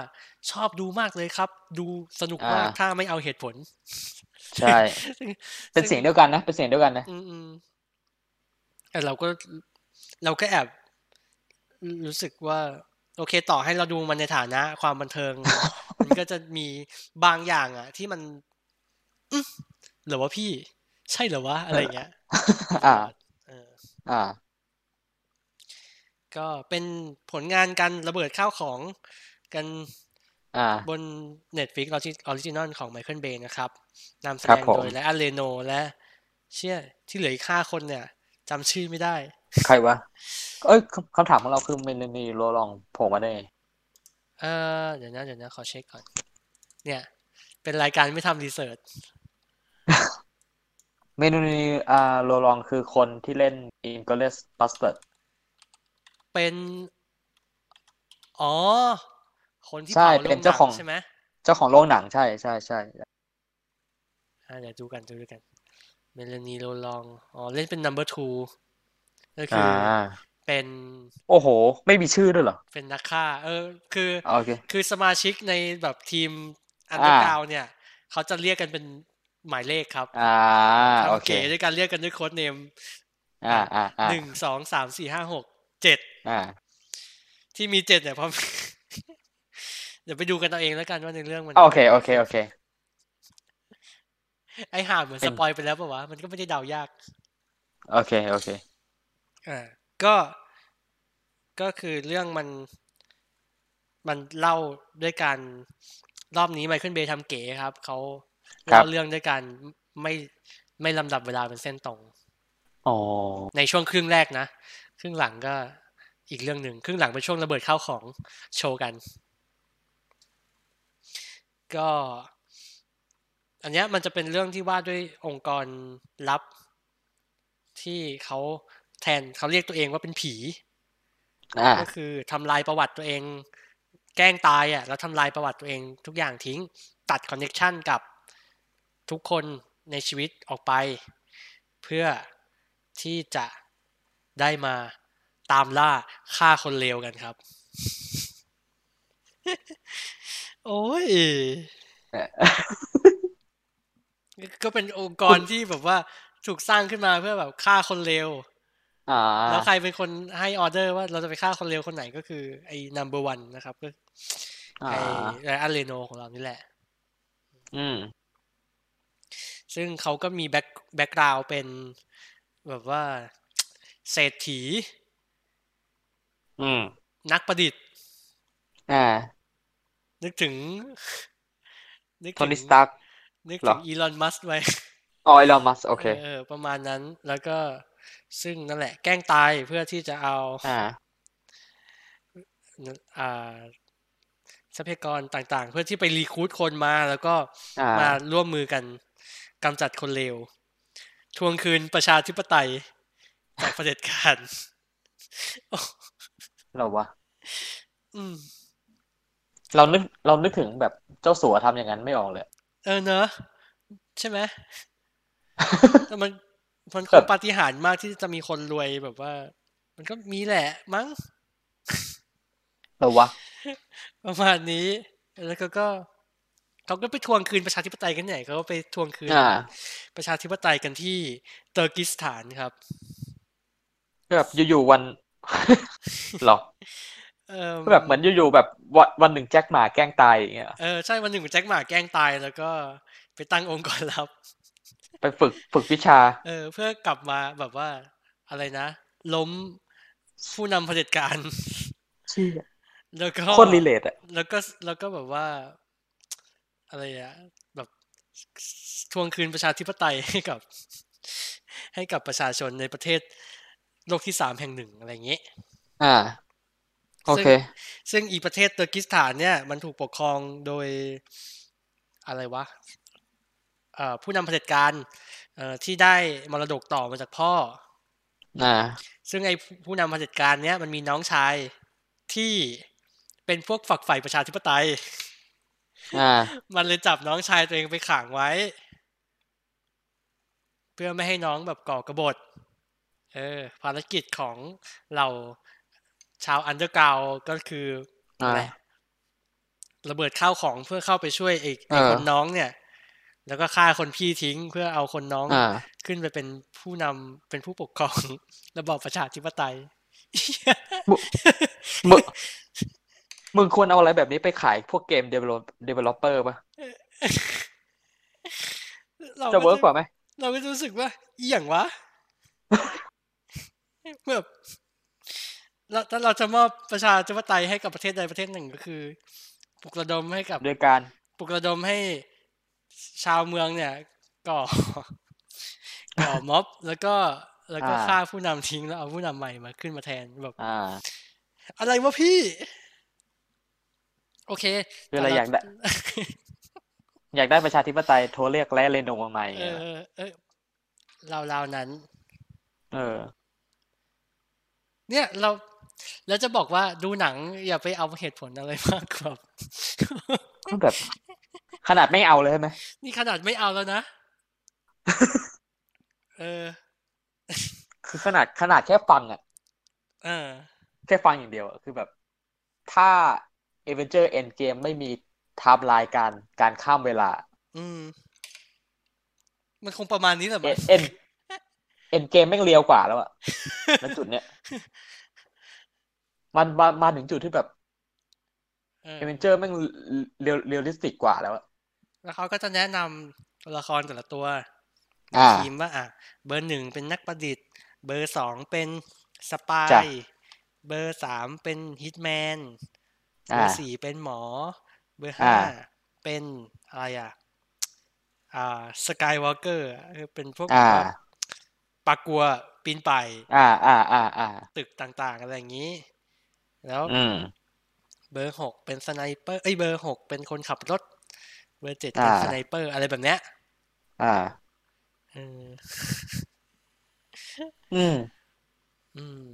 ชอบดูมากเลยครับ ดูสนุกมาก อ่า ถ้าไม่เอาเหตุผล ใช่ ซึ่ง เป็นเสียงเดียวกันนะ เป็นเสียงเดียวกันนะ อืมอืมแต่เราก็เราก็แอบรู้สึกว่า โอเคต่อให้เราดูมันในฐานะความบันเทิง มันก็จะมีบางอย่างอ่ะ ที่มัน หรือว่าพี่ใช่เหรอวะอะไรอย่างเงี้ย อ่า เออ อ่า ก็เป็นผลงานการระเบิดข้าวของกัน อ่า บน Netflix ออริจินอลของ Michael Bay นะครับนำแส ครั ด บ ง ผม โดยและอเลโน และเชี่ยที่เหลืออีกห้าคนเนี่ยจำชื่อไม่ได้ ใครวะ เอ้ยคำคำถามของเราคือมันมีโรลองโผล่มาได้ไง เออเดี๋ยวนะเดี๋ยวนะ ขอเช็คก่อน เนี่ย เป็นรายการไม่ทำรีเสิร์ช เมนูนีอ่าโรลองคือคนที่เล่น Inglourious Basterds เป็น อ๋อ คนที่ ใช่ เผาโร เป็ ง น หนั เจ้าของ งใช่ไหม เจ้าของโรงหนังใช่ใช่ใช่ อ่าเดี๋ยวดูกันดูกัน เมลานีโรลอง อ๋อ เล่นเป็น number two ก็ อ่า คือเป็น โอ้โห ไม่มีชื่อด้วยเหรอ เป็นนักฆ่า เออ คือ โอเค คือสมาชิกในแบบทีมอันเดอร์กราวเนี่ย เขาจะเรียกกันเป็นหมายเลขครับ อ่า ทำ โอเค เก๋ด้วยการเรียกกันด้วยโค้ดเนม อ่า อ่า อ่า หนึ่งสองสามสี่ห้าหกเจ็ด อ่า ที่มีเจ็ดเนี่ยเพราะ เดี๋ยวไปดูกันเอาเองแล้วกันว่าในเรื่องมัน โอเค โอเค โอเค ไอห่าเหมือน เป็ ส น ปอยไปแล้วปะวะมันก็ไม่ได้เดายาก โอเค โอเค อ่าก็ก็คือเรื่องมัน มันเล่าด้วยการรอบนี้ไมเคิลเบย์ทำเก๋ครับ เขา ครั เล่า บ เรื่องด้วยการไม่ไม่ลำดับเวลาเป็นเส้นตรง อ๋อ ในช่วงครึ่งแรกนะ ครึ่งหลังก็อีกเรื่องหนึ่งครึ่งหลังเป็นช่วงระเบิดข้าวของโชว์กัน ก็ อันเนี้ยมันจะเป็นเรื่องที่ว่าด้วยองค์กรลับที่เขาแทนเขาเรียกตัวเองว่าเป็นผี อ่า ก็คือทำลายประวัติตัวเอง แกล้งตายอ่ะแล้วทำลายประวัติตัวเองทุกอย่างทิ้ง ตัดคอนเน็กชันกับทุกคนในชีวิตออกไป เพื่อที่จะได้มาตามล่าฆ่าคนเลวกันครับ โอ้ย ก็เป็นองค์กรที่แบบว่าถูกสร้างขึ้นมาเพื่อแบบฆ่าคนเลว อ่า แล้วใครเป็นคนให้ออเดอร์ว่าเราจะไปฆ่าคนเลวคนไหนก็คือไอ้ number one นะครับก็ อ่า ไอ้ไรอันเรโนของเรานี่แหละ อืม ซึ่งเขาก็มีแบ็คแบ็กกราวเป็นแบบว่า เศรษฐี อืม นักประดิษฐ์ อ่า นึกถึง นึก โท ถึง นี่สตาร์ก นึก เหร ถึ อ งอีลอนมัสไว้ ออยลอมัสโอเค เออประมาณนั้นแล้วก็ซึ่งนั่นแหละ แกล้งตายเพื่อที่จะเอา อ่า อ่าทรัพยากรต่างๆ เพื่อที่ไปรีครูดคนมาแล้วก็ อ่า มาร่วมมือกันกำจัดคนเลวทวงคืนประชาธิปไตยจากเผด็จการ เราวะ อืม เรานึก เรานึกถึงแบบเจ้าสัวทำอย่างนั้นไม่ออกเลย เออเนอะ ใช่ไหม แต่มันมันค แบ ง บ ปาฏิหาริย์มากที่จะมีคนรวยแบบว่า มันก็มีแหละ มั้ง เราวะ ประมาณนี้ แล้วก็ก็เขาก็ไปทวงคืนประชาธิปไตยกันไหนเขาก็ไปทวงคืน อ่า ประชาธิปไตยกันที่เตอร์กิสถานครับ ก็แบบอยู่ๆวัน หรอ เออ ก็แบบเหมือนอยู่ๆแบบวันวันหนึ่งแจ็คหมาแกล้งตายอย่างเงี้ย เออใช่วันหนึ่งแจ็คหมาแกล้งตายแล้วก็ไปตั้งองค์กรลับ ไปฝึกฝึกวิชา เออเพื่อกลับมาแบบว่าอะไรนะ ล้มผู้นำเผด็จการ ชื่อ แล้วก็ โคตรรีเลทอะ แล้วก็แล้วก็แบบว่า อะไรอะแบบทวงคืนประชาธิปไตย ให้กับ ให้กับประชาชนในประเทศโลกที่สามแห่งหนึ่งอะไรอย่างเงี้ย อ่า โอเค ซึ่งอีประเทศเตอร์กิสถานเนี่ยมันถูกปกครองโดยอะไรวะเอ่อผู้นำเผด็จการเอ่อที่ได้มรดกต่อมาจากพ่อ อ่า ซึ่งไอ้ผู้นำเผด็จการเนี่ยมันมีน้องชายที่เป็นพวกฝักใฝ่ประชาธิปไตย อ่า มันเลยจับน้องชายตัวเองไปขังไว้ เพื่อไม่ให้น้องแบบก่อกบฏ เออ ภารกิจของเหล่าชาวอันเดอร์กราวก็คือ อ่า แหละระเบิดข้าวของเพื่อเข้าไปช่วยไอ้ไอ้ เออ คนน้องเนี่ย แล้วก็ฆ่าคนพี่ทิ้งเพื่อเอาคนน้อง อ่า ขึ้นไปเป็นผู้นำเป็นผู้ปกครอง ระบอบประชาธิปไตย มึง มึงควรเอาอะไรแบบนี้ไปขายพวกเกม develop developer ป่ะ เรา จะเวิร์กก ก็ ว่าไหม เราก็จะรู้สึกว่าอีหยัง วะ แบบเราถ้าเราจะมอบประชาธิปไตยให้กับประเทศใดประเทศหนึ่งก็คือปลุกระดมให้กับ โดยการ ปลุกระดมให้ชาวเมืองเนี่ยก่อ ก่อม็อบแล้วก็แล้วก็ อ่า ฆ่าผู้นำทิ้งแล้วเอาผู้นำใหม่มาขึ้นมาแทนแบบ อ่า อะไรวะพี่ โอเค คืออะไร แต่ อยากได้ อยากได้ประชาธิปไตยโทรเรียกแร่เรโนมาใหม่ เออเออเออเราเราวๆนั้น เออ เนี่ยเราแล้วจะบอกว่าดูหนัง อย่าไปเอาเหตุผลอะไรมากครับ ก็แบบ ขนาดไม่เอาเลยใช่ไหม นี่ขนาดไม่เอาแล้วนะ เออ คือขนาดขนาดแค่ฟังอะ เออ แค่ฟังอย่างเดียวอะคือแบบ ถ้า Avenger Endgame ไม่มีไทม์ไลน์การการข้ามเวลา อืม มันคงประมาณนี้แหละมั้ง เอ็นเอ็นเกมแม่งเลียวกว่า แล้วอะ ณจุดเนี้ยมันมามาถึงจุดที่แบบ เออ เอเวนเจอร์แม่งเรียวเรียลลิสติกกว่าแล้วอะ แล้วเขาก็จะแนะนำตัวละครแต่ละตัว อ่า ทีมว่าอ่ะเบอร์หนึ่งเป็นนักประดิษฐ์ เบอร์สองเป็นสปา จ้ะ ย เบอร์สามเป็นฮิตแมน เบ อ่า อร์สี่เป็นหมอ เบอร์ อ่า ห้าเป็นอะไรอ่ะ อ่าสกายวอล์กเกอร์เป็นพวก อ่า แบบปากัวปีนป่าย อ่า อ่า อ่า อ่า ตึกต่างๆ อะไรอย่างนี้ แล้ว อืม เบอร์หกเป็นสไนเปอร์เอ้ยเบอร์หกเป็นคนขับรถ เบอร์เจ็ดเป็น อ่า สไนเปอร์ อะไรแบบเนี้ย อ่า เออ อืม อืม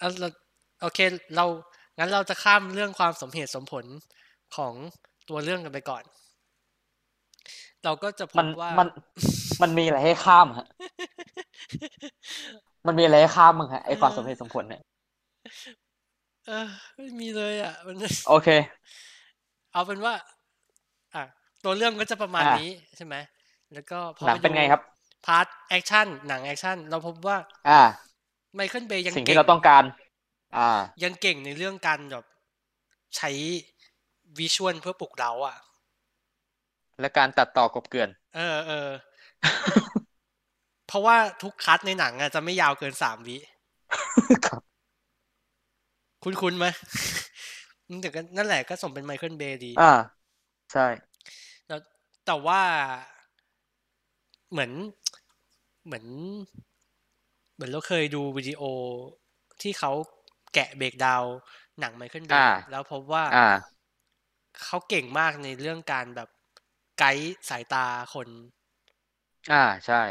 อ่ะเราโอเคเรางั้นเราจะข้ามเรื่องความสมเหตุสมผลของตัวเรื่องกันไปก่อน เราก็จะพ มัน บว่าม มันมันมีอะไรให้ข้ามฮะ มันมีอะไรให้ข้ามมั้งฮะไอความสมเหตุสมผลเนี่ย เออไม่มีเลยอ่ะ มัน โอเค เอาเป็นว่า อ่ะตัวเรื่องก็จะประมาณ อ่ะ นี้ใช่ไหมแล้วก็พอ หนัง ไป เป็น ดู ไงครับ พาร์ทแอคชั่นหนังแอคชั่นเราพบว่า อ่า ไมเคิลเบย์ยัง สิ่ง เก่ ที่เราต้องการ อ่า ยังเก่งในเรื่องการแบบใช้วิชวลเพื่อปลุกเราอ่ะ และการตัดต่อกลบเกลื่อน เออเออ เพราะว่าทุกคัดในหนังอ่ะจะไม่ยาวเกินสามวิ ครับ คุ้นคุ้นๆไหม มันแต่ก็นั่นแหละก็สมเป็นไมเคิลเบย์ดี อ่า ใช่ แต่ว่าเหมือนเหมือน เหมือนเราเคยดูวิดีโอที่เขาแกะเบรกดาวน์หนังไมเคิลเบ อ่า ย์แล้วพบว่า อ่า เขาเก่งมากในเรื่องการแบบไกด์สายตาคน อ่า ใช่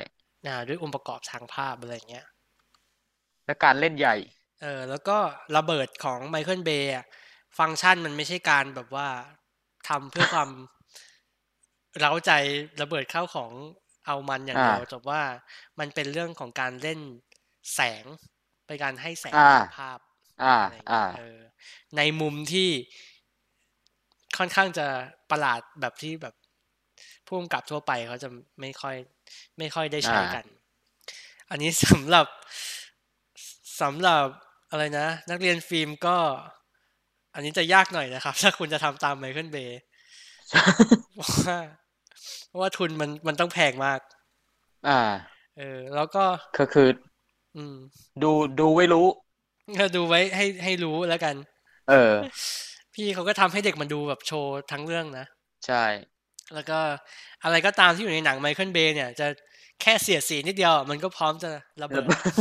นะด้วยองค์ประกอบทางภาพอะไรอย่างเงี้ย และการเล่นใหญ่ เออแล้วก็ระเบิดของไมเคิลเบย์อะฟังก์ชันมันไม่ใช่การแบบว่าทำเพื่อความ เร้าใจระเบิดเข้าของเอามันอย่างเดียว อ่า แต่ว่ามันเป็นเรื่องของการเล่นแสงเป็นการให้แสง อ่า ภาพ อ่า อะไรอย่างเงี้ อ่า ยเออในมุมที่ค่อนข้างจะประหลาดแบบที่แบบผู้กำกับทั่วไปเขาจะไม่ค่อย ไม่ค่อยได้ใช้ อ่ากั กัน อันนี้สำหรับสำหรับอะไรนะ นักเรียนฟิล์มก็ อันนี้จะยากหน่อยนะครับ ถ้าคุณจะทำตามไมเคิลเบย์เพราะว่าเพราะว่าทุนมันมันต้องแพงมาก อ่า เออ แล้วก็ ก็คือ อืม ดูดูไว้รู้ ก็ดูไว้ให้ให้รู้แล้วกัน เออ พี่เขาก็ทำให้เด็กมันดูแบบโชว์ทั้งเรื่องนะ ใช่ แล้วก็อะไรก็ตามที่อยู่ในหนังไมเคิลเบย์เนี่ย จะแค่เสียดสีนิดเดียว มันก็พร้อมจะระเบิด ระเบิด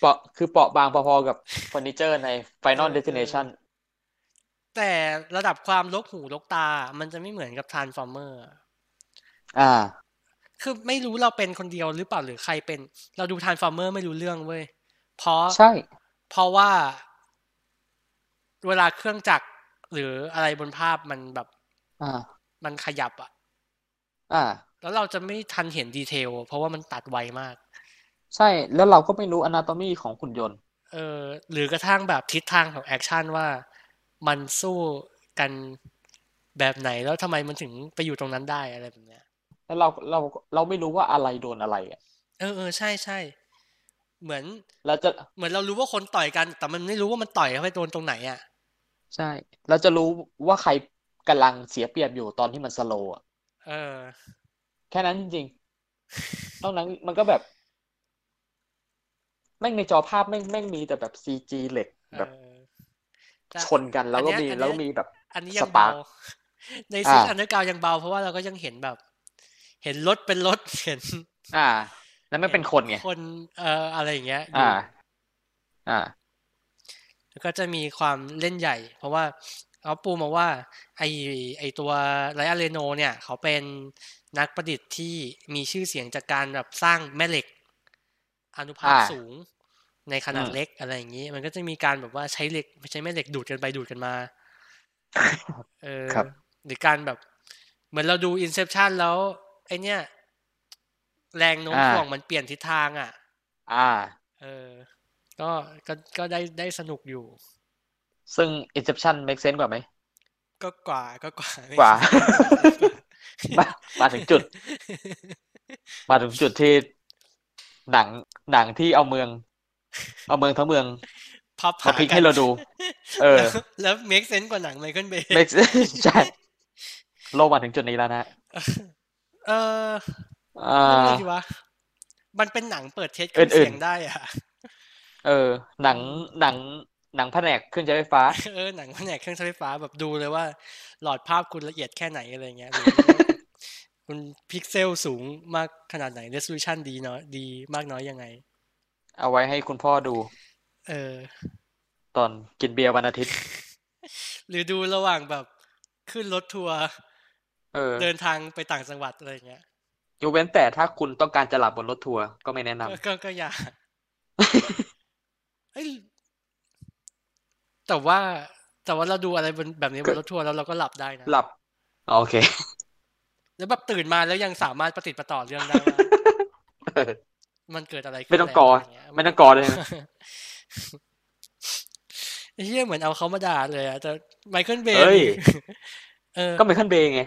เปราะคือเปราะบางพอๆกับเฟอร์นิเจอร์ใน Final เออ Destination แต่ระดับความลกหูลกตา มันจะไม่เหมือนกับ Transformer อะ อ่า คือไม่รู้เราเป็นคนเดียวหรือเปล่าหรือใครเป็น เราดู Transformer ไม่รู้เรื่องเว้ย เพราะ ใช่ เพราะว่า เวลาเครื่องจักรหรืออะไรบนภาพมันแบบ อ่า มันขยับอะ อ่า แล้วเราจะไม่ทันเห็นดีเทล เพราะว่ามันตัดไวมาก ใช่แล้วเราก็ไม่รู้อนาโตมีของหุ่นยนต์ เออหรือกระทั่งแบบทิศทางของแอคชั่นว่ามันสู้กันแบบไหนแล้วทำไมมันถึงไปอยู่ตรงนั้นได้อะไรแบบเนี้ย แล้วเราเราเราไม่รู้ว่าอะไรโดนอะไรอ่ะ เออเออใช่ใช่เหมือน เราจะ เหมือนเรารู้ว่าคนต่อยกัน แต่มันไม่รู้ว่ามันต่อยเข้าไปโดนตรงไหนอ่ะ ใช่ เราจะรู้ว่าใครกำลังเสียเปรียบอยู่ตอนที่มันสโลว์อ่ะ เออ แค่นั้นจริง ๆนอกนั้นมันก็แบบแม่งในจอภาพแม่งแม่งมีแต่แบบซีจีเหล็ก เอ แบบ อแต่ ชนกันแล้วก็ อันเนี้ยมีอันเนี้ย แล้วก็มีแบบ อันนี้ยัง สปาร์ เบา ค ในซิก อ่า อันเดอร์กราวยังเบา เพราะว่าเราก็ยังเห็นแบบ เห็นรถเป็นรถ เห็น อ่า แล้วไม่เป็นคนไง คนเอ่ออะไรอย่างเงี้ยอยู่ อ่า อ่า แล้วก็จะมีความเล่นใหญ่ เพราะว่าเขาปูมาว่า ไอไอตัวไรอันเรโนเนี่ย เขาเป็นนักประดิษฐ์ที่มีชื่อเสียงจากการแบบสร้างแม่เหล็ก อนุภาค อ่า สูงในขนาด อืม เล็กอะไรอย่างนี้ มันก็จะมีการแบบว่าใช้เหล็กใช้แม่เหล็กดูดกันไปดูดกันมา เออ ครับ หรือการแบบ เหมือนเราดู Inception แล้วไอเนี้ยแรงโน้มถ่วงมันเปลี่ยนทิศทางอ่ะ อ่า เออ ก็ก็ก็ได้ได้สนุกอยู่ ซึ่ง Inception make sense กว่าไหม ก็กว่าก็กว่าไม่ กว่า ใช่ มา มาถึงจุด มาถึงจุดที่หนังหนังที่เอาเมือง เอาเมืองทั้งเมือง พับ มาพลิกให้เราดู เอ อ แล้วแล้วเมคเซนส์กว่าหนังไมเคิลเบย์ make sense ใช่โลกมาถึงจุดนี้แล้วนะ เออ อ่ เรียก า ว่าดีวะมันเป็นหนังเปิดเทสเครื่อง อื่นๆ เสียงได้อ่ะ เออ หนังหนังหนังแผนกเครื่องใช้ไฟฟ้า เออหนังมันแหนกเครื่องใช้ไฟฟ้าแบบดูเลยว่า หลอดภาพคุณละเอียดแค่ไหนอะไรเงี้ยหรือ คุณพิกเซลสูงมากขนาดไหน resolution ดีเนาะดีมากน้อยยังไง เอาไว้ให้คุณพ่อดู เออ ตอนกินเบียร์วันอาทิตย์ หรือดูระหว่างแบบขึ้นรถทัวร์ เออ เดินทางไปต่างจังหวัดอะไรเงี้ย ยกเว้นแต่ถ้าคุณต้องการจะหลับบนรถทัวร์ก็ไม่แนะน ก็ก็ก็อย่า เอ้ยแต่ว่า แต่ว่าเราดูอะไรบนแบบนี้บนรถทัวร์แล้วเราก็หลับได้นะ หลับอ๋อโอเค แล้วแบบตื่นมาแล้วยังสามารถประติดประต่อเรื่องได้ ว่า มันเกิดอะไรขึ้น ไม่ต้อง แล้ว กอ อะไรเงี้ย ไม่ต้องกอเลยนะ ไอ้เฮียเหมือนเอาเขามาด่าเลยอะแต่ไมเคิลเบ เอ้ย เออ ก็เป็นขั้นเบงไง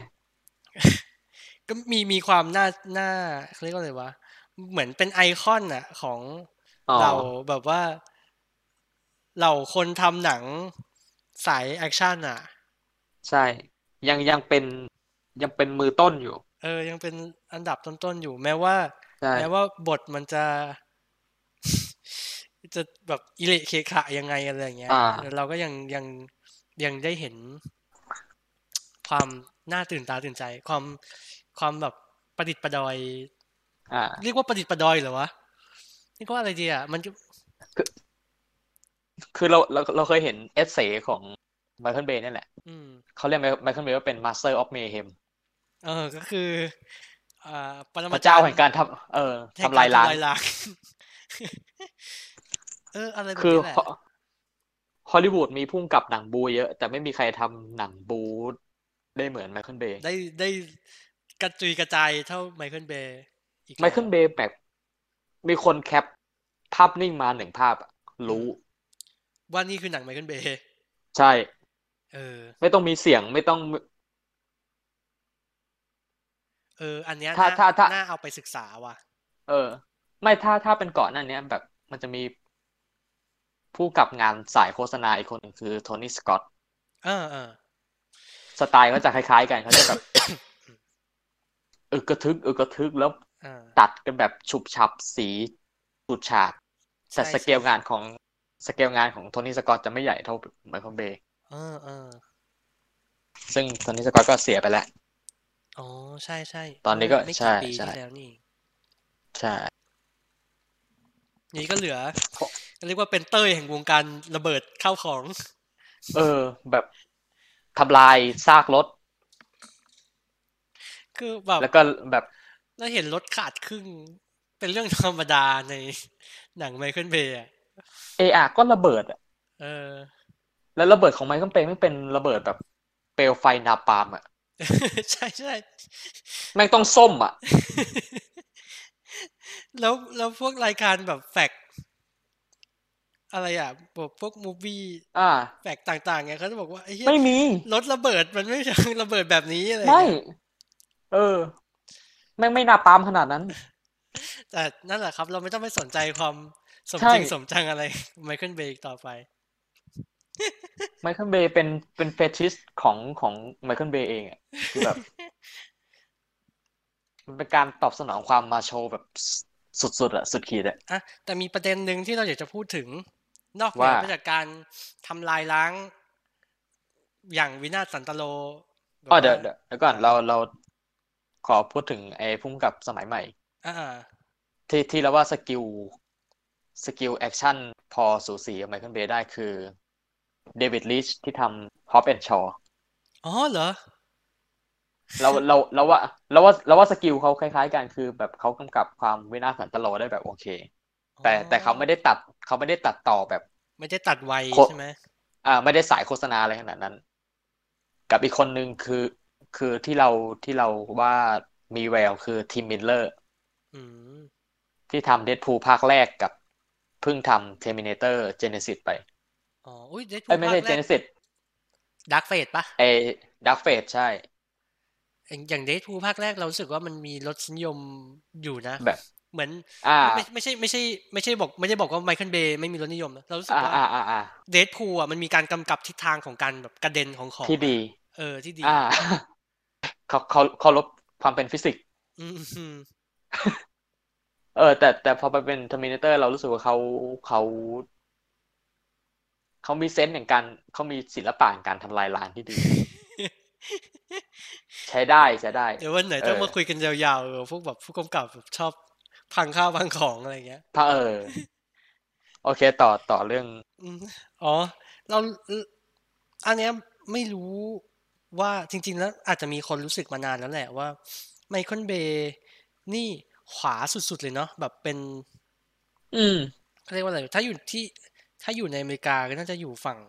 ก็มีมีความน่าน่าเขาเรียกว่าอะไรวะเหมือนเป็นไอคอนอะของ อ๋อ เราแบบว่า เราคนทำหนังสายแอคชั่นอะ ใช่ ยังยังเป็นยังเป็นมือต้นอยู่ เออ ยังเป็นอันดับต้นๆอยู่ แม้ว่า ใช่ แม้ว่าบทมันจะ จะแบบอิเละเคขะยังไงอะไรอย่างเงี้ย อ่า แต่เราก็ยังยังยังได้เห็น ความน่าตื่นตาตื่นใจ ความความแบบประดิษฐ์ประดอย อ่า เรียกว่าประดิษฐ์ประดอยเหรอวะเรียกว่าอะไรดีอ่ะ มันก็ คือเราเราเราเคยเห็นเอเซของไมเคิลเบย์นี่แหละ อืม เขาเรียกไมเคิลเบย์ว่าเป็น Master of Mayhem เออ ก็คืออ่าปร พ มา ระเจ้า จาร แห่ ย์ งการทำเออ แห่ง ทำลาย กร ล้าง ทำลายล้าง เออ อะไรแบบ คือ นี้แหละ ฮอลลีวูดมีพุ่งกับหนังบูเยอะ แต่ไม่มีใครทำหนังบูได้เหมือนไมเคิลเบย์ ได้ได้กระจุยกระจายเท่าไมเคิลเบย์อีก ไมเคิล แล้ว เบย์แบบมีคนแคปภาพนิ่งมาหนึ่งภาพอะรู้ ว่านี่คือหนังไมเคิลเบย์ ใช่ เออ ไม่ต้องมีเสียงไม่ต้อง เออ อันเนี้ย ถ้า น่ ถ้าถ้า น่าเอาไปศึกษาว่ะ เออ ไม่ถ้าถ้าเป็นก่อนหน้าเนี้ยแบบมันจะมีผู้กับงานสายโฆษณาอีกคนหนึ่งคือโทนี่สกอต เออเออ สไตล์ก็จะคล้ายๆกันเขาจะแบบ อึกกระทึกอึกกระทึกแล้ว อ่า ตัดกันแบบฉุบฉับสีฉูดฉาดแต่ ใช่ สเกล ใช่ งานของสเกลงานของโทนี่สกอตจะไม่ใหญ่เท่าไมเคิลเบย์ เออเออ ซึ่งโทนี่สกอตก็เสียไปแล้ว อ๋อ ใช่ใช่ ตอนนี้ก็ เมื่ไม่ ใช่ กี่ปี ใช่ ที่แล้วนี่ ใช่ นี่ก็เหลือ เรียกว่าเป็นเต้ยแห่งวงการระเบิดข้าวของ เออ แบบทำลายซากรถ คือแบบ แล้วก็แบบ แล้วเห็นรถขาดครึ่ง เป็นเรื่องธรรมดาใน หนังไมเคิลเบย์อะ เออาก็ระเบิดอะ เออ แล้วระเบิดของไมเคิลเบย์ไม่เป็นระเบิดแบบเปลวไฟนาปาล์มอะ ใช่ใช่ แม่งต้องส้มอะ แล้วแล้วพวกรายการแบบแฟกอะไรอ่ะแบบพวกมูฟวี่ อ่า แฟกต่างๆไงเขาจะบอกว่าไอ้เหี้ย ไม่มี รถระเบิดมันไม่ใช่ ระเบิดแบบนี้อะไร ไม่ เงี้ย เออ แม่งไม่น่าปาล์มขนาดนั้น แต่นั่นแหละครับ เราไม่ต้องไปสนใจความสม ใช่ จริงสมจังอะไร ไมเคิลเบย์อีกต่อไป ไมเคิลเบย์เป็นเป็นเฟติชของของไมเคิลเบย์เองอ่ะคือแบบ มันเป็นการตอบสนองความมาโชว์แบบสุดสุดๆอ่ะ สุดขีดอ่ะ อ่ะแต่มีประเด็นหนึ่งที่เราอยากจะพูดถึง นอกเหนื ว่า อไปจากการทำลายล้าง อย่างวินาศสันตโลแบบ อ๋อเดี๋ยว ว่า เดี๋ยวเดี๋ยวก่อนเราเราขอพูดถึงไอ้พุ่มกับสมัยใหม่ อ่า ที่ที่เราว่าสกิลสกิลแอคชั่นพอสูสีกับไมเคิลเบย์ได้คือเดวิดลิชที่ทำฮอปแอนด์ชอ อ๋อเหรอ เราเราเราว่าเราว่าเราว่าสกิลเขาคล้ายๆกันคือแบบเขากำกับความวินาศสันตโลได้แบบโอเค แต่ อ๋อ แต่เขาไม่ได้ตัดเขาไม่ได้ตัดต่อแบบ ไม่ได้ตัดไว โค ใช่ไหม อ่าไม่ได้สายโฆษณาอะไรขนาดนั้น กับอีกคนนึงคือคือที่เราที่เราว่ามีแววคือทีมมิลเลอร์ อืม ที่ทำเดดพูภาคแรกกับเพิ่งทำเทมิเนเตอร์เจเนซิสไป อ๋อ อุ้ยเดดพู เอ้ย ล ไม่ ภาคใช่เจ แร เน ก ซิส ดาร์กเฟดปะ ไอ้ดักเฟสใช่ อย่างอย่างเดดพูลภาคแรกเรารู้สึกว่ามันมีรสนิยมอยู่นะ แบบ เหมือน อ่า ไม่ไม่ใช่ไม่ใช่ไม่ใช่บอกไม่ได้บอกว่าไมเคิลเบย์ไม่มีรสนิยมนะเรารู้สึก อ่า ว่า อ่าอ่าอ่า เดดพูลอ่ะมันมีการกำกับทิศทางของการแบบกระเด็นของของ ที่ดี เออที่ดี อ่า เขาเขาเขาลบความเป็นฟิสิกส์ อืมอืม เออแต่แต่พอไปเป็น Terminator เรารู้สึกว่าเขาเขาเขามีเซนส์อย่างการเขามีศิลปะอย่างการทำลายล้างที่ดี ใช้ได้ใช้ ได้ เดี๋ยววันไหน เออ ต้องมาคุยกันยาวๆเออพวกแบบผู้กำกับแบบชอบพังข้าวพังของอะไรเงี้ย ถ้าเออ โอเคต่อต่อเรื่อง อืมอ๋อ เราเอ่ออันเนี้ยไม่รู้ว่าจริง ๆ แล้วอาจจะมีคนรู้สึกมานานแล้วแหละว่าไมเคิลเบย์นี่ขวาสุดๆเลยเนาะแบบเป็น อืม เขาเรียกว่าอะไร ถ้าอยู่ที่ถ้าอยู่ในอเมริกาก็น่าจะอยู่ฝั่ง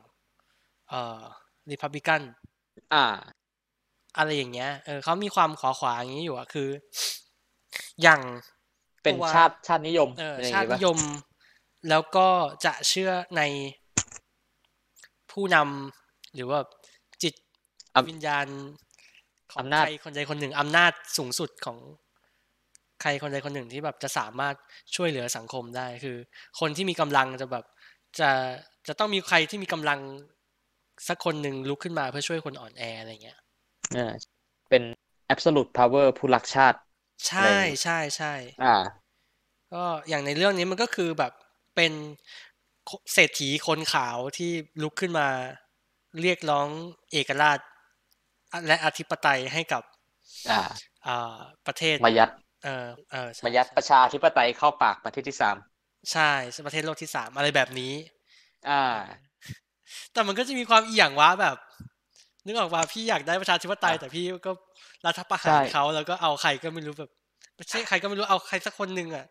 เอ่อริพับลิกัน อ่า อะไรอย่างเงี้ย เออเขามีความขอขวาอย่างนี้อยู่อะคือ อย่าง เป็น ตัว ชาติชาตินิยม เออ อะไรอย่ ชาง ติ งี้ นิ ปะ ยมแล้วก็จะเชื่อในผู้นำหรือว่าจิตวิญญาณของ อำนาจ ใครคนใดคนหนึ่งอำนาจสูงสุดของใครคนใดคนหนึ่งที่แบบจะสามารถช่วยเหลือสังคมได้คือ คนที่มีกำลังจะแบบจะจะต้องมีใครที่มีกำลังสักคนหนึ่งลุกขึ้นมาเพื่อช่วยคนอ่อนแออะไรเงี้ย เออเป็น absolute power ผู้รักชาติ ใช่ อะไรอย่างงี้ ใช่ใช่ อ่า ก็อย่างในเรื่องนี้มันก็คือแบบเป็นโคเศรษฐีคนขาวที่ลุกขึ้นมาเรียกร้องเอกราช และอธิปไตยให้กับ อ่า อ่าประเทศ มายัด เออเออใช่ มายัดประชาธิปไตยเข้าปากประเทศที่สาม ใช่ประเทศโลกที่สามอะไรแบบนี้ อ่า แต่มันก็จะมีความเอี่ยงว้าแบบ นึกออกว่าพี่อยากได้ประชาธิปไตย ครับ แต่พี่ก็รัฐประหาร ใช่ เขาแล้วก็เอาใครก็ไม่รู้แบบไม่ใช่ใครก็ไม่รู้เอาใครสักคนหนึ่งอ่ะ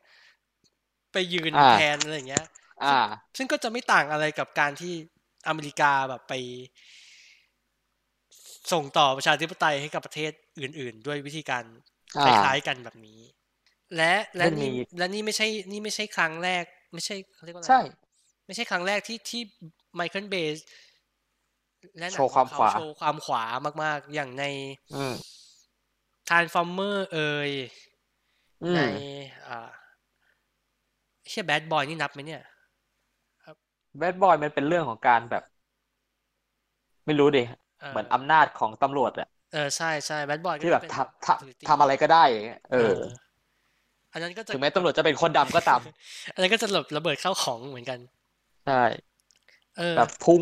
ไปยืนแทนอะไรอย่างเงี้ย อ่า ซึ่งก็จะไม่ต่างอะไรกับการที่อเมริกาแบบไป ส่งต่อประชาธิปไตยให้กับประเทศอื่น ๆ ด้วยวิธีการ อ่า คล้ายๆกันแบบนี้ และและ ไม่มี นี่และนี่ไม่ใช่ นี่ไม่ใช่ครั้งแรก ไม่ใช่เขาเรียกว่าอะไร ใช่ ไม่ใช่ครั้งแรกที่ที่ไมเคิลเบย์และหนัง โชว์ความ ของ ขวา เโชว์ความขวามาก ๆ อย่างใน อืม Transformer เอ่ย อื ใน ม อ่าเชี่ยแบดบอยนี่นับไหมเนี่ย แบดบอยมันเป็นเรื่องของการแบบ ไม่รู้ดิ เหมือนอำนาจของตำรวจอะ เออใช่ใช่แบดบอย ที่แบบ เป็น ทำ authority ทำทำอะไรก็ได้อย่างเงี้ยเออ เอออันนั้นก็จะ ถึงแม้ตำรวจจะเป็นคนดำก็ตาม อันนั้นก็จะหลบระเบิดเข้าของเหมือนกัน ใช่ เออ แบบพุ่ง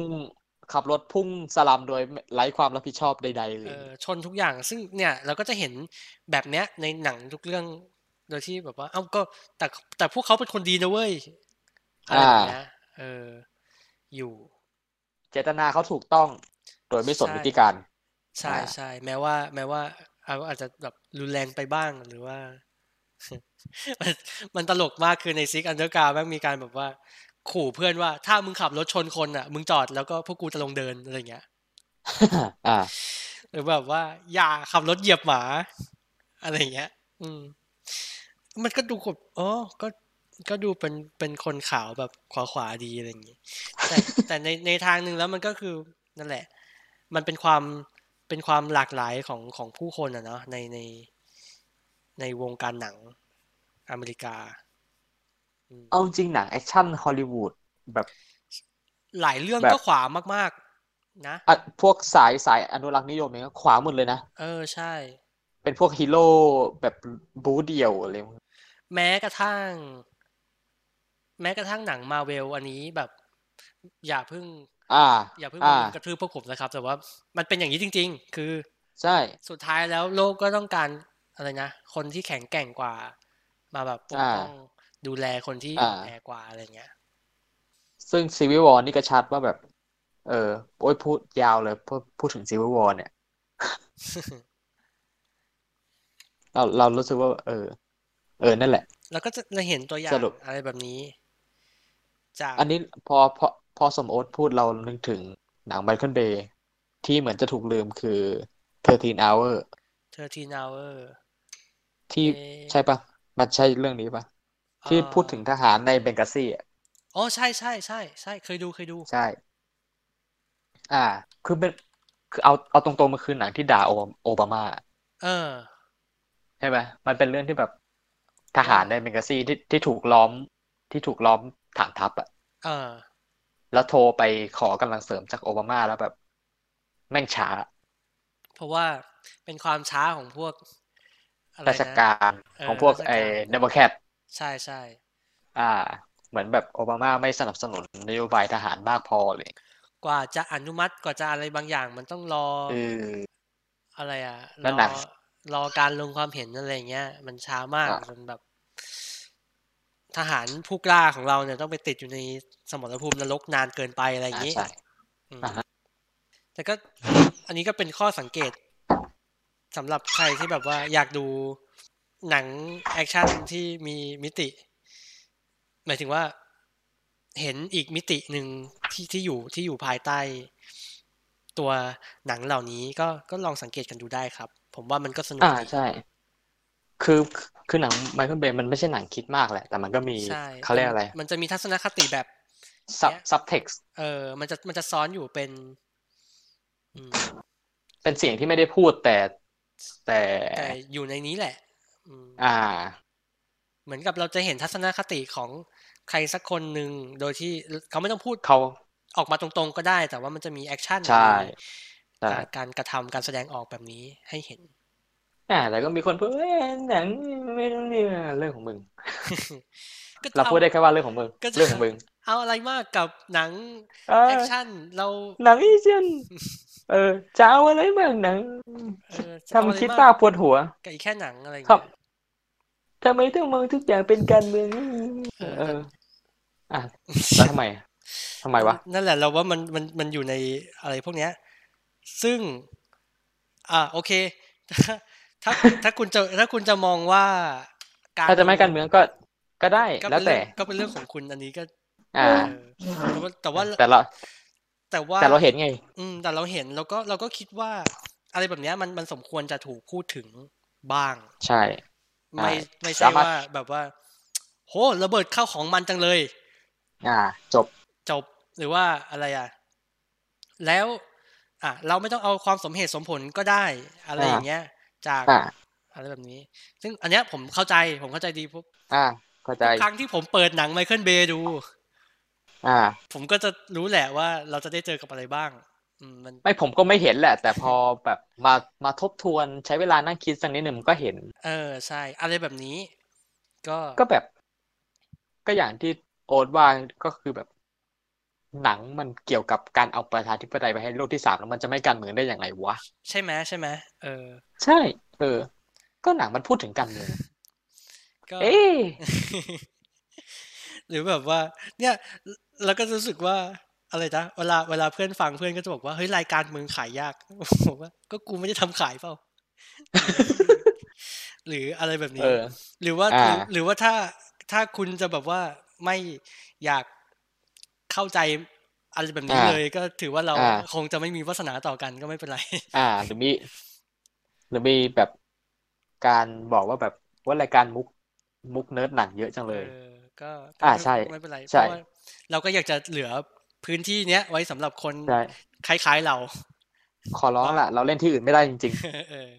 ขับรถพุ่งสลัมโดยไร้ความรับผิดชอบใดๆเล เอย อชนทุกอย่างซึ่งเนี่ย เราก็จะเห็นแบบเนี้ยในหนังทุกเรื่องโดยที่แบบว่า เอ้าก็แต่แต่พวกเขาเป็นคนดีนะเว้ยอะไรแบบเนี้ยเออ อยู่ เจตนาเขาถูกต้อง โดยไม่สน ใช่ วิธีการ ใช่ อ่า ใช่แม้ว่า แม้ว่าเอาอาจจะแบบรุนแรงไปบ้างหรือว่า มันมันตลกมากคือในซิกอันเดอร์การแม่งมีการแบบว่า ขู่เพื่อนว่าถ้ามึงขับรถชนคนอ่ะ มึงจอดแล้วก็พวกกูจะลงเดินอะไรอย่างเงี้ย อ่า หรือแบบว่า อย่าขับรถเหยียบหมา อะไรอย่างเงี้ย อืม มันก็ดูขบอ๋อก็ก็ดูเป็นเป็นคนขาวแบบขวาขวาๆดีอะไรอย่างงี้ แต่แต่ในในทางหนึ่งแล้วมันก็คือนั่นแหละ มันเป็นความเป็นความหลากหลายของของผู้คนอะเนาะในในในวงการหนังอเมริกาอืม เอาจริงหนังแอคชั่นฮอลลีวูดแบบ หลายเรื่อง แบบ ก็ขวามากๆ นะ อ่ะพวกสายสายอนุรักษ์นิยมเนี่ยก็ขวาหมดเลยนะ เออใช่ เป็นพวกฮีโร่แบบบู๊เดี่ยวอะไรพวกนี้ แม้กระทั่ง แม้กระทั่งหนังมาเวลอันนี้แบบ อย่าเพิ่ง อ่า อย่าเพิ่งมา อ่า รุมกระทืบพวกผมนะครับ แต่ว่ามันเป็นอย่างนี้จริง ๆ คือ ใช่ สุดท้ายแล้วโลกก็ต้องการอะไรนะ คนที่แข็งแกร่งกว่า มาแบบปก อ่า ป้องดูแลคนที่ อ่า อ่อนแอกว่าอะไรเงี้ย ซึ่งซีวิวอ r นี่ก็ชัดว่าแบบ เออ โอ้ยพูดยาวเลยพูดพูดถึงซีวิวอ r เนี่ย เราเรารู้สึกว่า เออ เออ นั่นแหละ แล้วก็จะเราเห็นตัวอย่า ส ง รุป อะไรแบบนี้ จาก อันนี้พอพอพอสมโอ๊ตพูดเรานึกถึงหนังไมเคิลเบย์ที่เหมือนจะถูกลืมคือ 13 Hour เทอร์ทีนาวเออร์ ที่ใช่ปะมันใช่เรื่องนี้ปะที่พูดถึงทหารในเบงกาซีอ่ะ อ๋อใช่ใช่ใช่ใช่เคยดูเคยดู ใช่ อ่า คือเป็นคือเอาเอาตรงๆมันคือหนังที่ด่าโอบาโอบามา เออ ใช่ไหมมันเป็นเรื่องที่แบบทหารในเบงกาซีที่ที่ถูกล้อมที่ถูกล้อมฐานทัพอ่ะ เออ แล้วโทรไปขอกำลังเสริมจากโอบามาแล้วแบบ แม่งช้า เพราะว่าเป็นความช้าของพวกอะไร ราช นะ การ เออ ของพวก ราชการ ไอ้เดโมแครต ใช่ใช่ อ่า เหมือนแบบโอบามาไม่สนับสนุนนโยบายทหารมากพอเลย กว่าจะอนุมัติกว่าจะอะไรบางอย่าง มันต้องรอ เออ อะไรอะ แล้ ร ว อ หนัง รอการลงความเห็นอะไรเงี้ย มันช้ามาก อ่ะ จนแบบ ทหารผู้กล้าของเราเนี่ยต้องไปติดอยู่ในสมรภูมินรกนานเกินไปอะไรอย่าง อ่า นี้ ใช่ อืม อ่าฮะ แต่ก็อันนี้ก็เป็นข้อสังเกตสำหรับใครที่แบบว่าอยากดูหนังแอคชั่นที่มีมิติ หมายถึงว่าเห็นอีกมิติหนึ่งที่ที่อยู่ที่อยู่ภายใต้ ตัวหนังเหล่านี้ก็ก็ลองสังเกตกันดูได้ครับ ผมว่ามันก็สนุก อ่า ดี ใช่ คือคือหนังไมเคิลเบย์มันไม่ใช่หนังคิดมากแหละ แต่มันก็มี ใช่ เขาเรียก มัน อะไร มันจะมีทัศนคติแบบ ซับ เนี่ย ซับเท็กซ์ เออมันจะมันจะซ้อนอยู่เป็นอืม เป็นเสียงที่ไม่ได้พูดแต่แต่ แต่อยู่ในนี้แหละอืม อ่า เหมือนกับเราจะเห็นทัศนคติของใครสักคนหนึ่งโดยที่เขาไม่ต้องพูด เขา ออกมาตรงๆก็ได้ แต่ว่ามันจะมีแอคชั่น ใช่ มี ใช่ การการกระทำการแสดงออกแบบนี้ให้เห็น อ่าแต่ก็มีคนพูดเอ้ยหนังไม่รู้เรื่องเรื่องของมึง ก็จะ เรา เอา พูดได้แค่ว่าเรื่องของมึง ก็จะ เรื่องของมึ ง เอาอะไรมากกับหนัง เออ แอคชั่นเรา หนังอีเซียนเออจะเอาอะไรบ้างหนัง เออจะเอาอะ ทำ ไร คิมามดาก กปวดหัว กับอีกแค่หนังอะไรอย่าง ครับ เงี้ย ทำไมต้องมองทุกอย่างเป็นการเมือง เออ เอ ก็ ออ่ะแล้วทำไมทำไมวะ นั่นแหละเราว่ามันมันมันอยู่ในอะไรพวกเนี้ย ซึ่ง อ่าโอเค ถ้าถ้าถ้าคุณจะถ้าคุณจะมองว่าการ ถ้าจะไม่การเมืองก็ก็ได้ ก็ แล้ว เป็น แต่ เรื่องก็เป็นเรื่องของคุณอันนี้ก็ อ่า เออแต่ว่าแต่ แต่เรา แต่ว่า แต่เราเห็นไง อืมแต่เราเห็นเราก็เราก็คิดว่า อะไรแบบเนี้ยมันมันสมควรจะถูกพูดถึงบ้าง ใช่ ใช่ ไม่ไม่ใช่ สามารถ ว่าแบบว่า โหระเบิดเข้าของมันจังเลย อ่า จบ จบหรือว่าอะไรอ่ะ แล้ว อ่ะเราไม่ต้องเอาความสมเหตุสมผลก็ได้อะไร อ่า อย่างเงี้ย จาก อ่า อะไรแบบนี้ ซึ่งอันเนี้ยผมเข้าใจผมเข้าใจดีพวก อ่าเข้าใจ ครั้งที่ผมเปิดหนังไมเคิลเบย์ดู อ่า ผมก็จะรู้แหละว่าเราจะได้เจอกับอะไรบ้าง อืมมัน ไม่ผมก็ไม่เห็นแหละ แต่พอแบบมามาทบทวนใช้เวลานั่งคิดสักนิดหนึ่งมันก็เห็น เออใช่ อะไรแบบนี้ ก็ ก็แบบ ก็อย่างที่โอ๊ตว่าก็คือแบบ หนังมันเกี่ยวกับการเอาประชาธิปไตยไปให้โลกที่สามแล้วมันจะไม่การเมืองได้อย่างไรวะ ใช่ไหมใช่ไหมเออ ใช่ เออ ก็หนังมันพูดถึงการเมือง ก็ เอ๊ะ หรือแบบว่า เนี่ยเราก็รู้สึกว่าอะไรนะเวลาเวลาเพื่อนฟังเพื่อนก็จะบอกว่าเฮ้ยรายการมึงขายยาก ผมว่าก็กูไม่ได้ท ำขายเปล่า หรืออะไรแบบ เอ นี้ อ หรือว่า อ่า หรือหรือว่าถ้าถ้าคุณจะแบบว่าไม่อยากเข้าใจอะไรแบบนี้ อ่า เลยก็ถือว่าเรา อ่า คงจะไม่มีวาสนาต่อกันก็ไม่เป็นไร อ่าหรือมีหรือมีแบบการบอกว่าแบบว่ารายการมุกมุกเนิร์ดหนังเยอะจั งเลย เออก็ อ่า ไม่ ใช่ ไม่เป็นไรเพ ใช่ ราะว่าเราก็อยากจะเหลือพื้นที่เนี้ยไว้สำหรับคน ใช่ คล้ายๆเรา ขอร้องล่ะ เราเล่นที่อื่นไม่ได้จริง เออ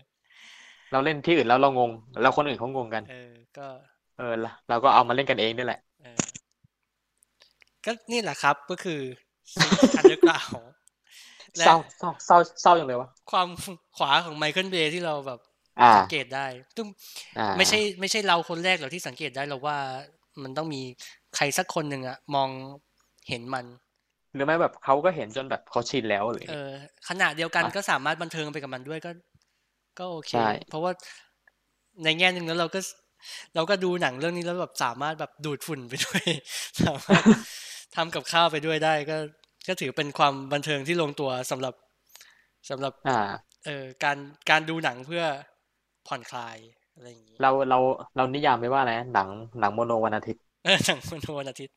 ๆ เราเล่นที่อื่นแล้วเรางง แล้วคนอื่นเขางงกัน เออก็ เออล่ะเราก็เอามาเล่นกันเองนี่แหละ เออก็นี่แหละครับก็คืออันเดอร์กราวและ เศร้าเศร้าเศร้าเศร้าอย่างเลยวะ ความขวาของไมเคิลเบย์ที่เราแบบ อ่า สังเกตได้ซึ่ง อ่า ไม่ใช่ไม่ใช่เราคนแรกหรอกที่สังเกตได้หรอกว่ามันต้องมีใครสักคนหนึ่งอะมองเห็นมัน หรือไม่แบบเขาก็เห็นจนแบบเขาชินแล้วหรือ เออขณะเดียวกัน อ่ะ ก็สามารถบันเทิงไปกับมันด้วยก็ ก็โอเค ใช่ เพราะว่าในแง่หนึ่งแล้วเราก็ เราก็ดูหนังเรื่องนี้แล้วแบบสามารถแบบดูดฝุ่นไปด้วย สามารถทำกับข้าวไปด้วยได้ ก็ก็ถือเป็นความบันเทิงที่ลงตัวสำหรับสำหรับ อ่า เออการการดูหนังเพื่อผ่อนคลายอะไรอย่างนี้ เราเราเรานิยามไม่ว่าอะไรนะหนังหนังโมโนวันอาทิตย์ เออหนังวันวันอาทิตย์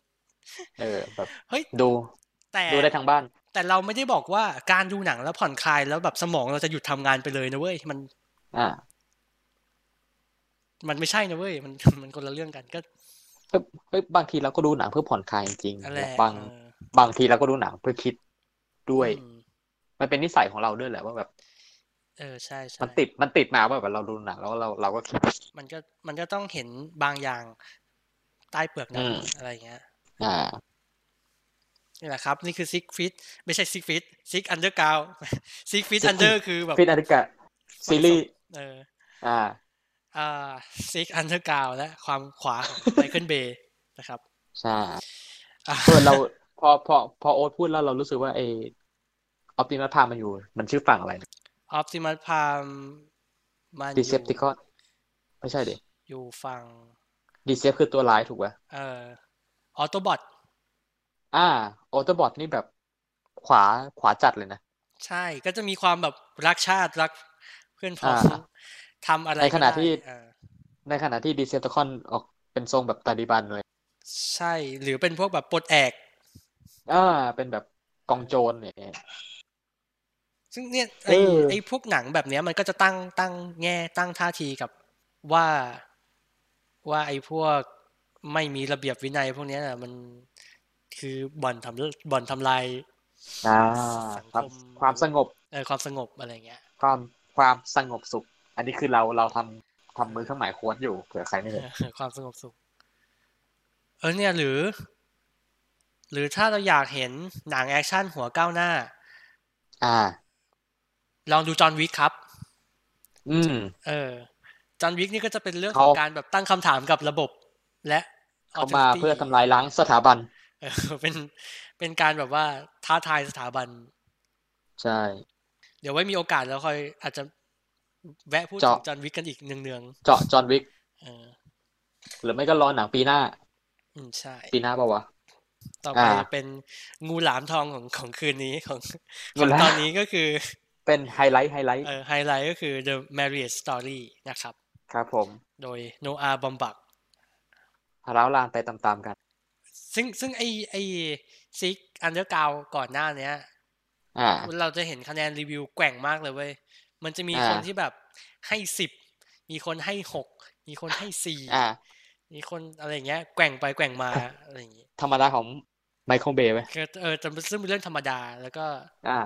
เออแบบ เฮ้ย ดู แต่ ดูได้ทั้งบ้าน แต่เราไม่ได้บอกว่าการดูหนังแล้วผ่อนคลายแล้วแบบสมองเราจะหยุดทำงานไปเลยนะเว้ยมัน อ่า มันไม่ใช่นะเว้ยมันมันคนละเรื่องกันก็ เฮ้ยเฮ้ยบางทีเราก็ดูหนังเพื่อผ่อนคลายจริงๆ นั่นแหละ บาง เออบ างทีเราก็ดูหนังเพื่อคิดด้วย อืม มันเป็นนิสัยของเราด้วยแหละว่าแบบ เออใช่ใช่ มันติดมันติดมาว่าแบบเราดูหนังแล้วเราเราก็คิด มันก็มันก็ต้องเห็นบางอย่างใต้เปลือกหนัง อืม อะไรอย่างเงี้ย อ่า นี่แหละครับ นี่คือซิกฟิตไม่ใช่ซิกฟิตซิกอันเดอร์กาว ซิกฟิต Sick อันเดอร์คือแบบ ฟิตอเมริกาซีรีส์ เออ อ่า อ่าซิกอันเดอร์กาวและความขวาของไมเคิลเบย์นะครับ ใช่ อ่ะ เออเราพอพอพอโอ๊ตพูดแล้วเรารู้สึกว่าเออออปติมัสพามันอยู่ มันชื่อฝั่งอะไร ออปติมัสพามมันอ ดี ยู่ เซปติคอนไม่ใช่ดิ อยู่ฝั่ง ดีเซปคือตัวร้ายถูกป่ะ เอ่อออโตบอท อ่าออโตบอทนี่แบบขวาขวาจัดเลยนะ ใช่ก็จะมีความแบบรักชาติรักเพื่อนพ้อง อ่า ทำอะไร ในขณะ ก็ได้ ที่ เออ ในขณะที่ดีเซปติคอนออกเป็นทรงแบบตาลิบันเลย ใช่หรือเป็นพวกแบบปลดแอก อ่าเป็นแบบกองโจรเนี่ย ซึ่งเนี่ย เอ ไอ้ อ ไอ้พวกหนังแบบเนี้ยมันก็จะตั้งตั้งแง่ตั้งท่าทีกับว่าว่าไอ้พวกไม่มีระเบียบวินัยพวกเนี้ยน่ะมันคือบ่อนทำบ่อนทำลาย อ่าค สั วาม งคม ความสงบ เอ่อความสงบอะไรเงี้ย ความความสงบสุข อันนี้คือเราเราทำทำมือเครื่องหมายโค้ดอยู่เผื่อใครไม่เห็น ความสงบสุข เออเนี่ยหรือ หรือถ้าเราอยากเห็นหนังแอคชั่นหัวก้าวหน้า อ่า ลองดูจอห์นวิกครับ อืม เออจอห์นวิกนี่ก็จะเป็นเรื่องข เขา องการแบบตั้งคำถามกับระบบ และ เขามาเพื่อทำ ลาย ลายล้างสถาบัน เป็นเป็นการแบบว่าท้าทายสถาบัน ใช่ เดี๋ยวไว้มีโอกาสแล้วค่อย อาจจะแวะพูดถึ เจาะ งจอห์นวิกกันอีกเนือง เจาะจอห์นวิก ๆเออ หรือไม่ก็รอหนังปีหน้า อืมใช่ ปีหน้าเปล่าวะ ต่อไป อ่า เป็นงูหลามทองของของคืนนี้ของข เงิ อง นละ ตอนนี้ก็คือ เป็นไฮไลท์ไฮไลท์ เออไฮไลท์ก็คือ The Marriage Story นะครับ ครับผม โดยโนอาบอมบัก ร้าวรานไปตามๆกัน ซึ่งซึ่งไอไอซิกอันเดอร์กาวก่อนหน้าเนี้ย อ่า เราจะเห็นคะแนนรีวิวแกว่งมากเลยเว้ย มันจะมี อ่า คนที่แบบให้สิบ มีคนให้หก มีคนให้สี่ อ่า มีคนอะไรอย่างเงี้ย แกว่งไปแกว่งมา อะไรอย่างเงี้ย ธรรมดาของไมเคิลเบย์ไหม คือเออแต่ซึ่งเป็นเรื่องธรรมดา แล้วก็ อ่า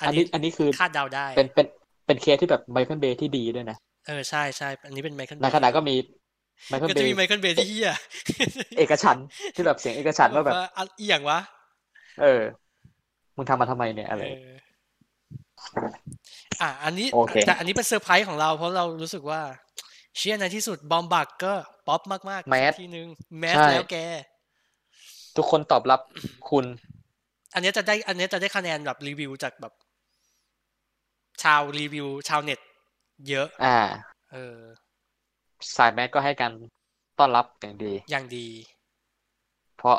อัน อัน นี้ นี้อันนี้คือ คาดเดาได้ เป็นเป็นเป็นเคสที่แบบไมเคิลเบย์ที่ดีด้วยนะ เออใช่ใช่ อันนี้เป็นไมเคิล ในขณะก็มีไมเคิล ก็ เบ จะมี ย์ ไมเคิลเบย์ที่เหี้ย เอกฉันท์ที่แบบเสียงเอกฉันท์ว่าแบบ ว่าอันอีหยังวะ เออ มึงทำมาทำไมเนี่ยอะไร เอออ่ะอันนี้ โอเค แต่อันนี้เป็นเซอร์ไพรส์ของเราเพราะเรารู้สึกว่า เชี่ยในที่สุดบอมบักก็ป๊อปมากๆ แมส ทีนึงแมส ใช่ แล้วแก ทุกคนตอบรับคุณ อันเนี้ยจะได้ อันเนี้ยจะได้คะแนนแบบรีวิวจากแบบ ชาวรีวิว ชาวเน็ต เยอะ อ่า เออ สายแมสก็ให้การต้อนรับอย่างดี อย่างดี เพราะ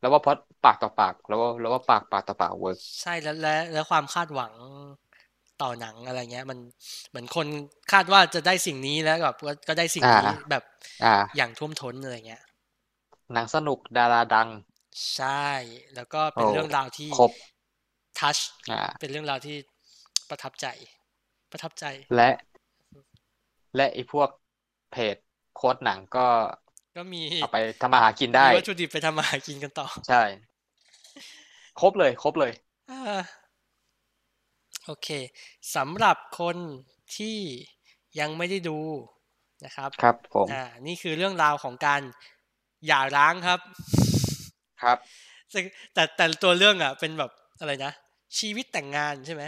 แล้วว่าเพราะปากต่อปาก แล้วว่าแล้วว่าปากปากต่อปากเวิร์ก ใช่แล้วและและความคาดหวังต่อหนังอะไรเงี้ย มันเหมือนคนคาดว่าจะได้สิ่งนี้แล้วแบบก็ก็ได้สิ่งนี้แบบ อ่า อย่างท่วมท้นอะไรเงี้ย หนังสนุกดาราดัง ใช่ แล้วก็เป็น โอ้ เรื่องราวที่ ครบ ทัช อ่า เป็นเรื่องราวที่ ประทับใจ ประทับใจ และ และไอ้พวกเพจโค้ดหนังก็ ก็มี เอาไปทำมาหากินได้ มีวัตถุดิบไปทำมาหากินกันต่อ ใช่ ครบเลย ครบเลย อ่าโอเคสำหรับคนที่ยังไม่ได้ดูนะครับ ครับผม อ่านี่คือเรื่องราวของการหย่าร้างครับ ครับ ซึ่งแต่แต่ตัวเรื่องอ่ะ เป็นแบบอะไรนะ ชีวิตแต่งงานใช่ไหม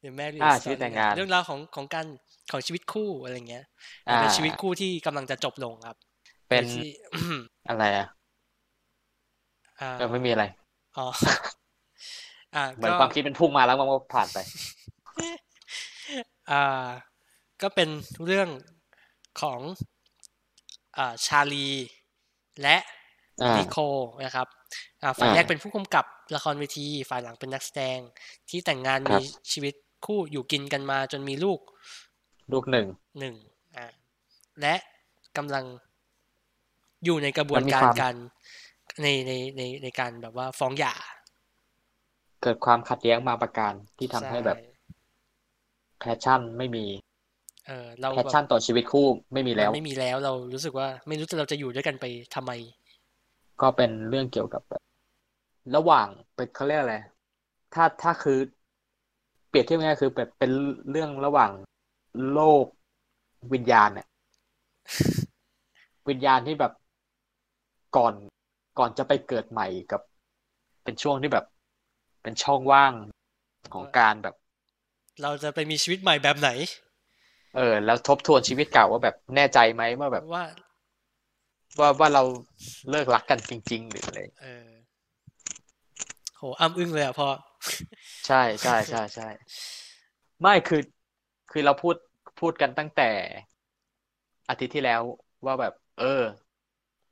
หรือแม่ อ่าชีวิตแต่งงาน เรื่องราวของของการของชีวิตคู่อะไรเงี้ย อ่า เป็นชีวิตคู่ที่กำลังจะจบลงครับ เป็น โดยที่ อะไรอ่ะ อ่า เออไม่มีอะไร อ๋ อ อ่า เหมือน ก็ ความคิดเป็นพุ่งมาแล้วมันก็ผ่านไป อ่า ก็เป็นเรื่องของอ่าชาลีและ อ่า นิโคลนะครับอ่าฝ่าย อ่า แรกเป็นผู้กำกับละครเวที ฝ่ายหลังเป็นนักแสดง ที่แต่งงาน ครั มี บ ชีวิตคู่อยู่กินกันมาจนมีลูก ลูกหนึ่ง หนึ่งอ่าและกำลังอยู่ในกระบว มัน นมี การ ความ การในในในในการแบบว่าฟ้องหย่า เกิดความขัดแย้งมางประการที่ทำให้แบบ ช่ แพชชั่นไม่มี เออเรา แพช แบบ ชั่นต่อชีวิตคู่ไม่มี มั แล้ น ว ไม่มีแล้วเรารู้สึกว่าไม่รู้จะเราจะอยู่ด้วยกันไปทำไม ก็เป็นเรื่องเกี่ยวกับแบบระหว่างเป็นเขาเรียกอะไร ถ้าถ้าคือเปรียบเทียบง่ายๆคือแบบเป็นเรื่องระหว่างโลกวิญญาณเนี่ยวิญญาณที่แบบก่อนก่อนจะไปเกิดใหม่กับ เป็นช่วงที่แบบ เป็นช่องว่างของการแบบ เราจะไปมีชีวิตใหม่แบบไหน เออ แล้วทบทวนชีวิตเก่าว่าแบบแน่ใจไหมว่าแบบ ว่า ว่าว่าเราเลิกรักกันจริง ๆ หรืออะไร เออโหอ้ำอึ้งเลยอ่ะพอ ใช่ใช่ใช่ใช่ไม่คือคือเราพูดพูดกันตั้งแต่อาทิตย์ที่แล้วว่าแบบ เออ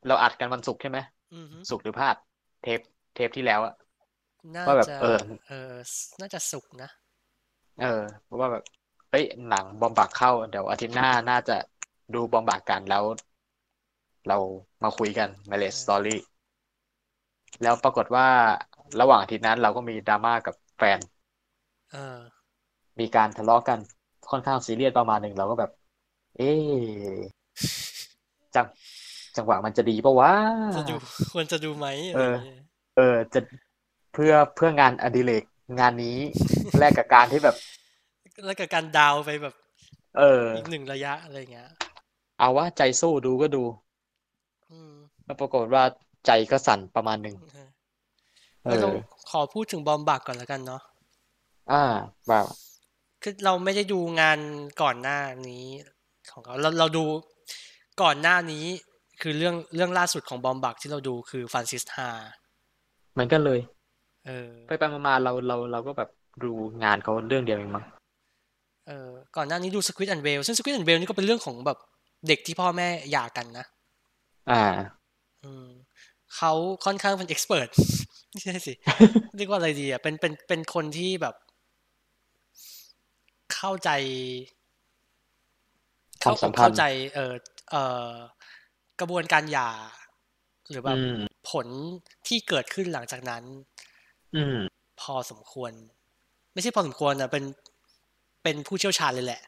เราอัดกันวันศุกร์ใช่ไหม อือฮึ ศุกร์หรือพฤหัสเทปเทปที่แล้วอะ น่า ว่าแบบ จะ เออ เออ น่าจะสุกนะ เออว่าแบบเอ้ยหนังบอมบากเข้าเดี๋ยวอาทิตย์หน้าน่าจะดูบอมบากกันแล้ว เรามาคุยกัน Marriage Story แล้วปรากฏว่าระหว่างอาทิตย์นั้นเราก็มีดราม่ากับแฟน เออ มีการทะเลาะกันค่อนข้างซีเรียสประมาณหนึ่งเราก็แบบ เอ๊ะจังจังหวะมันจะดีปะวะ จะดูควรจะดูไหมอะไรอย่างเงี้ย เออจะเพื่อเพื่องานอดิเรกงานนี้ แลกกับการที่แบบ แล้วกับการดาวไปแบบ เออ อีกหนึ่งระยะอะไรอย่างเงี้ย เอาว่าใจสู้ดูก็ดู อืม แล้วปรากฏว่าใจก็สั่นประมาณหนึ่ง นะฮะ เอ แล้วเรา อ ขอพูดถึงบอมบักก่อนแล้วกันเนาะ อ่าว่า คือเราไม่ได้ดูงานก่อนหน้านี้ของเขาเราเราดูก่อนหน้านี้คือเรื่องเรื่องล่าสุดของบอมบักที่เราดูคือฟรานซิสฮา เหมือนกันเลย เออ ไปไปมาๆเราเราเราก็แบบดูงานเขาเรื่องเดียวเองมั้ง เออก่อนหน้านี้ดูสควิตแอนเวลซึ่งสควิตแอนเวลนี่ก็เป็นเรื่องของแบบเด็กที่พ่อแม่หย่ากันนะ อ่า อืมเขาค่อนข้างเป็นเอ็กซ์เพรส ไม่ใช่ สิ เรียกว่าอะไรดีอ่ะเป็นเป็นเป็นคนที่แบบ เข้าใจ ควา เข้าม อก สัมพันธ์ เข้าใจ เออเออกระบวนการหย่า หรือแบ อื บ ม ผลที่เกิดขึ้นหลังจากนั้น อืม พอสมควร ไม่ใช่พอสมควรนะเป็นเป็นผู้เชี่ยวชาญเลยแหละ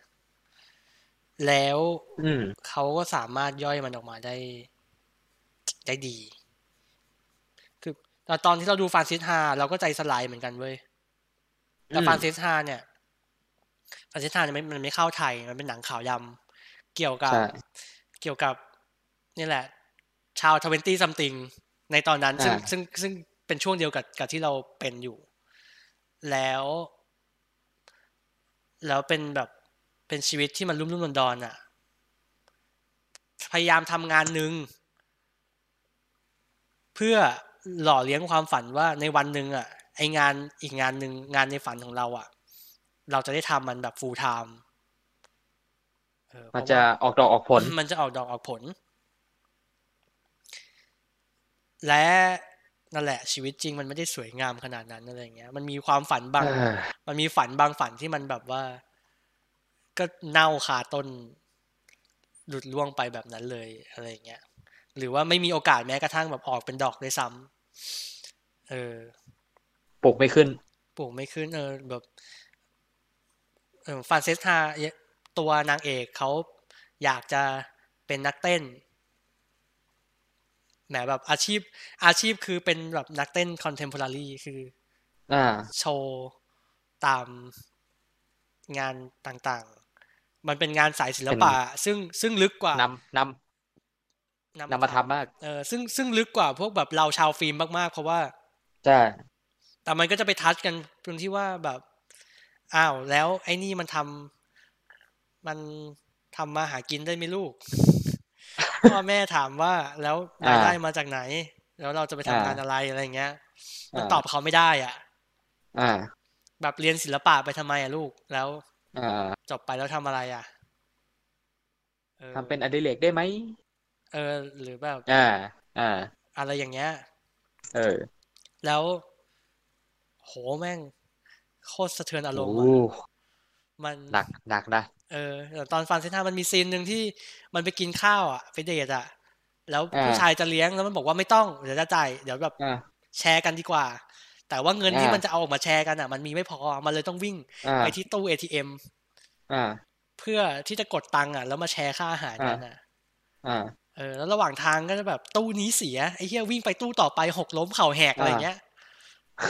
แล้ว อืม เขาก็สามารถย่อยมันออกมาได้ ได้ดี คือแต่ตอนที่เราดูฟรานซิสฮาเราก็ใจสลายเหมือนกันเว้ยแต่ อืม ฟรานซิสฮาเนี่ยฟรานซิสฮาเนี่ยมันมันไม่เข้าไทย มันเป็นหนังขาวดำเกี่ยวกับ ใช่ เกี่ยวกับนี่แหละ ชาวทเวนตี้ซัมติงในตอนนั้น ซึ่ง อ่า ซึ่งซึ่งเป็นช่วงเดียวกับกับที่เราเป็นอยู่ แล้ว แล้วเป็นแบบเป็นชีวิตที่มันรุ่มรุ่มดอนดอนๆอ่ะ พยายามทำงานหนึ่ง เพื่อหล่อเลี้ยงความฝันว่าในวันหนึ่งอ่ะ ไองานอีกงานหนึ่งงานในฝันของเราอ่ะ เราจะได้ทำมันแบบ full time เออเพ มัน ราะ จะ ว่า ออกดอกออกผล มันจะออกดอกออกผล และนั่นแหละ ชีวิตจริงมันไม่ได้สวยงามขนาดนั้นอะไรอย่างเงี้ย มันมีความฝันบาง เออ มันมีฝันบางฝันที่มันแบบว่า ก็เน่าคาต้น หลุดล่วงไปแบบนั้นเลยอะไรอย่างเงี้ย หรือว่าไม่มีโอกาสแม้กระทั่งแบบออกเป็นดอกด้วยซ้ำเออ ปลูกไม่ขึ้น ปลูกไม่ขึ้นเออแบบเออฟรานเซสฮาตัวนางเอกเขาอยากจะเป็นนักเต้นแหมแบบอาชีพ อาชีพคือเป็นแบบนักเต้นคอนเทมพอรารีคือ อ่า โชว์ตามงานต่างๆ มันเป็นงานสายศิลปะ ซึ่งซึ่งลึกกว่าน ำนำ นำ นำมาทำมาก เออซึ่งซึ่งลึกกว่าพวกแบบเราชาวฟิล์มมากๆ เพราะว่า ใช่ แต่มันก็จะไปทัชกันตรงที่ว่าแบบ อ้าว แล้วไอ้นี่มันทำมันทำมาหากินได้ไหมลู ก พ่อแม่ถามว่าแล้วรายได้มาจากไหน แล้วเราจะไปทำงานอะไรอะไรอย่างเงี้ย มัน อ่า ตอบเขาไม่ได้อ่ะ อ่า แบบเรียนศิลปะไปทำไมอ่ะลูก แล้ว อ่า จบไปแล้วทำอะไรอ่ะเออ ทำเป็นอดิเรกได้ไหม เออ หรือแบบ อ่า อ่า อะไรอย่างเงี้ย เออ แล้ว โหแม่งโคตรสะเทือนอาร โอ้ มณ์ โห อะมัน หนักหนักนะ เออแต่ตอนฟรานซิสฮามันมีซีนหนึ่งที่มันไปกินข้าวอ่ะไปเดทอ่ะ แล้ว อ่า ผู้ชายจะเลี้ยงแล้วมันบอกว่าไม่ต้องเดี๋ยวจะจ่ายเดี๋ยวแบบ อ่า แชร์กันดีกว่า แต่ว่าเงินที่ อ่ามั มันจะเอาออกมาแชร์กันอ่ะ มันมีไม่พอมันเลยต้องวิ่ง อ่า ไปที่ตู้ ATM อ่า เพื่อที่จะกดตังค์อ่ะ แล้วมาแชร์ค่าอาหารกันอ่ะ อ่า เออแล้วระหว่างทางก็จะแบบตู้นี้เสียไอ้เหี้ยวิ่งไปตู้ต่อไปหกล้มเข่าแหกอะไรเงี้ย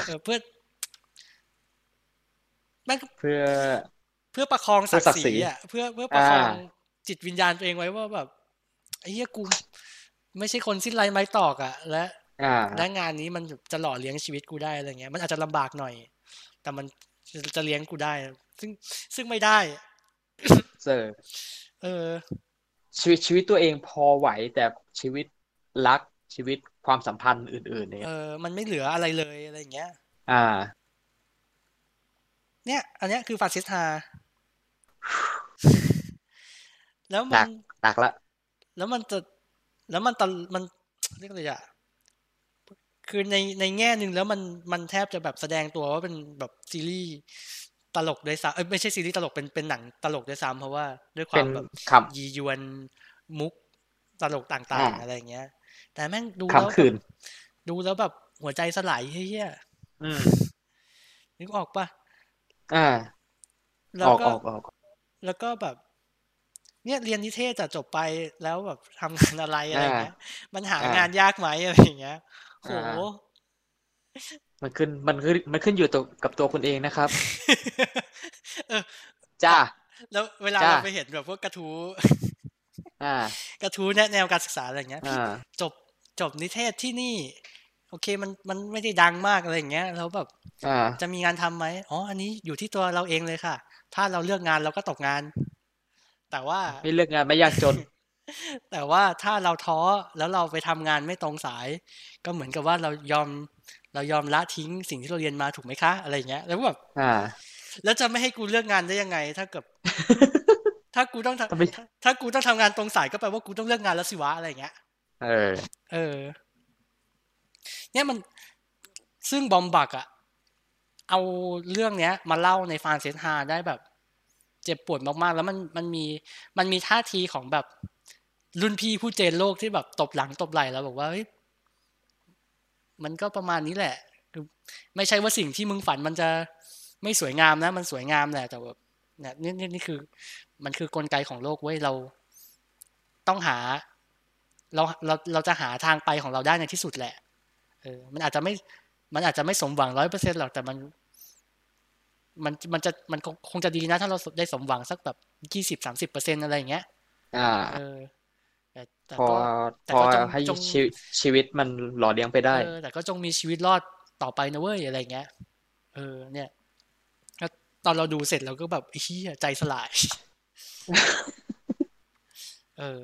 เออเพื่อแม่ง เพื่อ เพื่อประคอง เพื่ ศั อก ศั ดิ์ กดิ์ ศรี ศรี อ่ะเพื่อเพื่อประคอง อ่า จิตวิญญาณตัวเองไว้ว่าแบบไอ้เหี้ยกูไม่ใช่คนสิ้นไรไม้ตอกอ่ะและ อ่า และงานนี้มันจะหล่อเลี้ยงชีวิตกูได้อะไรเงี้ย มันอาจจะลำบากหน่อย แต่มันจะจะเลี้ยงกูได้ ซึ่งซึ่งไม่ได้ เสิร์ฟ เออ ชีวิตชีวิตตัวเองพอไหวแต่ชีวิตรักชีวิตความสัมพันธ์อื่นๆ เอ เนี่ย อ มันไม่เหลืออะไรเลยอะไรเงี้ย อ่า เนี่ย อันเนี้ยคือฟรานซิสฮาแล้ว ห มั นั น ก หนักละ แล้วมันจะแล้วมันตะมัน เรียกอะไรอะคือในในแง่หนึ่งแล้วมันมันแทบจะแบบแสดงตัวว่าเป็นแบบซีรีส์ตลกด้วยซ้ำเอ้ยไม่ใช่ซีรีส์ตลกเป็นเป็นหนังตลกด้วยซ้ำเพราะว่าด้วยค เป็ วาม น แบบ ค ยียวนมุกตลกต่าง อ่า ๆ อะไรอย่างเงี้ย แต่แม่งดู ำ แล้ว คำคืน แบบดูแล้วแบบหัวใจสลายเฮี้ย อืม ๆนึกออกปะ อ่า แล้ว ออก ก็ ออกออก แล้วก็แบบ เนี่ยเรียนนิเทศจะจบไปแล้วแบบทำงานอะไรอะไรอย่างเงี้ย มันหา อ่าง งานยากไหมอะไรอย่างเงี้ยโห อ่า มันขึ้นมันขึ้นมันขึ้นอยู่ตัวกับตัวคุณเองนะครับ เออ จ้า แล้วเวลา จ้า เราไปเห็นแบบพวกกระทู้ อ่า กระทู้แนะแนวการศึกษาอะไรอย่างเงี้ย อ่า จบจบนิเทศที่นี่ โอเคมันมันไม่ได้ดังมากอะไรอย่างเงี้ยแล้วแบบ อ่า จะมีงานทำไหมอ๋ออันนี้อยู่ที่ตัวเราเองเลยค่ะ ถ้าเราเลือกงานเราก็ตกงาน แต่ว่า ไม่เลือกงานไม่ยากจน แต่ว่าถ้าเราท้อแล้วเราไปทำงานไม่ตรงสาย ก็เหมือนกับว่าเรายอมเรายอมละทิ้งสิ่งที่เราเรียนมาถูกไหมคะอะไรอย่างเงี้ยแล้วแบบ อ่า แล้วจะไม่ให้กูเลือกงานได้ยังไง ถ้าเกิด ถ้ากูต้องทำ ทำไม ถ้าถ้ากูต้องทำงานตรงสายก็แปลว่ากูต้องเลือกงานแล้วสิวะอะไรอย่างเงี้ย เออ เออ เนี่ยมันซึ่งบอมบักอะเอาเรื่องเนี้ย มาเล่าในฟานเซนฮาได้แบบ เจ็บปวดมากๆ แล้วมันมันมี มันมีท่าทีของแบบ รุ่นพี่ผู้เจนโลกที่แบบตบหลังตบไหล่แล้วบอกว่าเฮ้ยมันก็ประมาณนี้แหละคือไม่ใช่ว่าสิ่งที่มึงฝันมันจะไม่สวยงามนะ มันสวยงามแหละ แต่แบบเนี่ยนี่นี่นี่คือ มันคือกลไกของโลกเว้ยเรา ต้องหา เราเราเราจะหาทางไปของเราได้ในที่สุดแหละ เออ มันอาจจะไม่ มันอาจจะไม่สมหวังร้อยเปอร์เซ็นต์หรอกแต่มัน มันมันจะมันคงคงจะดีนะ ถ้าเราได้สมหวังสักแบบยี่สิบสามสิบเปอร์เซ็นต์อะไรอย่างเงี้ย อ่า เออแต่แต่ พอ ก็ แต่ พอ ก็จง ให้ จง ชีวิตชีวิตมันหล่อเลี้ยงไปได้ เออแต่ก็จงมีชีวิตรอดต่อไปนะเว้ยอะไรเงี้ย เออ เนี่ยแล้วตอนเราดูเสร็จเราก็แบบเฮียใจสลาย เออ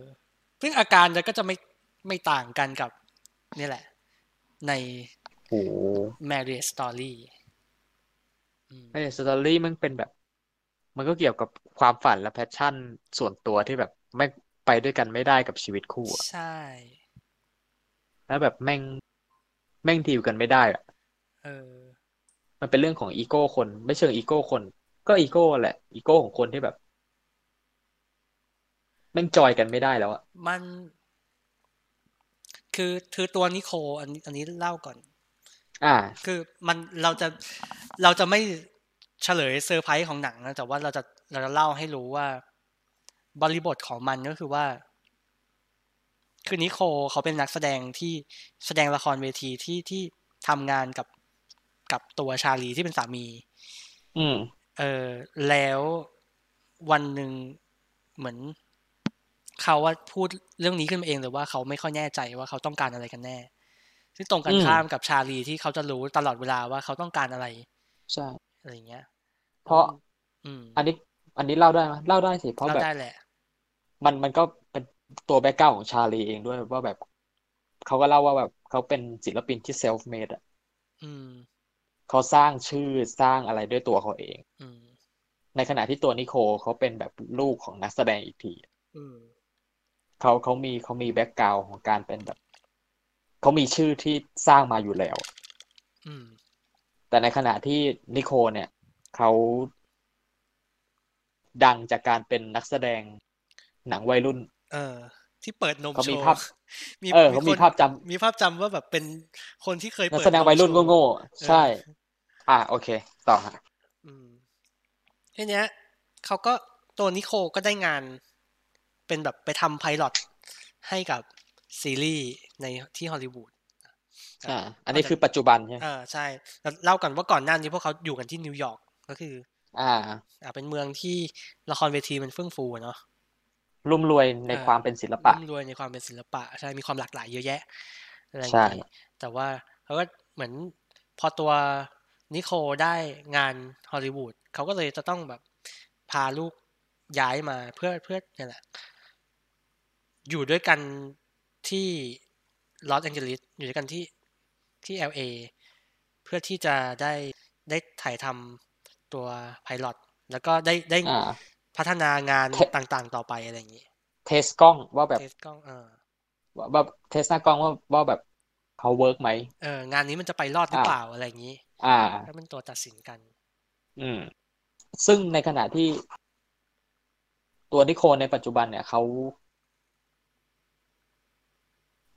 ซึ่งอาการเนี่ยก็จะไม่ไม่ต่างกันกับนี่แหละ ใน โอ้โห Marriage Story อืม ไอ้สตอรี่มันเป็นแบบ มันก็เกี่ยวกับความฝันและแพชชั่นส่วนตัวที่แบบไม่ไปด้วยกันไม่ได้กับชีวิตคู่อะ ใช่ แล้วแบบแม่งแม่งดีลกันไม่ได้อะ เออ มันเป็นเรื่องของอีโก้คน ไม่เชิงอีโก้คน ก็อีโก้แหละอีโก้ของคนที่แบบ แม่งจอยกันไม่ได้แล้วอะ มัน คือคือตัวนิโคลอันนี้อันนี้เล่าก่อน อ่า คือมันเราจะเราจะไม่เฉลยเซอร์ไพรส์ของหนังนะแต่ว่าเราจะเราจะเล่าให้รู้ว่า บริบทของมันก็คือว่า คือนิโคลเขาเป็นนักแสดงที่แสดงละครเวทีที่ที่ทำงานกับกับตัวชาลีที่เป็นสามี อืม เออแล้ววันหนึ่งเหมือนเขาว่าพูดเรื่องนี้ขึ้นมาเองเลยว่าเขาไม่ค่อยแน่ใจว่าเขาต้องการอะไรกันแน่ ซึ่งตรงกัน อืม ข้ามกับชาลีที่เขาจะรู้ตลอดเวลาว่าเขาต้องการอะไร ใช่ อะไรอย่างเงี้ย เพราะ อืม อันนี้ อันนี้เล่าได้ไหมเล่าได้สิเพราะ เรา แบบ ได้แหละ มันมันก็เป็นตัวแบ็กกราวด์ของชาลีเองด้วยว่าแบบเขาก็เล่าว่าแบบเขาเป็นศิลปินที่เซลฟ์เมดอ่ะ อืม เขาสร้างชื่อสร้างอะไรด้วยตัวเขาเอง อืม ในขณะที่ตัวนิโคลเขาเป็นแบบลูกของนักแสดงอีกที อืม เขาเขามีเขามีแบ็กกราวด์ของการเป็นแบบเขามีชื่อที่สร้างมาอยู่แล้ว อืม แต่ในขณะที่นิโคลเนี่ยเขาดังจากการเป็นนักแสดงหนังวัยรุ่น เออ ที่เปิดนม เขา โช มี ว์ ภาพ มี เออเขามี คน ภาพจำ มีภาพจำว่าแบบเป็นคนที่เคย นัก เปิด แสดง ม วัยรุ่น โชว์ โง่ เออ ๆใช่ อ่ะโอเค ต่อฮะ อืมทีเนี้ยเขาก็ตัวนิโคลก็ได้งาน เป็นแบบไปทำไพลอตให้กับซีรีส์ในที่ฮอลลีวูด อ่า อันนี้คือปัจจุบันใช่ไหม เออใช่แล้วเล่าก่อนว่าก่อนหน้านี้พวกเขาอยู่กันที่นิวยอร์กก็คือ อ่า อ่าเป็นเมืองที่ละครเวทีมันเฟื่องฟูอะเนาะ รุ่มรวยใน เออ ความเป็นศิลปะ ร่ำรวยในความเป็นศิลปะใช่มีความหลากหลายเยอะแยะอะไรอย่างนี้ ใช่ แต่ว่าเขาก็เหมือนพอตัวนิโคลได้งานฮอลลีวูดเขาก็เลยจะต้องแบบพาลูกย้ายมาเพื่อเพื่อเนี่ยแหละ อยู่ด้วยกันที่ลอสแองเจลิสอยู่ด้วยกันที่ที่ LA เพื่อที่จะได้ได้ถ่ายทำตัวไพลอตแล้วก็ได้ได้ อ่า พัฒนางาน เท ต่างๆ ต่อไปอะไรอย่างนี้ เทสกล้องว่าแบบ เทสกล้องเออ ว่าว่าเทสหน้ากล้องว่าว่าแบบเขาเวิร์กไหม เอองานนี้มันจะไปรอดหรืออา เปล่าอะไรอย่างนี้ อ่า ก็เป็นตัวตัดสินกัน อืม ซึ่งในขณะที่ตัวนิโคลในปัจจุบันเนี่ยเขา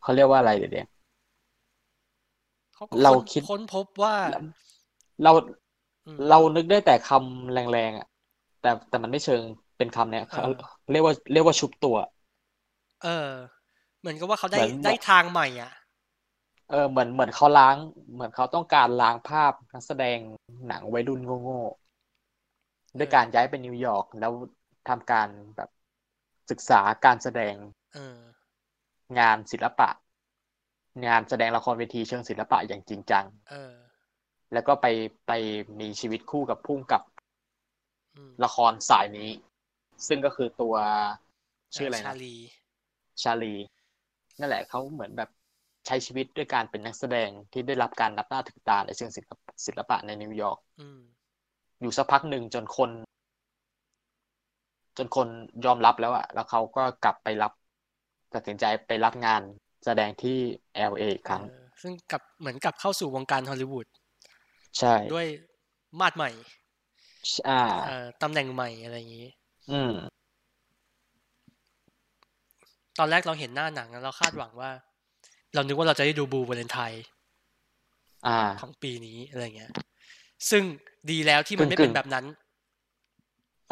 เขาเรียกว่าอะไรเดี๋ยวเดี๋ยว เขาก็ เรา ค้น คิด ค้นพบว่า เรา อืม เรานึกได้แต่คำแรงๆอ่ะ แต่แต่มันไม่เชิงเป็นคำเนี่ย เออ เรียกว่าเรียกว่าชุบตัว เออ เหมือนกับว่าเขาได้ เหมือน ได้ทางใหม่อ่ะ เออเหมือนเหมือนเขาล้าง เหมือนเขาต้องการล้างภาพนักแสดงหนังวัยรุ่นโง่ๆด้วยการย้ายไปนิวยอร์กแล้วทำการแบบศึกษาการแสดง เออ งานศิลปะ งานแสดงละครเวทีเชิงศิลปะอย่างจริงจัง เออ แล้วก็ไปไปมีชีวิตคู่กับพุ่มกับ อืม ละครสายนี้ ซึ่งก็คือตัวชื่ออะไร ชา นะ ลี ชาลีนั่นแหละเขาเหมือนแบบใช้ชีวิตด้วยการเป็นนักแสดงที่ได้รับการนับหน้าถือตาในเชิงศิลปะศิลปะในนิวยอร์ก อืม อยู่สักพักหนึ่งจนคน จนคนยอมรับแล้วอะแล้วเขาก็กลับไปรับตัดสินใจไปรับงานแสดงที่ LA อีกครั้ง เออซึ่งกลับเหมือนกับเข้าสู่วงการฮอลลีวูด ใช่ ด้วยมาดใหม่ อ่า เอ่อตำแหน่งใหม่อะไรอย่างนี้ อืม ตอนแรกเราเห็นหน้าหนังแล้วเราคาดหวังว่า เรานึกว่าเราจะได้ดูบูวาเลนไทน์ อ่า ของปีนี้อะไรอย่างเงี้ย ซึ่งดีแล้วที่มันไม่เป็น กึ่งๆ แบบนั้น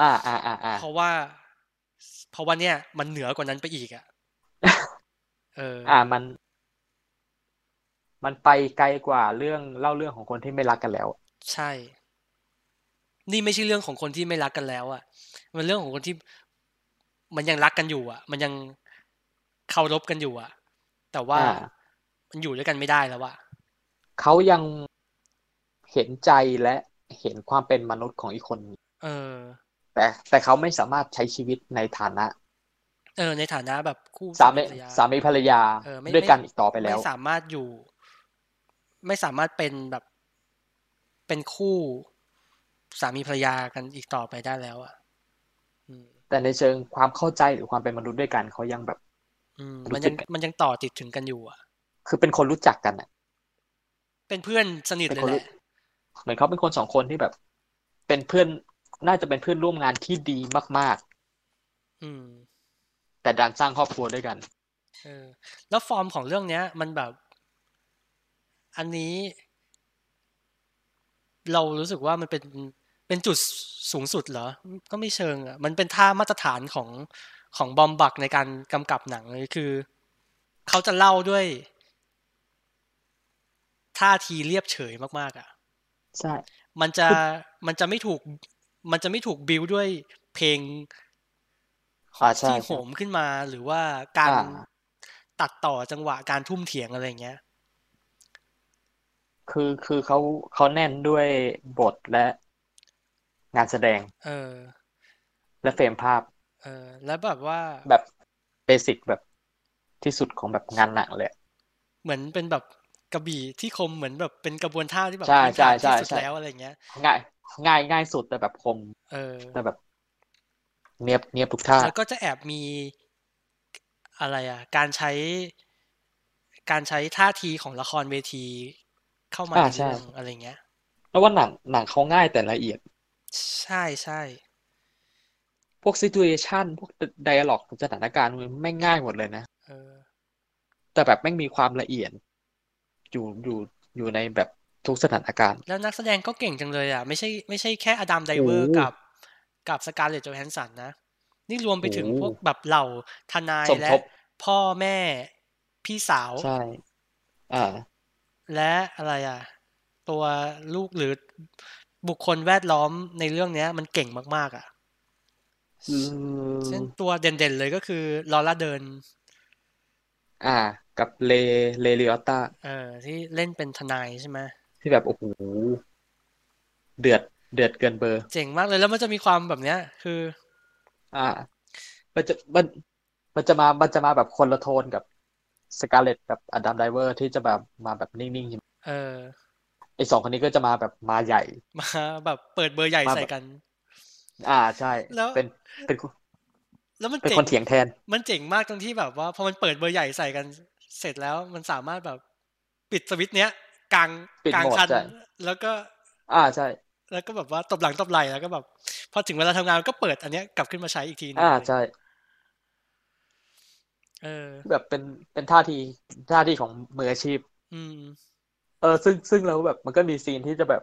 อ่าอ่าอ่าอ่า เพราะว่า เพราะว่าเนี่ยมันเหนือกว่านั้นไปอีกอ่ะ เออ อ่ามัน มันไปไกลกว่าเรื่องเล่าเรื่องของคนที่ไม่รักกันแล้ว ใช่ นี่ไม่ใช่เรื่องของคนที่ไม่รักกันแล้วอ่ะ มันเรื่องของคนที่มันยังรักกันอยู่ อ่ะ มันยังเคารพกันอยู่อ่ะ แต่ว่า อ่า มันอยู่ด้วยกันไม่ได้แล้วอ่ะ เขายังเห็นใจและเห็นความเป็นมนุษย์ของอีกคนหนึ่ง เออ แต่แต่เขาไม่สามารถใช้ชีวิตในฐานะ เออ ในฐานะแบบคู่ สามี ภรรย สามีภรรยา เออไม่ ด้วยกันอีกต่อไปแล้ ไม่ ว สามารถอยู่ ไม่สามารถเป็นแบบเป็นคู่สามีภรรยากันอีกต่อไปได้แล้วอ่ะ อืม แต่ในเชิงความเข้าใจหรือความเป็นมนุษย์ด้วยกันเขายังแบบ อืม รู้ มัน สึ ยั ก งมันยังต่อติดถึงกันอยู่อ่ะ คือเป็นคนรู้จักกันอ่ะ เป็นเพื่อนสนิท เป็น เล คน ยแห รู้ ละ เหมือนเขาเป็นคนสองคนที่แบบ เป็นเพื่อนน่าจะเป็นเพื่อนร่วมงานที่ดีมาก อืม ๆ แต่ดันสร้างครอบครัวด้วยกัน เออ แล้วฟอร์มของเรื่องเนี้ย มันแบบ อันนี้ เรารู้สึกว่ามันเป็นเป็นจุดสูงสุดเหรอ ก็ไม่เชิงอ่ะ มันเป็นท่ามาตรฐานของของบอมบักในการกำกับหนังเลยคือ เขาจะเล่าด้วย ท่าทีเรียบเฉยมากๆอ่ะ ใช่ มันจะมันจะไม่ถูก มันจะไม่ถูกบิวด้วยเพลง อ่าใช่ ที่โห ใช่ มขึ้นมาหรือว่าการ อ่า ตัดต่อจังหวะการทุ่มเถียงอะไรอย่างเงี้ย คือคือเขาเขาแน่นด้วยบทและงานแสดง เออ และเฟรมภาพ เออ แล้วแบบว่า แบบเบสิกแบบที่สุดของแบบงานหนังเลย เหมือนเป็นแบบกระบี่ที่คมเหมือนแบบเป็นกระบวนท่าที่แบบ ใช่ พื้นฐาน ใช่ ที่ ใช่ สุด ใช่ แล้วอะไรเงี้ย ง่าย ง่ายง่ายสุดแต่แบบคม เออ แต่แบบ เนียบเนียบทุกท่า แล้วก็จะแอบมีอะไรอ่ะ การใช้ การใช้ท่าทีของละครเวทีเข้ามา อ่า ใน ใช่ เรื่องอะไรเงี้ย แล้วว่าหนังหนังเขาง่ายแต่ละเอียด ใช่ใช่ พวกซิทูเอชันพวกไดอะล็อกสถานการณ์มันไม่ง่ายหมดเลยนะ เออ แต่แบบไม่งมีความละเอียด อยู่อยู่อยู่ในแบบทุกสถานการณ์ แล้วนักแสดงก็เก่งจังเลยอ่ะ ไม่ใช่ไม่ใช่แค่อดัมไดเวอร์ โอ้โห กับกับสกาเลตโจแฮนสันนะ นี่รวมไปถึง โอ้โห พวกแบบเหล่าทนาย สม และ ทบ พ่อแม่พี่สาว ใช่ อ่า และอะไรอ่ะ ตัวลูกหรือบุคคลแวดล้อมในเรื่องเนี้ย มันเก่งมากๆ อ่ะ อื เช่น ม ตัวเด่นๆเลยก็คือลอร่าเดิน อ่า กับเลเลริออตตา เออที่เล่นเป็นทนายใช่ไหม ที่แบบโอ้โหเดือดเดือดเกินเบอร์ เจ๋งมากเลยแล้วมันจะมีความแบบเนี้ย คือ อ่า มันจะมันมันจะมามันจะมาแบบคนละโทนกับสกาเลตกับอดัมไดเวอร์ที่จะแบบมาแบบนิ่งๆใช่ไหม เออ ไอ้สองคนนี้ก็จะมาแบบมาใหญ่ มาแบบเปิดเบอร์ใหญ่ มาแบบ ใส่กัน อ่าใช่ แล้ว เป็นเป็นคน แล้วมัน เป็น เจ๋ ค ง นเถียงแทน มันเจ๋งมากตรงที่แบบว่าพอมันเปิดเบอร์ใหญ่ใส่กันเสร็จแล้วมันสามารถแบบปิดสวิตช์เนี้ยกลาง ปิด กลาง โหมด คัน ใช่ แล้วก็ อ่าใช่ แล้วก็แบบว่าตบหลังตบไหล่แล้วก็แบบพอถึงเวลาทำงานก็เปิดอันเนี้ยกลับขึ้นมาใช้อีกทีหนึง อ่า อะไร ใช่ เออ แบบเป็นเป็นท่าทีท่าทีของมืออาชีพ อืม เออซึ่งซึ่งเราแบบมันก็มีซีนที่จะแบบ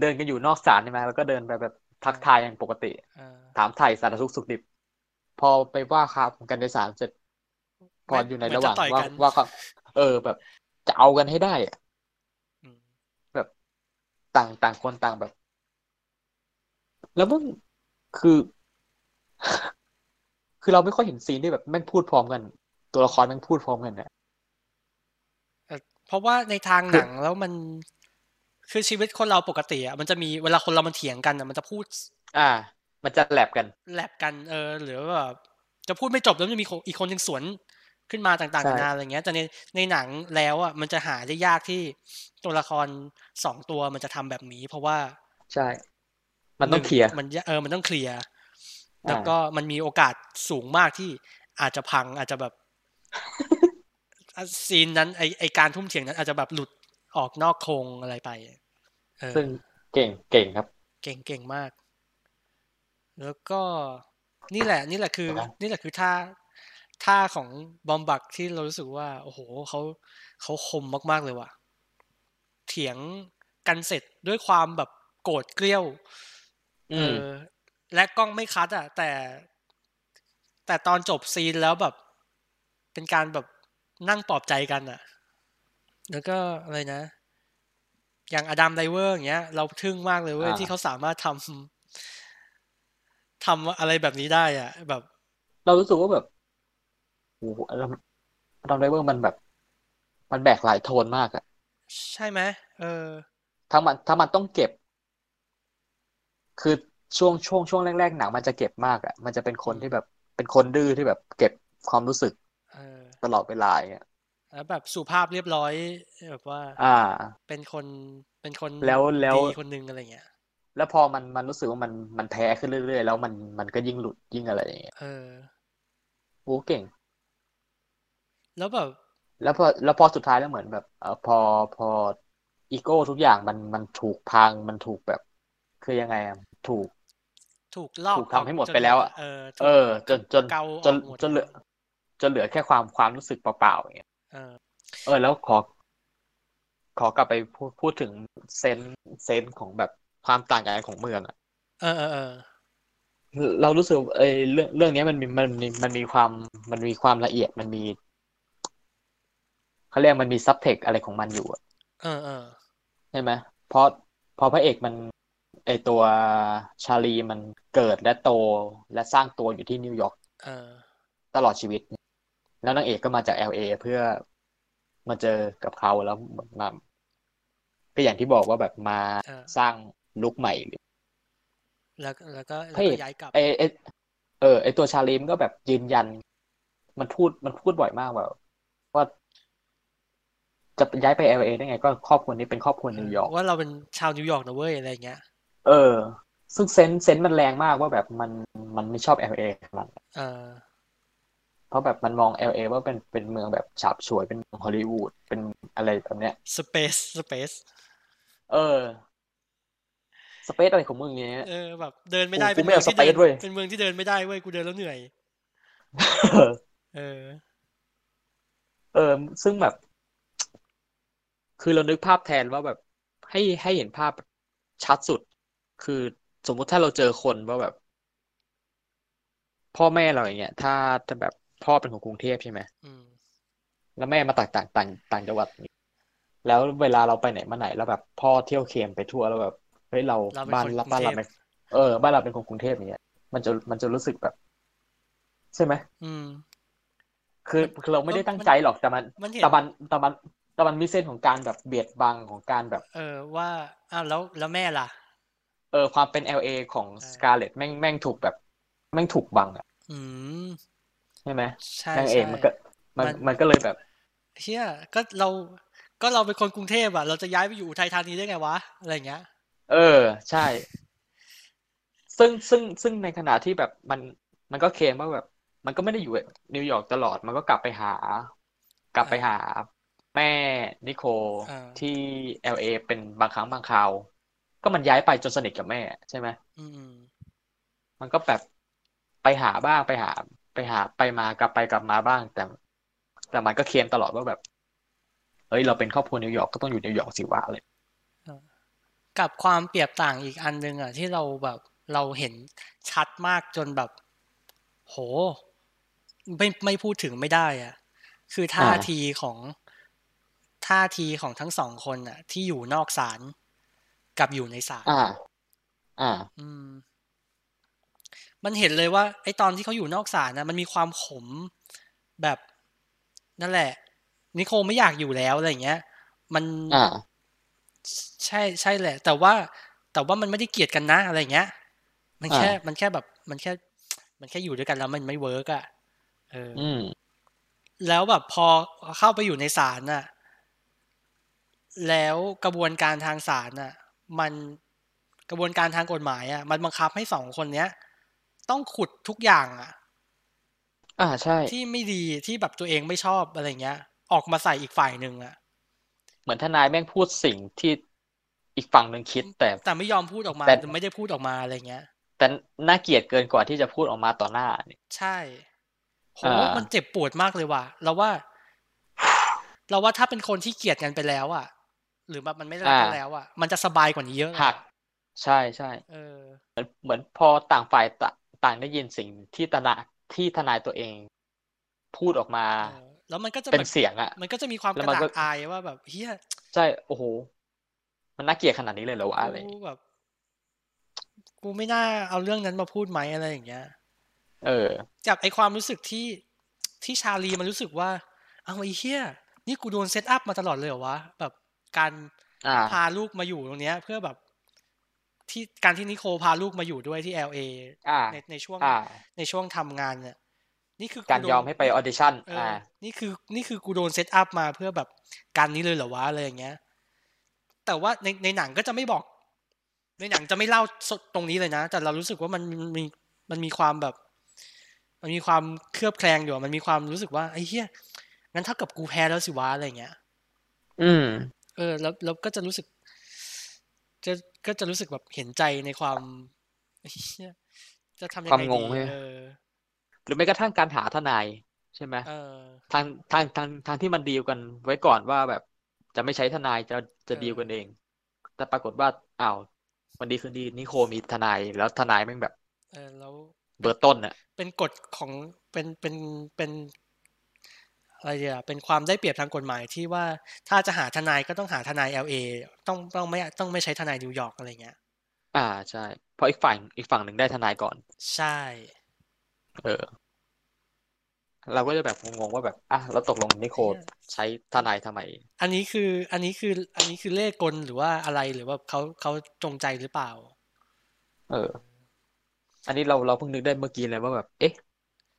เดินกันอยู่นอกศาลใช่ไหมแล้วก็เดินไปแบบ ทักทายอย่างปกติ เออ ถามไถ่สารทุกข์สุขดิบ พอไปว่าความกันในศาลเสร็จพออยู่ในระหว่าง เหมือนจะต่อย ว่า กัน ว่าความเออแบบ จะเอากันให้ได้อะ อืม ต่างต่างคนต่างแบบ แล้วมึงคือ คือเราไม่ค่อยเห็นซีนที่แบบแม่งพูดพร้อมกัน ตัวละครแม่งพูดพร้อมกันเนี่ย เออเพราะว่าในทาง คือ หนังแล้วมันคือชีวิตคนเราปกติอ่ะมันจะมีเวลาคนเรามันเถียงกันอ่ะมันจะพูด อ่า มันจะแลบกัน แลบกันเออหรือว่าแบบจะพูดไม่จบแล้วมันจะมีคนอีกคนหนึ่งสวนขึ้นมาต่างๆ ใช่ นานาอะไรเงี้ย แต่ในในหนังแล้วอ่ะมันจะหาได้ยากที่ตัวละครสองตัวมันจะทำแบบนี้ เพราะว่า ใช่ มันต้อง ห เคลียร์ มันยะเออมันต้องเคลียร์ อ่า แล้วก็มันมีโอกาสสูงมากที่อาจจะพังอาจจะแบบ อ่ะซีนนั้นไอไอการทุ่มเถียงนั้นอาจจะแบบหลุดออกนอกโครงอะไรไปเออ ซึ่งเก่งเก่งครับ เก่งเก่งมาก แล้วก็นี่แหละ นี่แหละคือ ครับ นี่แหละคือท่าท่าของบอมบักที่เรารู้สึกว่า โอ้โหเขาเขาคมมาก ๆ เลยว่ะ เถียงกันเสร็จด้วยความแบบโกรธเกรี้ยว อื เอ ม อ และกล้องไม่คัดอ่ะ แต่ แต่ตอนจบซีนแล้วแบบ เป็นการแบบนั่งปลอบใจกันอ่ะ แล้วก็อะไรนะ อย่างอดัมไดเวอร์อย่างเงี้ย เราทึ่งมากเลยเว้ย อ่า ที่เขาสามารถทำทำอะไรแบบนี้ได้อ่ะ แบบ เรารู้สึกว่าแบบโอ้โหอดัมอดัมไดเวอร์มันแบบ มันแบกหลายโทนมากอะ ใช่ไหมเออ ทั้งมันทั้งมันต้องเก็บ คือช่วงช่วงช่วงแรกๆหนังมันจะเก็บมากอะมันจะเป็นคน อืม ที่แบบ เป็นคนดื้อที่แบบเก็บความรู้สึก เออ ตลอดเวลาอย่างเงี้ย แล้วแบบสุภาพเรียบร้อยแบบว่า อ่า เป็นคนเป็นคน แล้วแล้ว ดีคนนึงอะไรเงี้ย แล้วพอมันมันรู้สึกว่ามันมันแพ้ขึ้นเรื่อยๆแล้วมันมันก็ยิ่งหลุดยิ่งอะไรอย่างเงี้ย เออ โอ้เก่ง แล้วแบบ แล้วพอแล้วพอสุดท้ายแล้วเหมือนแบบเออพอพออีโก้ทุกอย่างมันมันถูกพังมันถูกแบบ คือยังไงอะถูก ถูกลอก ถูกทำ ออ ให้หมด จน ไปแล้วอะ เออถู เอก อ จนจน เกา จ ออน กหมด จนเหลือ จนเหลือแค่ความความรู้สึกเปล่าๆอย่างเงี้ย เออ เออแล้วขอ ขอกลับไปพูดพูดถึงเซนส์เซนส์ของแบบความต่างกันของเมืองอะ เออเออเออ เรารู้สึกเออเรื่องเรื่องเนี้ยมันมีมันมีมันมีความมันมีความละเอียดมันมีเขาเรียกมันมีซับเทคอะไรของมันอยู่อะ เออเออ ใช่ไหมเพราะเพอพระเอกมันไอตัวชาลีมันเกิดและโตและสร้างตัวอยู่ที่นิวยอร์ก เออ ตลอดชีวิต แล้วนางเอกก็มาจาก LA เพื่อมาเจอกับเขาแล้วเหมือนมาก็อย่างที่บอกว่าแบบมา เออ สร้างลุคใหม่ แล้วแล้วก็ พ แล้ว ระเอ ก็ ก ย้ายกลับ ไอไอเออไอตัวชาลีมันก็แบบยืนยัน มันพูดมันพูดบ่อยมากแบบว่าจะย้ายไป LA ได้ไง ก็ครอบครัวนี้เป็นครอบครัวนิวยอร์ก ว่าเราเป็นชาวนิวยอร์กนะเว้ยอะไรอย่างเงี้ย เออ ซึ่งเซนส์เซนส์มันแรงมากว่าแบบมันมันไม่ชอบ LA ขนาดนั้น เออ เพราะแบบมันมอง LA ว่าเป็นเป็นเมืองแบบฉาบฉวยเป็นเมืองฮอลลีวูดเป็นอะไรแบบเนี้ย สเปซสเปซ เออ สเปซอะไรของมึงเนี้ย เออแบบเดินไม่ได้ กู เป็น กูไม่ เมือง เอา ที่เดิน space เว้ย เป็นเมืองที่เดินไม่ได้เว้ยกูเดินแล้วเหนื่อย เอเอออเออ ซึ่งแบบ คือเรานึกภาพแทนว่าแบบให้ให้เห็นภาพชัดสุด คือสมมุติถ้าเราเจอคนว่าแบบ พ่อแม่เราอย่างเงี้ย ถ้าถ้าแบบพ่อเป็นของกรุงเทพใช่ไหม อืม แล้วแม่มาต่างต่างต่างต่างจังหวัด แล้วเวลาเราไปไหนมาไหนแล้วแบบพ่อเที่ยวเค็มไปทั่วแล้วแบบเฮ้ยเรา เราเป็น บ้าน คน เรา กรุง บ้าน เทพเราไม่เออ บ้านเราเป็นคนกรุงเทพอย่างเงี้ยมันจะมันจะรู้สึกแบบ ใช่ไหม อืม คือ มัน คือเราไม่ได้ตั้ง มัน ใจหรอกแต่มัน มันเห็น แต่มันแต่มันแต่มันมีเส้นของการแบบเบียดบังของการแบบ เออว่าอ้าวแล้วแล้วแม่ล่ะ เออความเป็น LA ของ อ่า สกาเลตแม่งแม่งถูกแบบ แม่งถูกบังอ่ะ อืม ใช่ไหม ใช่ นางเอ ใช่ กมันก็มัน มัน มันก็เลยแบบ เฮียก็เราก็เราเป็นคนกรุงเทพอ่ะ เราจะย้ายไปอยู่อุทัยธานีได้ไงวะอะไรอย่างเงี้ย เออ ใช่ ซึ่งซึ่งซึ่งในขณะที่แบบมันมันก็เคลมว่าแบบ มันก็ไม่ได้อยู่นิวยอร์กตลอด มันก็กลับไปหา กลับไปหาแม่นิโคล อ่า ที่ LA เป็นบางครั้งบางคราว ก็มันย้ายไปจนสนิทกับแม่ใช่ไหม อืม มันก็แบบไปหาบ้างไปหา ไปหาไปมากลับไปกลับมาบ้าง แต่ แต่มันก็เคลมตลอดว่าแบบเฮ้ยเราเป็นครอบครัวนิวยอร์กก็ต้องอยู่นิวยอร์กสิวะเลย กับความเปรียบต่างอีกอันหนึ่งอ่ะที่เราแบบ เราเห็นชัดมากจนแบบ โห ไม่ไม่พูดถึงไม่ได้อะคือท่า อ่า ทีของท่าทีของทั้งสองคนอ่ะ ที่อยู่นอกศาลกับอยู่ในศาล อ่า อ่า อืม มันเห็นเลยว่า ไอ้ตอนที่เขาอยู่นอกศาลนะมันมีความขมแบบนั่นแหละ นิโคลไม่อยากอยู่แล้วอะไรอย่างเงี้ย มัน อ่า ใช่ใช่แหละ แต่ว่าแต่ว่ามันไม่ได้เกลียดกันนะอะไรอย่างเงี้ย มันแค่ มันแค่แบบ มันแค่ มันแค่อยู่ด้วยกันแล้วมันไม่เวิร์กอ่ะเอออ อืม แล้วแบบพอเข้าไปอยู่ในศาลน่ะ แล้วกระบวนการทางศาลน่ะ มันกระบวนการทางกฎหมายอ่ะ มันบังคับให้สองคนเนี้ย ต้องขุดทุกอย่างอ่ะ อ่า ใช่ ที่ไม่ดีที่แบบตัวเองไม่ชอบอะไรเงี้ย ออกมาใส่อีกฝ่ายหนึ่งอ่ะ เหมือนทนายแม่งพูดสิ่งที่อีกฝั่งหนึ่งคิดแต่ แต่ไม่ยอมพูดออกมา แต่ ไม่ได้พูดออกมาอะไรเงี้ย แต่น่าเกลียดเกินกว่าที่จะพูดออกมาต่อหน้าเนี่ย ใช่โห อ่ามั มันเจ็บปวดมากเลยว่ะ เราว่า เราว่าถ้าเป็นคนที่เกลียดกันไปแล้วอ่ะ หรือแบบมันไม่รักกันแล้วอ่ะ มันจะสบายกว่านี้เยอะเลย หัก ใช่ใช่ เออ เหมือนพอต่างฝ่ายต่าต่างได้ยินสิ่งที่ทนายที่ทนายตัวเอง พูดออกมา เออแล้วมันก็จะ เป็แบนบ เสียงอะ มันก็จะมีความ แล้ กระวมัน ดา ก็ กอายว่าแบบเฮีย ใช่ โอ้โห มันน่าเกลียดขนาดนี้เลยเหรอวะอะไรอย่าง กู งี้ แบบ กูไม่น่าเอาเรื่องนั้นมาพูดไหมอะไรอย่างเงี้ย เออ จากไอความรู้สึกที่ที่ชาลีมันรู้สึกว่าเอาไอเฮียนี่กูโดนเซตอัพมาตลอดเลยเหรอวะแบบการ อ่า พาลูกมาอยู่ตรงเนี้ย เพื่อแบบที่การที่นิโคลพาลูกมาอยู่ด้วยที่เอลเอ อ่า ในในช่วง อ่า ในช่วงทำงานเนี่ยนี่คือ การ โดน ยอมให้ไปออดิชั่น เออ อ่า นี่คือ นี่คือกูโดนเซตอัพมาเพื่อแบบการนี้เลยเหรอวะอะไรอย่างเงี้ย แต่ว่าในในหนังก็จะไม่บอก ในหนังจะไม่เล่าสดตรงนี้เลยนะ แต่เรารู้สึกว่ามันมันมีมันมีความแบบ มันมีความเคลือบแคลงอยู่อะมันมีความรู้สึกว่าไอ้เหี้ยงั้นเท่ากับกูแพ้แล้วสิวะอะไรอย่างเงี้ย อืม เออแล้วแล้วก็จะรู้สึก จะก็จะรู้สึกแบบเห็นใจในความไอ้เหี้ยจะทำยัง ความ ไง ง ดี งใช่ไหม เออ หรือแม้กระทั่งการหาทนาย ใช่ไหม เออ ทางทางทางทางที่มันดีลกันไว้ก่อนว่าแบบจะไม่ใช้ทนายจะจะ เออ ดีลกันเอง แต่ปรากฏว่าอ้าววันดีคืนดีนิโคมีทนายแล้วทนายแม่งแบบ เออแล้ว เบอร์ต้นอะ เป็นกฎของเป็นเป็นเป็นอะไรเดียวเป็นความได้เปรียบทางกฎหมายที่ว่าถ้าจะหาทนายก็ต้องหาทนาย LA ต้องต้องไม่ต้องไม่ใช้ทนายนิวยอร์กอะไรเงี้ย อ่าใช่เพราะอีกฝั่งอีกฝั่งหนึ่งได้ทนายก่อน ใช่ เออ เราก็จะแบบงงๆว่าแบบอ่ะแล้วตกลงนิโคลใช้ทนายทำไม อันนี้คืออันนี้คืออันนี้คือเล่ห์กลหรือว่าอะไรหรือว่าเขาเขาจงใจหรือเปล่า เออ อันนี้เราเราเพิ่งนึกได้เมื่อกี้เลยว่าแบบ เอ๊ะ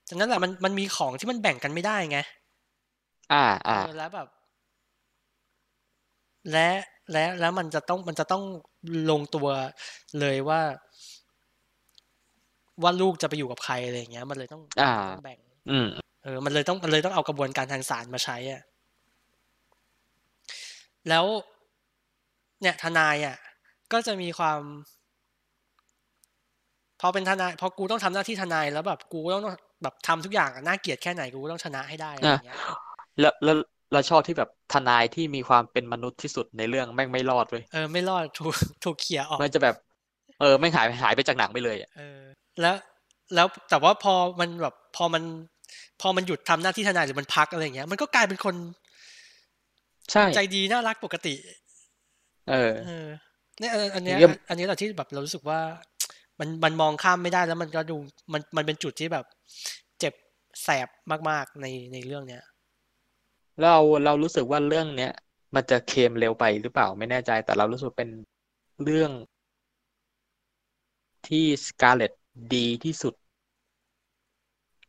ฉะนั้นแหละมันมันมีของที่มันแบ่งกันไม่ได้ไง อ่า อ่า เออแล้วแบบ และและแล้วมันจะต้องมันจะต้องลงตัวเลยว่าว่าลูกจะไปอยู่กับใครอะไรเงี้ย มันเลยต้อง อ่า ต้องแบ่ง อืม เออ มันเลยต้องมันเลยต้องเอากระบวนการทางศาลมาใช้อ่ะ แล้วเนี่ยทนายอ่ะ ก็จะมีความ พอเป็นทนาย พอกูต้องทำหน้าที่ทนายแล้วแบบกูต้องแบบทำทุกอย่างอะน่าเกลียดแค่ไหนกูก็ต้องชนะให้ได้อะไรอย่างเงี้ย แล้วแล้วเราชอบที่แบบทนายที่มีความเป็นมนุษย์ที่สุดในเรื่องแม่งไม่รอดเว้ย เออ ไม่รอดถูก ถูกเขี่ยออก มันจะแบบ เออแม่งหายหายไปจากหนังไปเลยอะ เออ แล้วแล้วแต่ว่าพอมันแบบ พอมัน พอมันหยุดทำหน้าที่ทนายหรือมันพักอะไรอย่างเงี้ย มันก็กลายเป็นคน ใช่ ใจดีน่ารักปกติ เออ เออเนี่ยอันอันเนี้ย เยี่ยม อันอันเนี้ยแหละที่แบบเรารู้สึกว่า มันมันมองข้ามไม่ได้แล้วมันก็ดูมันมันเป็นจุดที่แบบ เจ็บแสบมากๆในในเรื่องเนี้ย เราเรารู้สึกว่าเรื่องเนี้ยมันจะเคลมเร็วไปหรือเปล่าไม่แน่ใจ แต่เรารู้สึกเป็นเรื่องที่สกาเล t ดีที่สุด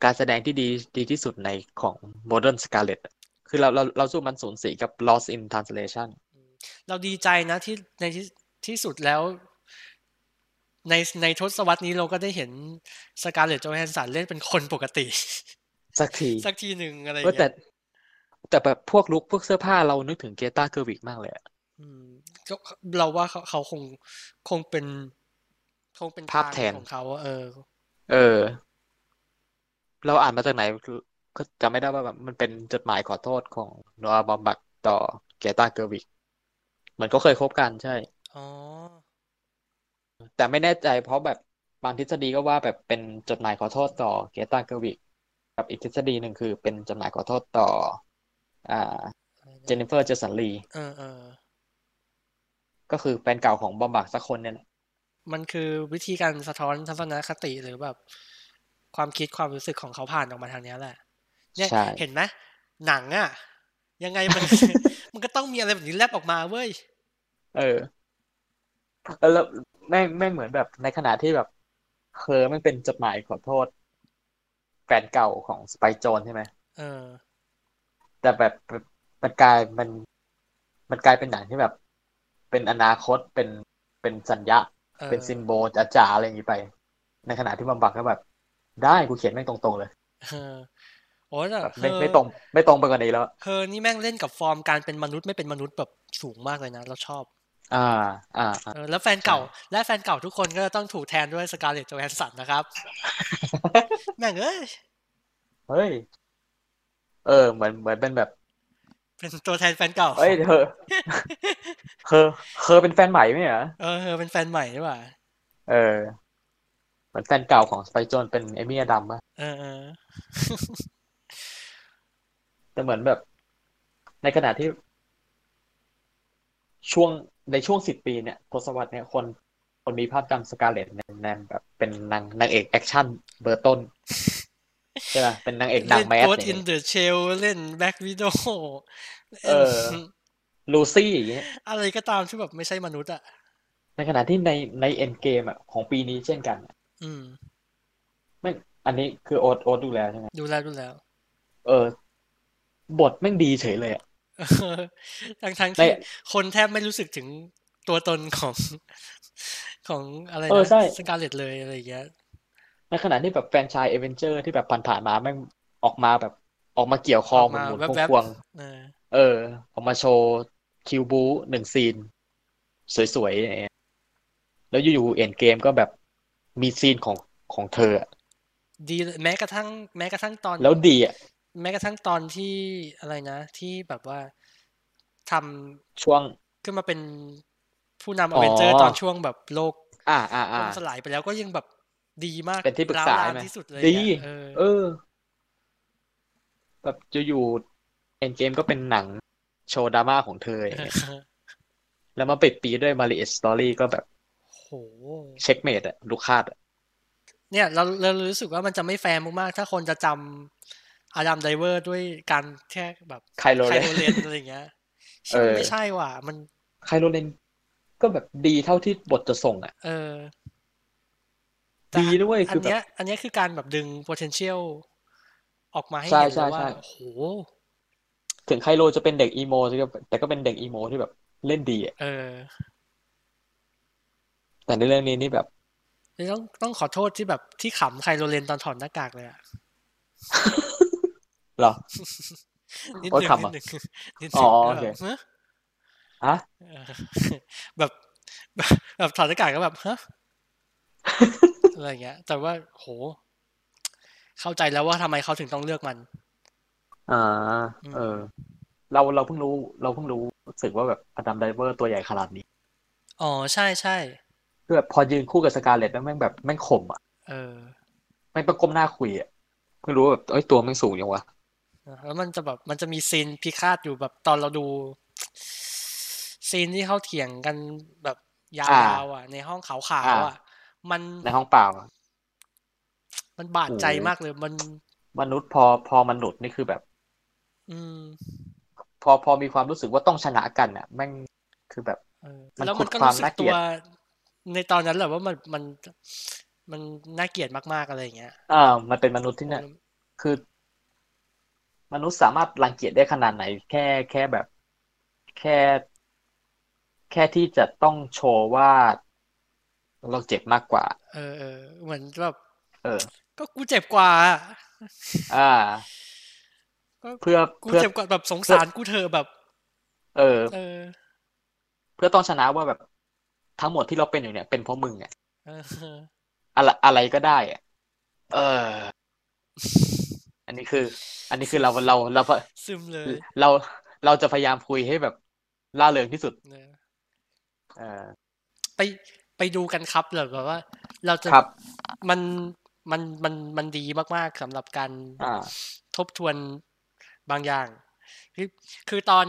การแสดงที่ดีดีที่สุดในของ Modern Scarlet อะคือเราเราเราสู้มันสูญเสียกับ Lost in Translation เราดีใจนะที่ในที่ที่สุดแล้ว ในในทศวรรษนี้เราก็ได้เห็นสการ์เลตจอห์นสันเล่นเป็นคนปกติ สักที สักทีหนึ่งอะไรอ เอย่าง อแต่ เงี้ย แต่แบบพวกลุคพวกเสื้อผ้าเรานึกถึงเกตาเกอร์วิกมากเลยอะ อืมก็เราว่าเขาเขาคงคงเป็น คงเป็น ภาพ ทาง แทน ของเขาเออ เออ เราอ่านมาจากไหนก็จำไม่ได้ว่าแบบมันเป็นจดหมายขอโทษของโนอาห์บอมบักต่อเกตาเกอร์วิกเหมือนก็เคยคบกันใช่ อ๋อ แต่ไม่แน่ใจเพราะแบบ บางทฤษฎีก็ว่าแบบเป็นจดหมายขอโทษต่อเกตาเกอร์วิกกับอีกทฤษฎีหนึ่งคือเป็นจดหมายขอโทษต่อ อ่า อะไร เจ นะ นนิเฟอร์เจสันลี เออเออ ก็คือแฟนเก่าของบอมบักสักคนเนี่ยแหละ มันคือวิธีการสะท้อนทัศนคติหรือแบบ ความคิดความรู้สึกของเขาผ่านออกมาทางเนี้ยแหละ เนี่ย ใช่ เห็นไหมหนังอะยังไง มัน มันก็ต้องมีอะไรแบบนี้แลบออกมาเว้ย เออเออแล้วแม่งแม่งเหมือนแบบในขณะที่แบบเคอแม่งเป็นจดหมายขอโทษ แฟนเก่าของสไปค์โจนใช่ไหม เออ แต่แบบมันกลายมัน มันกลายเป็นหนังที่แบบ เป็นอนาคตเป็นเป็นสัญญา เออ เป็นซิมโบลจ๋าๆอะไรอย่างนี้ไป ในขณะที่บำบักก็แบบ ได้กูเขียนแม่งตรงๆเลย เออโอ้ยแต่ แบบไม่ เธอ ไม่ตรง ไม่ตรงไปกว่านี้แล้ว เธอนี่แม่งเล่นกับฟอร์มการเป็นมนุษย์ไม่เป็นมนุษย์แบบสูงมากเลยนะ เราชอบ อ่า อ่าอ่า เออแล้วแฟนเก่า และแฟนเก่าทุกคนก็จะต้องถูกแทนด้วยสกาเลตโจแฮนสัน นะครับ แม่งเอ้ย เฮ้ย เออ เหมือนเหมือนเป็นแบบ เป็นตัวแทนแฟนเก่า เอ้ยเธอเธอเธอเป็นแฟนใหม่ไหมเหรอ เออเธอเป็นแฟนใหม่ดีกว่า เออ เหมือนแฟนเก่าของสไปโจนเป็นเอมี่อดัมปะ เออเออ แต่เหมือนแบบ ในขณะที่ ช่วงในช่วงสิบปีเนี่ยทศวรรษเนี่ยคน คนมีภาพจำสกาเลตในแนมแบบเป็นนางนางเอกแอคชั่นเบอร์ต้น ใช่ป่ะเป็นนางเอกหนัง เล่น แมส โ h อ อิ ย่าน งเงี้ย เดอะเชลเล่นแบ็กวิด o w เออ ลูซี่อย่างเงี้ย อะไรก็ตามที่แบบไม่ใช่มนุษย์อ่ะ ในขณะที่ในในเอ็นเกมอ่ะของปีนี้เช่นกันอะ อืม ไม่อันนี้คือโอ๊ตโอ๊ตดูแลใช่ไหม ดูแล้วดูแล้ว เออ บทแม่งดีเฉยเลยอ่ะ ทั้งทั้ง ใน ที่คนแทบไม่รู้สึกถึงตัวตนของ ของอะไร เออ นะ ใช่ สกาเลตเลยอะไรอย่างเงี้ย ในขณะที่แบบแฟรนไชายเอเวนเจอร์ที่แบบผ่านๆมาแม่งออกมาแบบออกมาเกี่ยวคอ ออก ห มา มุน แว๊ ๆ บๆ ควงๆ เออ เออออกมาโชว์คิวบูหนึ่งซีน สวยๆอย่างเงี้ยแล้วอยู่ๆเอ็นเกมก็แบบมีซีนของของเธออะ ดีแม้กระทั่งแม้กระทั่งตอน แล้วดีอ่ะ แม้กระทั่งตอนที่อะไรนะ ที่แบบว่าท ช่วง ำขึ้นมาเป็นผู้นำ อ๋ อ อ เวนเจอร์ตอนช่วงแบบโลก อ่าอ่าอ่า ล่มสลายไปแล้วก็ยังแบบดีมาก เป็นที่ปรึกษา ร้วรน ใช่ไหม ที่สุดเลย ดี อะเออ เออ แบบอยู่ๆเอ็นเกมก็เป็นหนังโชว์ดราม่าของเธออย่างเงี้ยแล้วมาปิดปีด้วยมาริเอสตอรี่ก็แบบ โห เช็คเมดอะลูกคาดอะ เนี่ยเราเรารู้สึกว่ามันจะไม่แฟร์มากๆ ถ้าคนจะจำอาดัมไดเวอร์ด้วยการแค่แบบ ไคโล ไค เล โร น เลนอะไรอย่างเงี้ย เอ ใช่ย อ ไม่ใช่ว่ะ มัน ไคโลเลนก็แบบดีเท่าที่บทจะส่งอะ เออ ดีด้วย อั คื น อแบบ เนี้ย อันเนี้ยคือการแบบดึง potential ออกมาให้ ใช่ เห็น ใช่ เลยว่า ใช่ โห ถึงไคโลจะเป็นเด็กอีโมแต่ก็แต่ก็เป็นเด็กอีโมที่แบบเล่นดีอะ เออ แต่ในเรื่องนี้นี่แบบ เลยต้องต้องขอโทษที่แบบที่ขำไคโรเลนตอนถอดหน้ากากเลยอะ เหรอ นิด โอ๊ย นึง ขำ นิ เหดนึรอง นิด อ๋ นึ อง โอ แล้ว เค แบบฮะ อะ เออ แบบ แบบแบบถอดหน้ากากก็แบบ ฮะ อะไรอย่างเงี้ย แต่ว่าโห เข้าใจแล้วว่าทำไมเขาถึงต้องเลือกมัน อ่า เออ เราเราเพิ่งรู้ เราเพิ่งรู้รู้สึกว่าแบบอดัมไดเวอร์ตัวใหญ่ขนาดนี้ อ๋อใช่ใช่ คือแบบพอยืนคู่กับสกาเลตแล้วแม่งแบบแม่งข่มอ่ะ เออ แม่งต้องก้มหน้าคุยอ่ะเพิ่งรู้ว่าแบบเอ้ยตัวแม่งสูงยังวะ แล้วมันจะแบบมันจะมีซีนพิฆาตอยู่แบบตอนเราดู ซีนที่เขาเถียงกันแบบยาวๆอ่ะ ในห้องขาวๆอ่ะ มัน ในห้องเปล่าอะ มันบาดใจมากเลย มัน มนุษย์พอพอมนุษย์นี่คือแบบ อืม พอพอมีความรู้สึกว่าต้องชนะกันอ่ะ แม่งคือแบบ เออ มัน แล้ว ขุ มั ด นก็ ความ รู้สึก น่าเกลี ตั ยว ด ในตอนนั้นแหละว่ามันมันมันน่าเกลียดมากๆอะไรอย่างเงี้ย อ่ามันเป็นมนุษย์ที่ โอ้ เนี่ย แล้ว คือ มนุษย์สามารถรังเกียจได้ขนาดไหน แค่แค่แบบ แค่ แค่ที่จะต้องโชว์ว่าเราเจ็บมากกว่า เออเออเหมือนแบบ เออ ก็กูเจ็บกว่าอะ อ่า ก็ เพื่อ กู เพื่อ เจ็บกว่าแบบสงสารกูเธอะแบบ เออ เออ เพื่อต้องชนะว่าแบบทั้งหมดที่เราเป็นอยู่เนี่ย เป็นเพราะมึงอ่ะ เอ อ อะไรอะไรก็ได้อ่ะเออ อันนี้คือ อันนี้คือเราเราเรา ซึมเลย เราเราเราจะพยายามคุยให้แบบล่าเริงที่สุด เออ เออ ไปไปดูกันครับแบบว่า เราจะ ครับ มันมันมันมันดีมากๆสำหรับการ อ่า ทบทวนบางอย่าง คือคือตอน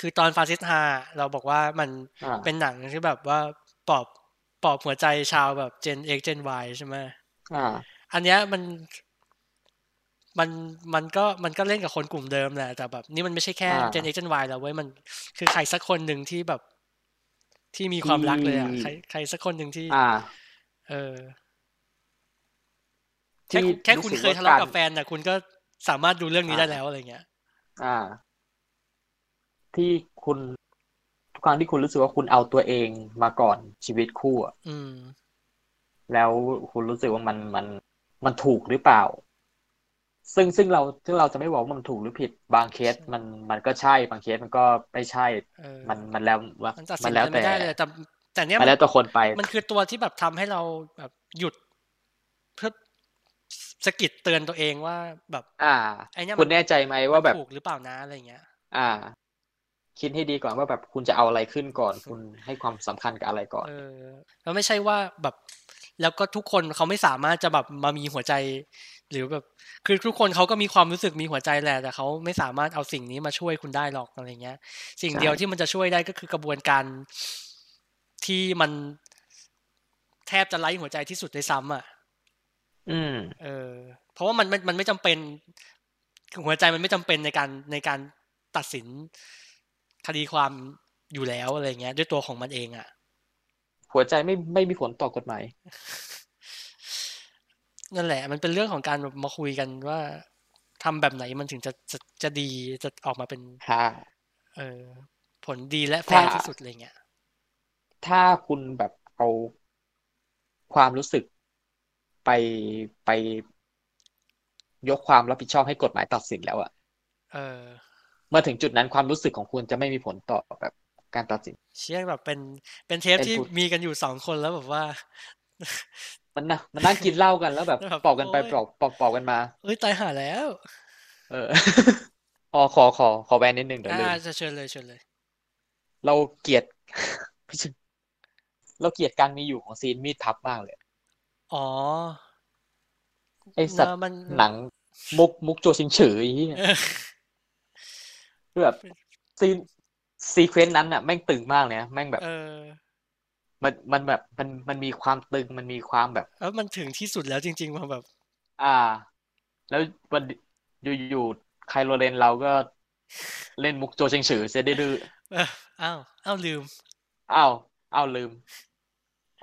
คือตอนฟาซิสฮาเราบอกว่ามัน อ่า เป็นหนังที่แบบว่าปอบปอบหัวใจชาวแบบเจนเอ็กเจนวใช่ไหม อ่า อันเนี้ยมันมันมันก็มันก็เล่นกับคนกลุ่มเดิมแหละแต่แบบ นี่มันไม่ใช่แค่ อ่า เจนเอ็กเจนวแล้วเว้ยมันคือใครสักคนหนึ่งที่แบบ ที่มีความรักเลยอ่ะ ที่ ใครใครสักคนหนึ่งที่ อ่า เออ แค่ ที่ คุณแค่ รู้ คุณ สึก เคย ว่า ทะเลาะ ร กับแฟนนะคุณก็สามารถดูเรื่องนี้ได้ อ่า แล้วอะไรเงี้ย อ่า ที่คุณทุกครั้งที่คุณรู้สึกว่าคุณเอาตัวเองมาก่อนชีวิตคู่อะ อืม แล้วคุณรู้สึกว่ามันมันมันถูกหรือเปล่า ซึ่งซึ่งเราซึ่งเราจะไม่บอกว่ามันถูกหรือผิด บางเคสมันมันก็ใช่ บางเคสมันก็ไม่ใช่ เออ มันมันแล้ว มันตัด มั สิน แล้ว กัน แต่ ไม่ได้เลยแต่แต่เนี้ย มันแล้วแต่คนไป มันคือตัวที่แบบทำให้เราแบบหยุด เพื่อสะกิดเตือนตัวเองว่าแบบ อ่า ไอ้เนี้ย คุณ มัน แน่ใจไหม มัน ว่าแบบ ถูกหรือเปล่านะอะไรเงี้ย อ่า คิดให้ดีก่อนว่าแบบคุณจะเอาอะไรขึ้นก่อน คุณให้ความสำคัญกับอะไรก่อน เออแล้วไม่ใช่ว่าแบบ แล้วก็ทุกคนเขาไม่สามารถจะแบบมามีหัวใจ หรือแบบ คือทุกคนเขาก็มีความรู้สึกมีหัวใจแหละแต่เขาไม่สามารถเอาสิ่งนี้มาช่วยคุณได้หรอกอะไรเงี้ย สิ่ง ใช่ เดียวที่มันจะช่วยได้ก็คือกระบวนการที่มันแทบจะไร้หัวใจที่สุดเลยซ้ำอ่ะ อืม เออเพราะว่ามันมันมันไม่จำเป็นคือหัวใจมันไม่จำเป็นในการในการตัดสินคดีความอยู่แล้วอะไรเงี้ย ด้วยตัวของมันเองอ่ะ หัวใจไม่ไม่มีผลต่อกฎหมาย นั่นแหละ มันเป็นเรื่องของการแบบมาคุยกันว่าทำแบบไหนมันถึงจะจะจะดีจะออกมาเป็น ค่ะ เออผลดีและแฟ ถ้า ร์ที่สุดอะไรเงี้ย ถ้าคุณแบบเอาความรู้สึกไปไปยกความรับผิดชอบให้กฎหมายตัดสินแล้วอะ เออ เมื่อถึงจุดนั้นความรู้สึกของคุณจะไม่มีผลต่อแบบการตัดสิน เชี่ยแบบเป็นเป็นเทป เป็น ที่ พูด มีกันอยู่สองคนแล้วแบบว่า มันนะมันนั่งกินเหล้ากันแล้วแบบ แบบ ปอกกันไป โอ๊ย ปอกปอกปอกกันมา เอ้ยตายหาแล้ว เอ อ อ๋อขอขอขอแวนนิดนึงเดี๋ยวลืม อ่าจะเชิญเลยเชิญเลย เราเกลียด เราเกลียดการมีอยู่ของซีนมีดพับมากเลย อ๋อ ไอสัต เน ว์ อะมัน หนังมุกมุกโจวชิงฉืออย่างเงี้ย เออ คือแบบซีนซีเควนต์นั้นอ่ะแม่งตึงมากเลยนะแม่งแบบ เออ มันมันแบบมันมันมีความตึงมันมีความแบบ แล้วมันถึงที่สุดแล้วจริงๆมันแบบ อ่า แล้ววันอยู่อยู่ไคโลเรนเราก็เล่นมุกโจวชิงฉือเสียดื้อ เอออ้าวอ้าวลืม ๆอ้าวอ้าวลืม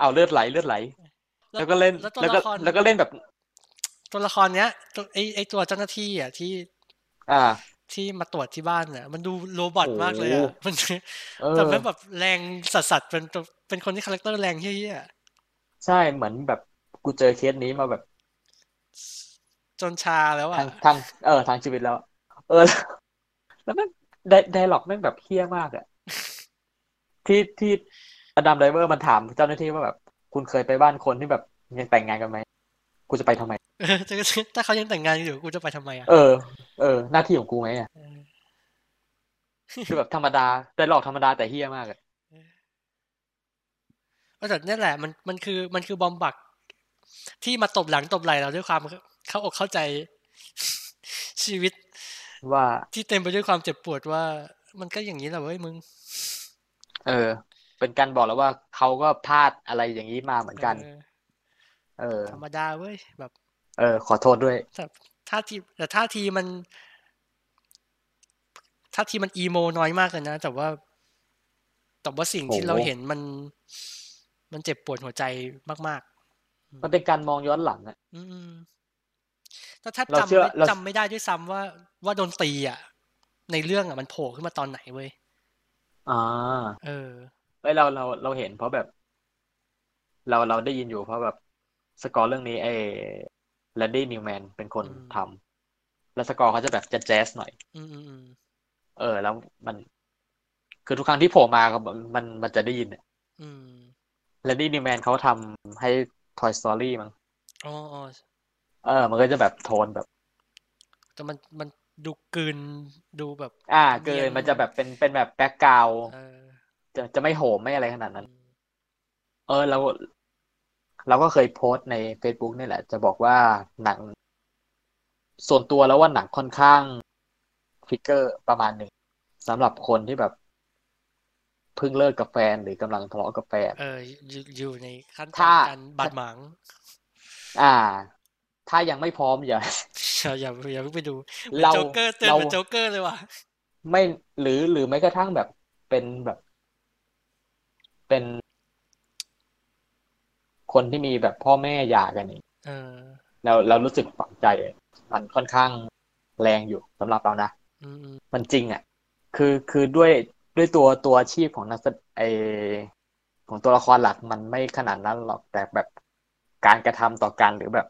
อ้าวเลือดไหลเลือดไหล แล้วก็เล่น แล้วตัว แล้วก็ ละคร แล้วก็เล่นแบบ ตัวละครเนี้ยตัวไอไอตัวเจ้าหน้าที่อ่ะที่ อ่า ที่มาตรวจที่บ้านเนี่ยมันดูโรบอทมากเลย โอ้ อะ โห มัน เอ แต่ อ แม่งแบบแรงสัสสัสๆเป็นเป็นคนที่คาแรคเตอร์แรงเฮี้ย ใช่เหมือนแบบกูเจอเคสนี้มาแบบ ๆจนชาแล้วอะ ทางทางเออทางชีวิตแล้ว เอ อ แล้วแม่งได้ไดล็อกแม่งแบบเฮี้ยม ากอะที่ที่อดัมไดเวอร์มันถามเจ้าหน้าที่ว่าแบบ คุณเคยไปบ้านคนที่แบบยังแต่งงานกันไหมกูจะไปทำไม เอ อถ้าถ้าเขายังแต่งงานอยู่กูจะไปทำไมอะ เออ เออ หน้าที่ของกูไหม อะ เออ คือแบบธรรมดาไดล็อกธรรมดาแต่เฮี้ยมากอะ ก็แต่เนี่ยแหละมันมันคือมันคือบอมบัก ที่มาตบหลังตบไหลเราด้วยความเข้าอกเข้าใจ ชีวิต ว่า ที่เต็มไปด้วยความเจ็บปวดว่า มันก็อย่างนี้แหละเว้ยมึง เออ เป็นการบอกแล้วว่าเขาก็พลาดอะไรอย่างนี้มาเหมือนกัน เออ เออ ธรรมดาเว้ยแบบ เออ ขอโทษด้วย แต่ท่าทีแต่ท่าทีมันท่าทีมันอีโมน้อยมากเลยนะ แต่ว่าแต่ว่าสิ่งที่ โอ้โห เราเห็นมันมันเจ็บปวดหัวใจมาก มันเป็นการมองย้อนหลังอะ ๆ อืมๆถ้าแทบ เรา จำ เชื่อ ไม่ เรา จำไม่ได้ด้วยซ้ำว่า ว่าโดนตีอ่ะ ในเรื่องอ่ะมันโผล่ขึ้นมาตอนไหนเว้ย อ่า เออ เอ้ยเราเราเราเห็นเพราะแบบ เราเราได้ยินอยู่เพราะแบบสกอร์เรื่องนี้ไอ้แลนดี้นิวแมนเป็นคน อืม ทำแล้วสกอร์เขาจะแบบจะแจ๊สหน่อย อืมอืม เออ แล้วมัน คือทุกครั้งที่โผล่มาก็มันมันจะได้ยิน ๆอืม แลนดี้นิวแมนเขาทำให้ Toy Story มั้ง อ๋ออ๋อ เออ มันก็จะแบบโทนแบบ แต่มันมันดูกลืนดูแบบ อ่า เนียน เกินมันจะแบบเป็นเป็นแบบแบ็กกราว เออ จะจะไม่โหมไม่อะไรขนาดนั้น อืม เออ เรา เราก็เคยโพสต์ใน Facebook นี่แหละ จะบอกว่าหนัง ส่วนตัวแล้วว่าหนังค่อนข้างฟิกเกอร์ประมาณหนึ่งสำหรับคนที่แบบเพิ่งเลิกกับแฟนหรือกำลังทะเลาะกับแฟน เอออยู่อยู่ในขั้นตอน ถ้า การบาดหมาง อ่า ถ้ายังไม่พร้อม อย่า อย่าอย่าอย่าเพิ่งไปดูหมือน เรา โจ๊กเกอร์เตือน เรา เหมือนโจ๊กเกอร์เลยว่ะ ไม่หรือหรือไม่กระทั่งแบบเป็นแบบ เป็น คนที่มีแบบพ่อแม่หย่ากันนี่ เออ แล้วเรารู้สึกฝังใจอะมันค่อนข้างแรงอยู่สำหรับเรานะ อืมอืม มันจริงอ่ะ คือคือด้วยด้วยตัวตัวอาชีพของนักแสไอของตัวละครหลักมันไม่ขนาดนั้นหรอกแต่แบบการกระทำต่อกันหรือแบบ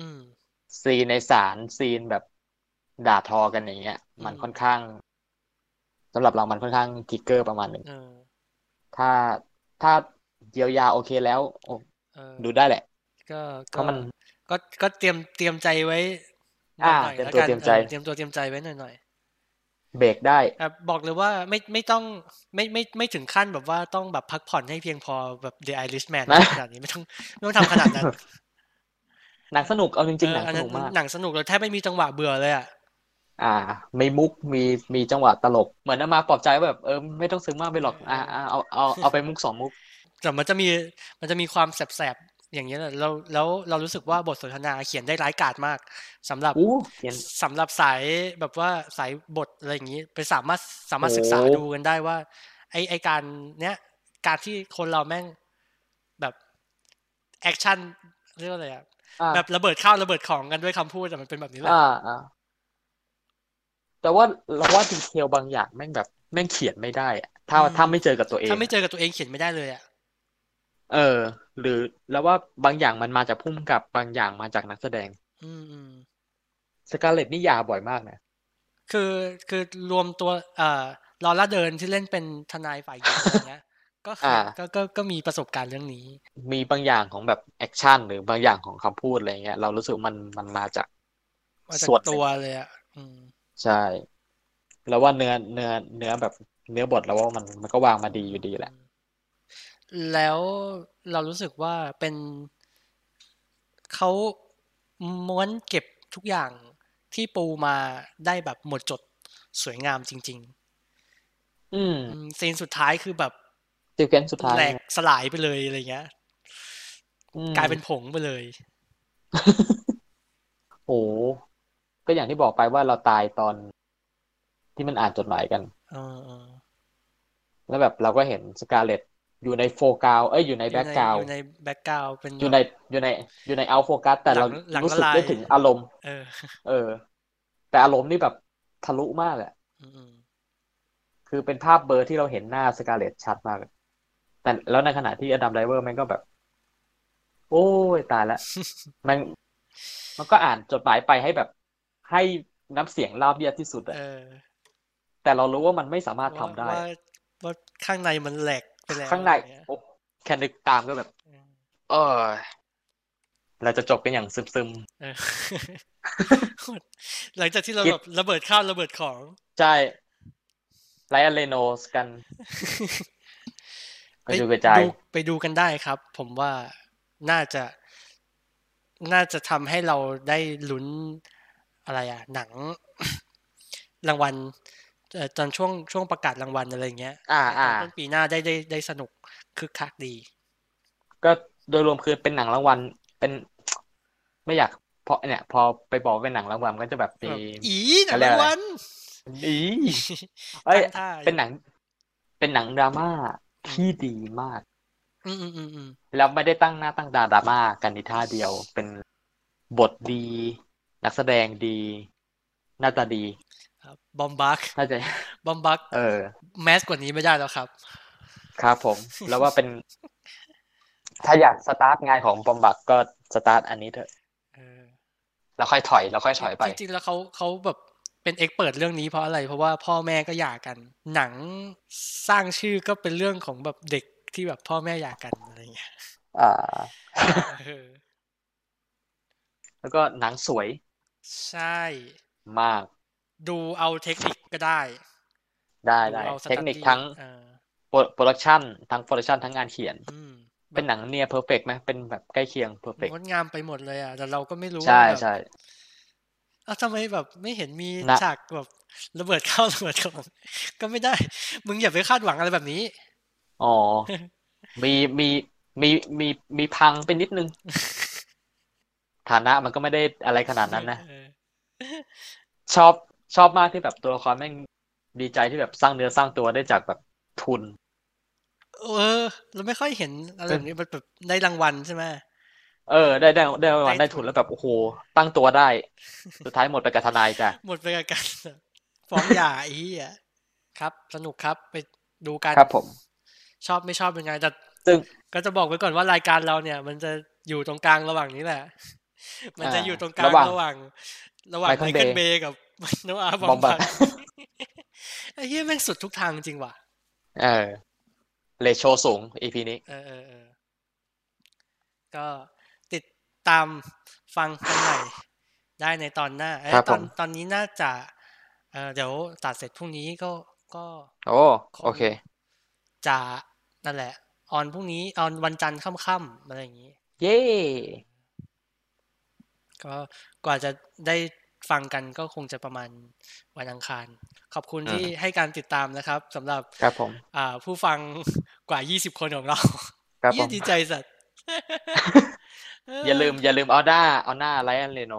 อืม ซีนในศาลซีนแบบด่าทอกันอย่างเงี้ย มัน อืม ค่อนข้างสำหรับเรามันค่อนข้างทริกเกอร์ประมาณหนึ่ง เออ ถ้าถ้าเยียวยาโอเคแล้วโอ้ เออ ดูได้แหละ ก็ เพ ก็ ราะมัน ก็ก็เตรียมเตรียมใจไว้ห อ่า น่อยๆ เตแล้วรียมตัว กัน เตรียม เอ ใจ อเตรียมตัวเตรียมใจไว้หน่อยหน่อย เบรกได้ อ่ะบอกเลยว่าไม่ไม่ต้องไม่ไม่ไม่ถึงขั้นแบบว่าต้องแบบพักผ่อนให้เพียงพอแบบ The Irishman นะ ขนาดนี้ไม่ต้องไม่ต้องทำขนาดนั้น หนังสนุก เอาจริง ๆ หนัง เอออั สนุกมาก หนังสนุกเลยแทบไม่มีจังหวะเบื่อเลยอ่ะ อ่ามีมุกมีมีจังหวะตลก เหมือนเอามาปลอบใจว่าแบบเออไม่ต้องซึ้งมากไปหรอกอ่าอ่าเอาเอาเอาไปมุกสองมุก แต่มันจะมีมันจะมีความแสบๆอย่างเงี้ยแหละแล้วแล้วเรารู้สึกว่าบทสนทนาเขียนได้ร้ายกาจมากสำหรับ อู้เขียน สำหรับสายแบบว่าสายบทอะไรอย่างงี้ไปสามารถสามารถศึกษา โอ้ ดูกันได้ว่า ไอไอการเนี้ยการที่คนเราแม่งแบบแอคชั่นเรียกว่าอะไรอ่ะ อ่า แบบระเบิดข้าวระเบิดของกันด้วยคำพูดแต่มันเป็นแบบนี้แหละ อ่าอ่าแต่ว่าเราว่าดีเทลบางอย่างแม่งแบบแม่งเขียนไม่ได้อะถ้าถ้าไม่เจอกับตัวเอ ถ้าง ไม่เจอกับตัวเองเขียนไม่ได้เลยอ่ะ เออ หรือแล้วว่าบางอย่างมันมาจากผู้กำกับบางอย่างมาจากนักแสดง อืมอืม สกาเลตนี่ยาบ่อยมากนะ คือคือรวมตัวเอ่อลอร่าเดินที่เล่นเป็นทนายฝ่ายหญิงอย่างเงี้ยก็เคยก็ก็ก็มีประสบการณ์เรื่องนี้ มีบางอย่างของแบบแอคชั่นหรือบางอย่างของคำพูดอะไรเงี้ยเรารู้สึกมันมันมาจาก มาจาก ส่วนหนึ่ง ตัวเลยอ่ะอืม ใช่ แล้วว่าเนื้อเนื้อเนื้อแบบเนื้อบทแล้วว่ามันมันก็วางมาดีอยู่ดีแหละ แล้วเรารู้สึกว่าเป็นเขาม้วนเก็บทุกอย่างที่ปูมาได้แบบหมดจดสวยงามจริง อืม ๆอืมซีนสุดท้ายคือแบบ ซีเควนซ์สุดท้าย แหลกสลายไปเลยอะไรเงี้ย อืม กลายเป็นผงไปเลย โอ้โหก็อย่างที่บอกไปว่าเราตายตอนที่มันอ่านจดหมายกัน เออเออ แล้วแบบเราก็เห็นสกาเลตอยู่ในโฟกาวเอ้ยอยู่ใน อยู่ แบ็กกราว อยู่ในแบ็กกราวเป็น อยู่ใน แบบ อยู่ในอยู่ในเอาโฟกัสแต่เรา หลังหลัง รู้สึก ละลาย ได้ถึงอารมณ์ เออ เออ แต่อารมณ์นี่แบบทะลุมากอะ อืมอืม คือเป็นภาพเบลอที่เราเห็นหน้าสกาเลตชัดมากอะแต่แล้วในขณะที่อดัมไดเวอร์มันก็แบบ โอ้ยตาย ละ มันมันก็อ่านจดหมายไปให้แบบให้น้ำเสียงราบเรียบที่สุดอะ เออ แต่เรารู้ว่ามันไม่สามารถทำได้ ว่าว่าข้างในมันแหลกไปแล้ว ข้างใน อะไรเงี้ย โอ้แค่นึกตามก็แบบ เออ เออเราจะจบกันอย่างซึมซึม เอ อหลังจากที่เรา คิด แบบระเบิดข้าวระเบิดของ ๆใช่ไลออนเรโนสกันก ไประ จุยกระจาย ดูไปดูกันได้ครับ ผมว่าน่าจะ น่าจะทำให้เราได้ลุ้นอะไรอะหนัง รางวัลเอ่อตอนช่วงช่วงประกาศรางวัลอะไรอย่างเงี้ย อ่า ต อ่า อนต้นปีหน้าได้ได้ได้สนุกคึกคักดี ก็โดยรวมคือเป็นหนังรางวัล เป็น ไม่อยากเพราะเนี่ย พอไปบอกว่าเป็นหนังรางวัลมันก็จะแบบมี แบบอีหนั เขา ง เรียก รางอะไร วัล อีเอ้ย ตั้ง ท่าอยู่ เป็นหนัง เป็นหนังดราม่าที่ดีมาก อืมอืมอืมอืม แล้วไม่ได้ตั้งหน้าตั้งตาดราม่ากันในท่าเดียว เป็นบทดี นักแสดงดี หน้าตาดี ครับบอมบัก น่าจะ บอมบัก เออ แมสกว่านี้ไม่ได้แล้วครับ ครับผม แล้วว่าเป็น ถ้าอยากสตาร์ทงานของปอมบักก็สตาร์ทอันนี้เถอะ เออ แล้วค่อยถอย แล้วค่อยถอยไป จริงๆ แล้วเขาเขาแบบเป็นเอ็กเปิดเรื่องนี้เพราะอะไร เพราะว่าพ่อแม่ก็หย่ากัน หนังสร้างชื่อก็เป็นเรื่องของแบบเด็กที่แบบพ่อแม่หย่ากันอะไรเงี้ย อ่า เออ แล้วก็หนังสวย ใช่ มาก ดูเอาเทคนิคก็ได้ ได้ ดู ได้ เอาส เทค ตั๊ นิค ดี้ ทั้ง เออ โปรโปรดักชันทั้งโปรดักชันทั้งงานเขียน อืม เป็นหนังเนียเพอร์เฟกไหมเป็นแบบใกล้เคียงเพอร์เฟก งดงามไปหมดเลยอ่ะแต่เราก็ไม่รู้ ใช่ ว่าแบบ ใช่ เอ้าทำไมแบบไม่เห็นมี นะ ฉากแบบระเบิดเข้าระเบิดของ ก็ไม่ได้ มึงอย่าไปคาดหวังอะไรแบบนี้ อ๋อ มีมีมีมีมีพังไปนิด นึง ฐานะมันก็ไม่ได้อะไรขนาดนั้นนะ เออ ชอบชอบมากที่แบบตัวละครแม่งดีใจที่แบบสร้างเนื้อสร้างตัวได้จากแบบทุน เออ เราไม่ค่อยเห็นอะไรแบบนี้มันแบบได้รางวัลใช่ไหม เออ ได้ได้ได้รางวัล ได้ ได้ ทุ ทุ น นแล้วแบบโอ้โหตั้งตัว ได้ สุดท้ายหมดไปกับทนายจ้ะ หมดไปกับการ ฟ้องหย่าไอ้เหี้ยครับ สนุกครับไปดูกัน ครับผม ชอบไม่ชอบเป็นไงแต่ ซึ่ง ก็จะบอกไว้ก่อนว่ารายการเราเนี่ย มันจะอยู่ตรงกลางระหว่างนี้แหละ มันจะ อ่า อยู่ตรงกลาง ระหว่าง ระหว่าง ระหว่างไม Michael เคิล Bay เบย์กับ โนอาห์บอ บอม ม บั บั ด ด ไอ้เหี้ยแม่งสุดทุกทางจริงว่ะ เออเลโชสูง EP นี้ เออเออเออก็ติดตามฟังกันใหม่ได้ในตอนหน้าเอ้ย ครับ ต ผ อน ม ตอนนี้น่าจะเออเดี๋ยวตัดเสร็จพรุ่งนี้ก็ก็ โอ้โอเค จะนั่นแหละ ออนพรุ่งนี้ออนวันจันทร์ค่ำๆอะไรอย่างนี้ เย้ ก็กว่าจะได้ฟังกันก็คงจะประมาณวันอังคาร ขอบคุณที่ให้การติดตามนะครับสำหรับ ครับผม อ่าผู้ฟัง กว่า 20 คนของเรา ครับ เหี้ ผ ย ม ดีใจสัตว์เ อย่าลืม อย่าลืมเอาหน้าเอาหน้าไลออนเรโน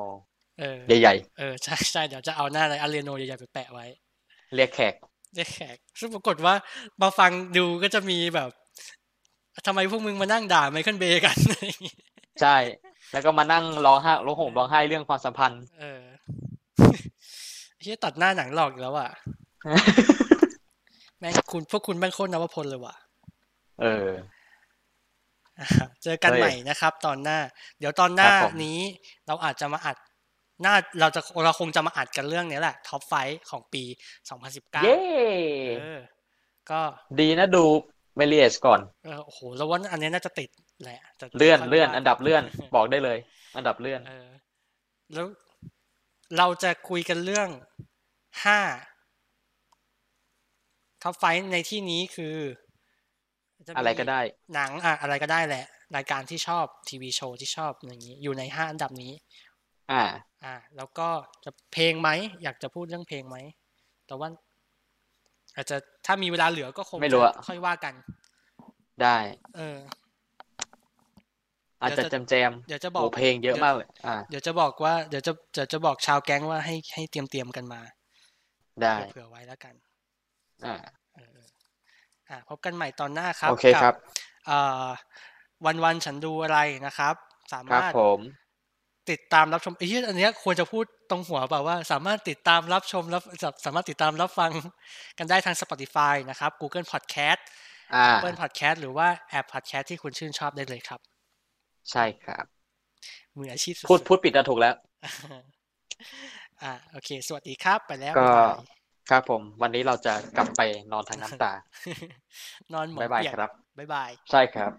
เออ ใหญ่ เออใช่ใช่เดี๋ยวจะเอาหน้าอะไรอาเรโนใหญ่ๆไปแปะไว้ ๆ เรียกแขก ได้แขกซึ่งปรากฏว่ามาฟังดูก็จะมีแบบทำไมพวกมึงมานั่งด่าไมเคิลเบย์กัน ใช่ แล้วก็มานั่งร้องไห้ร้องห่มร้องไห้เรื่องความสัมพันธ์ เอ อ เฮียตัดหน้าหนังหลอกอีกแล้ว อ่ะ แม่งคุณพวกคุณแม่งโคตรนวพลเลยว่ะ เออ อ่ะเจอกัน เฮ้ย ใหม่นะครับ ตอนหน้า เดี๋ยวตอนหน้า ครับผม นี้เราอาจจะมาอัดหน้าเราจะเราคงจะมาอัดกันเรื่องนี้แหละท็อปไฟของปี 2019 เย้ เออ ก็ ดีนะดูเมลีเอสก่อน เออโอ้โหแล้วว่าอันนี้น่าจะติดแหละแต่ เลื่อน ค่ย เลื่อน ว่า อันดับเลื่อน บอกได้เลย อันดับเลื่อน เออ แล้วเราจะคุยกันเรื่องห้าท็อปไฟในที่นี้คือจ อะไร มี ก็ได้ หนังอะอะไรก็ได้แหละ รายการที่ชอบทีวีโชว์ที่ชอบอย่างนี้ อยู่ในห้าอันดับนี้ อ่า อ่า แล้วก็จะเพลงไหมอยากจะพูดเรื่องเพลงไหมแต่ว่า อาจจะถ้ามีเวลาเหลือก็คง ไม่รู้อะ จะค่อยว่ากัน ได้ เออ อาจจะแจมแจม เดี๋ยวจะ ๆ บอก โอ้เพลงเยอะมากเลย อ่า เดี๋ยวจะบอกว่าเดี๋ยวจะเดี๋ยวจะบอกชาวแก๊งว่าให้ให้เตรียมเตรียมๆกันมา ได้ เผื่อไว้แล้วกัน อ่า เอออ่าพบกันใหม่ตอนหน้าครับ โอเค กับ ครับ เอ่อวันวันๆฉันดูอะไรนะครับ สา ครั มารบถ ผม ติดตามรับชมไอ้เหี้ยอันเนี้ยควรจะพูดตรงหัวเปล่าว่า สามารถติดตามรับชมรับสาสามารถติดตามรับฟังกันได้ทาง Spotify นะครับ Google Podcast อ่า Apple Podcast หรือว่าแอป Podcast ที่คุณชื่นชอบได้เลยครับ ใช่ครับ มืออาชีพสุ พูด ด พูดปิดอะถูกแล้ว ๆอ่าโอเค สวัสดีครับไปแล้ว ก็ บ๊ายบ าย ครับผม วันนี้เราจะกลับไปนอนทางน้ำตา นอนหมอน บ๊ายบาย เปียก ครับ บ๊ายบาย ใช่ครับ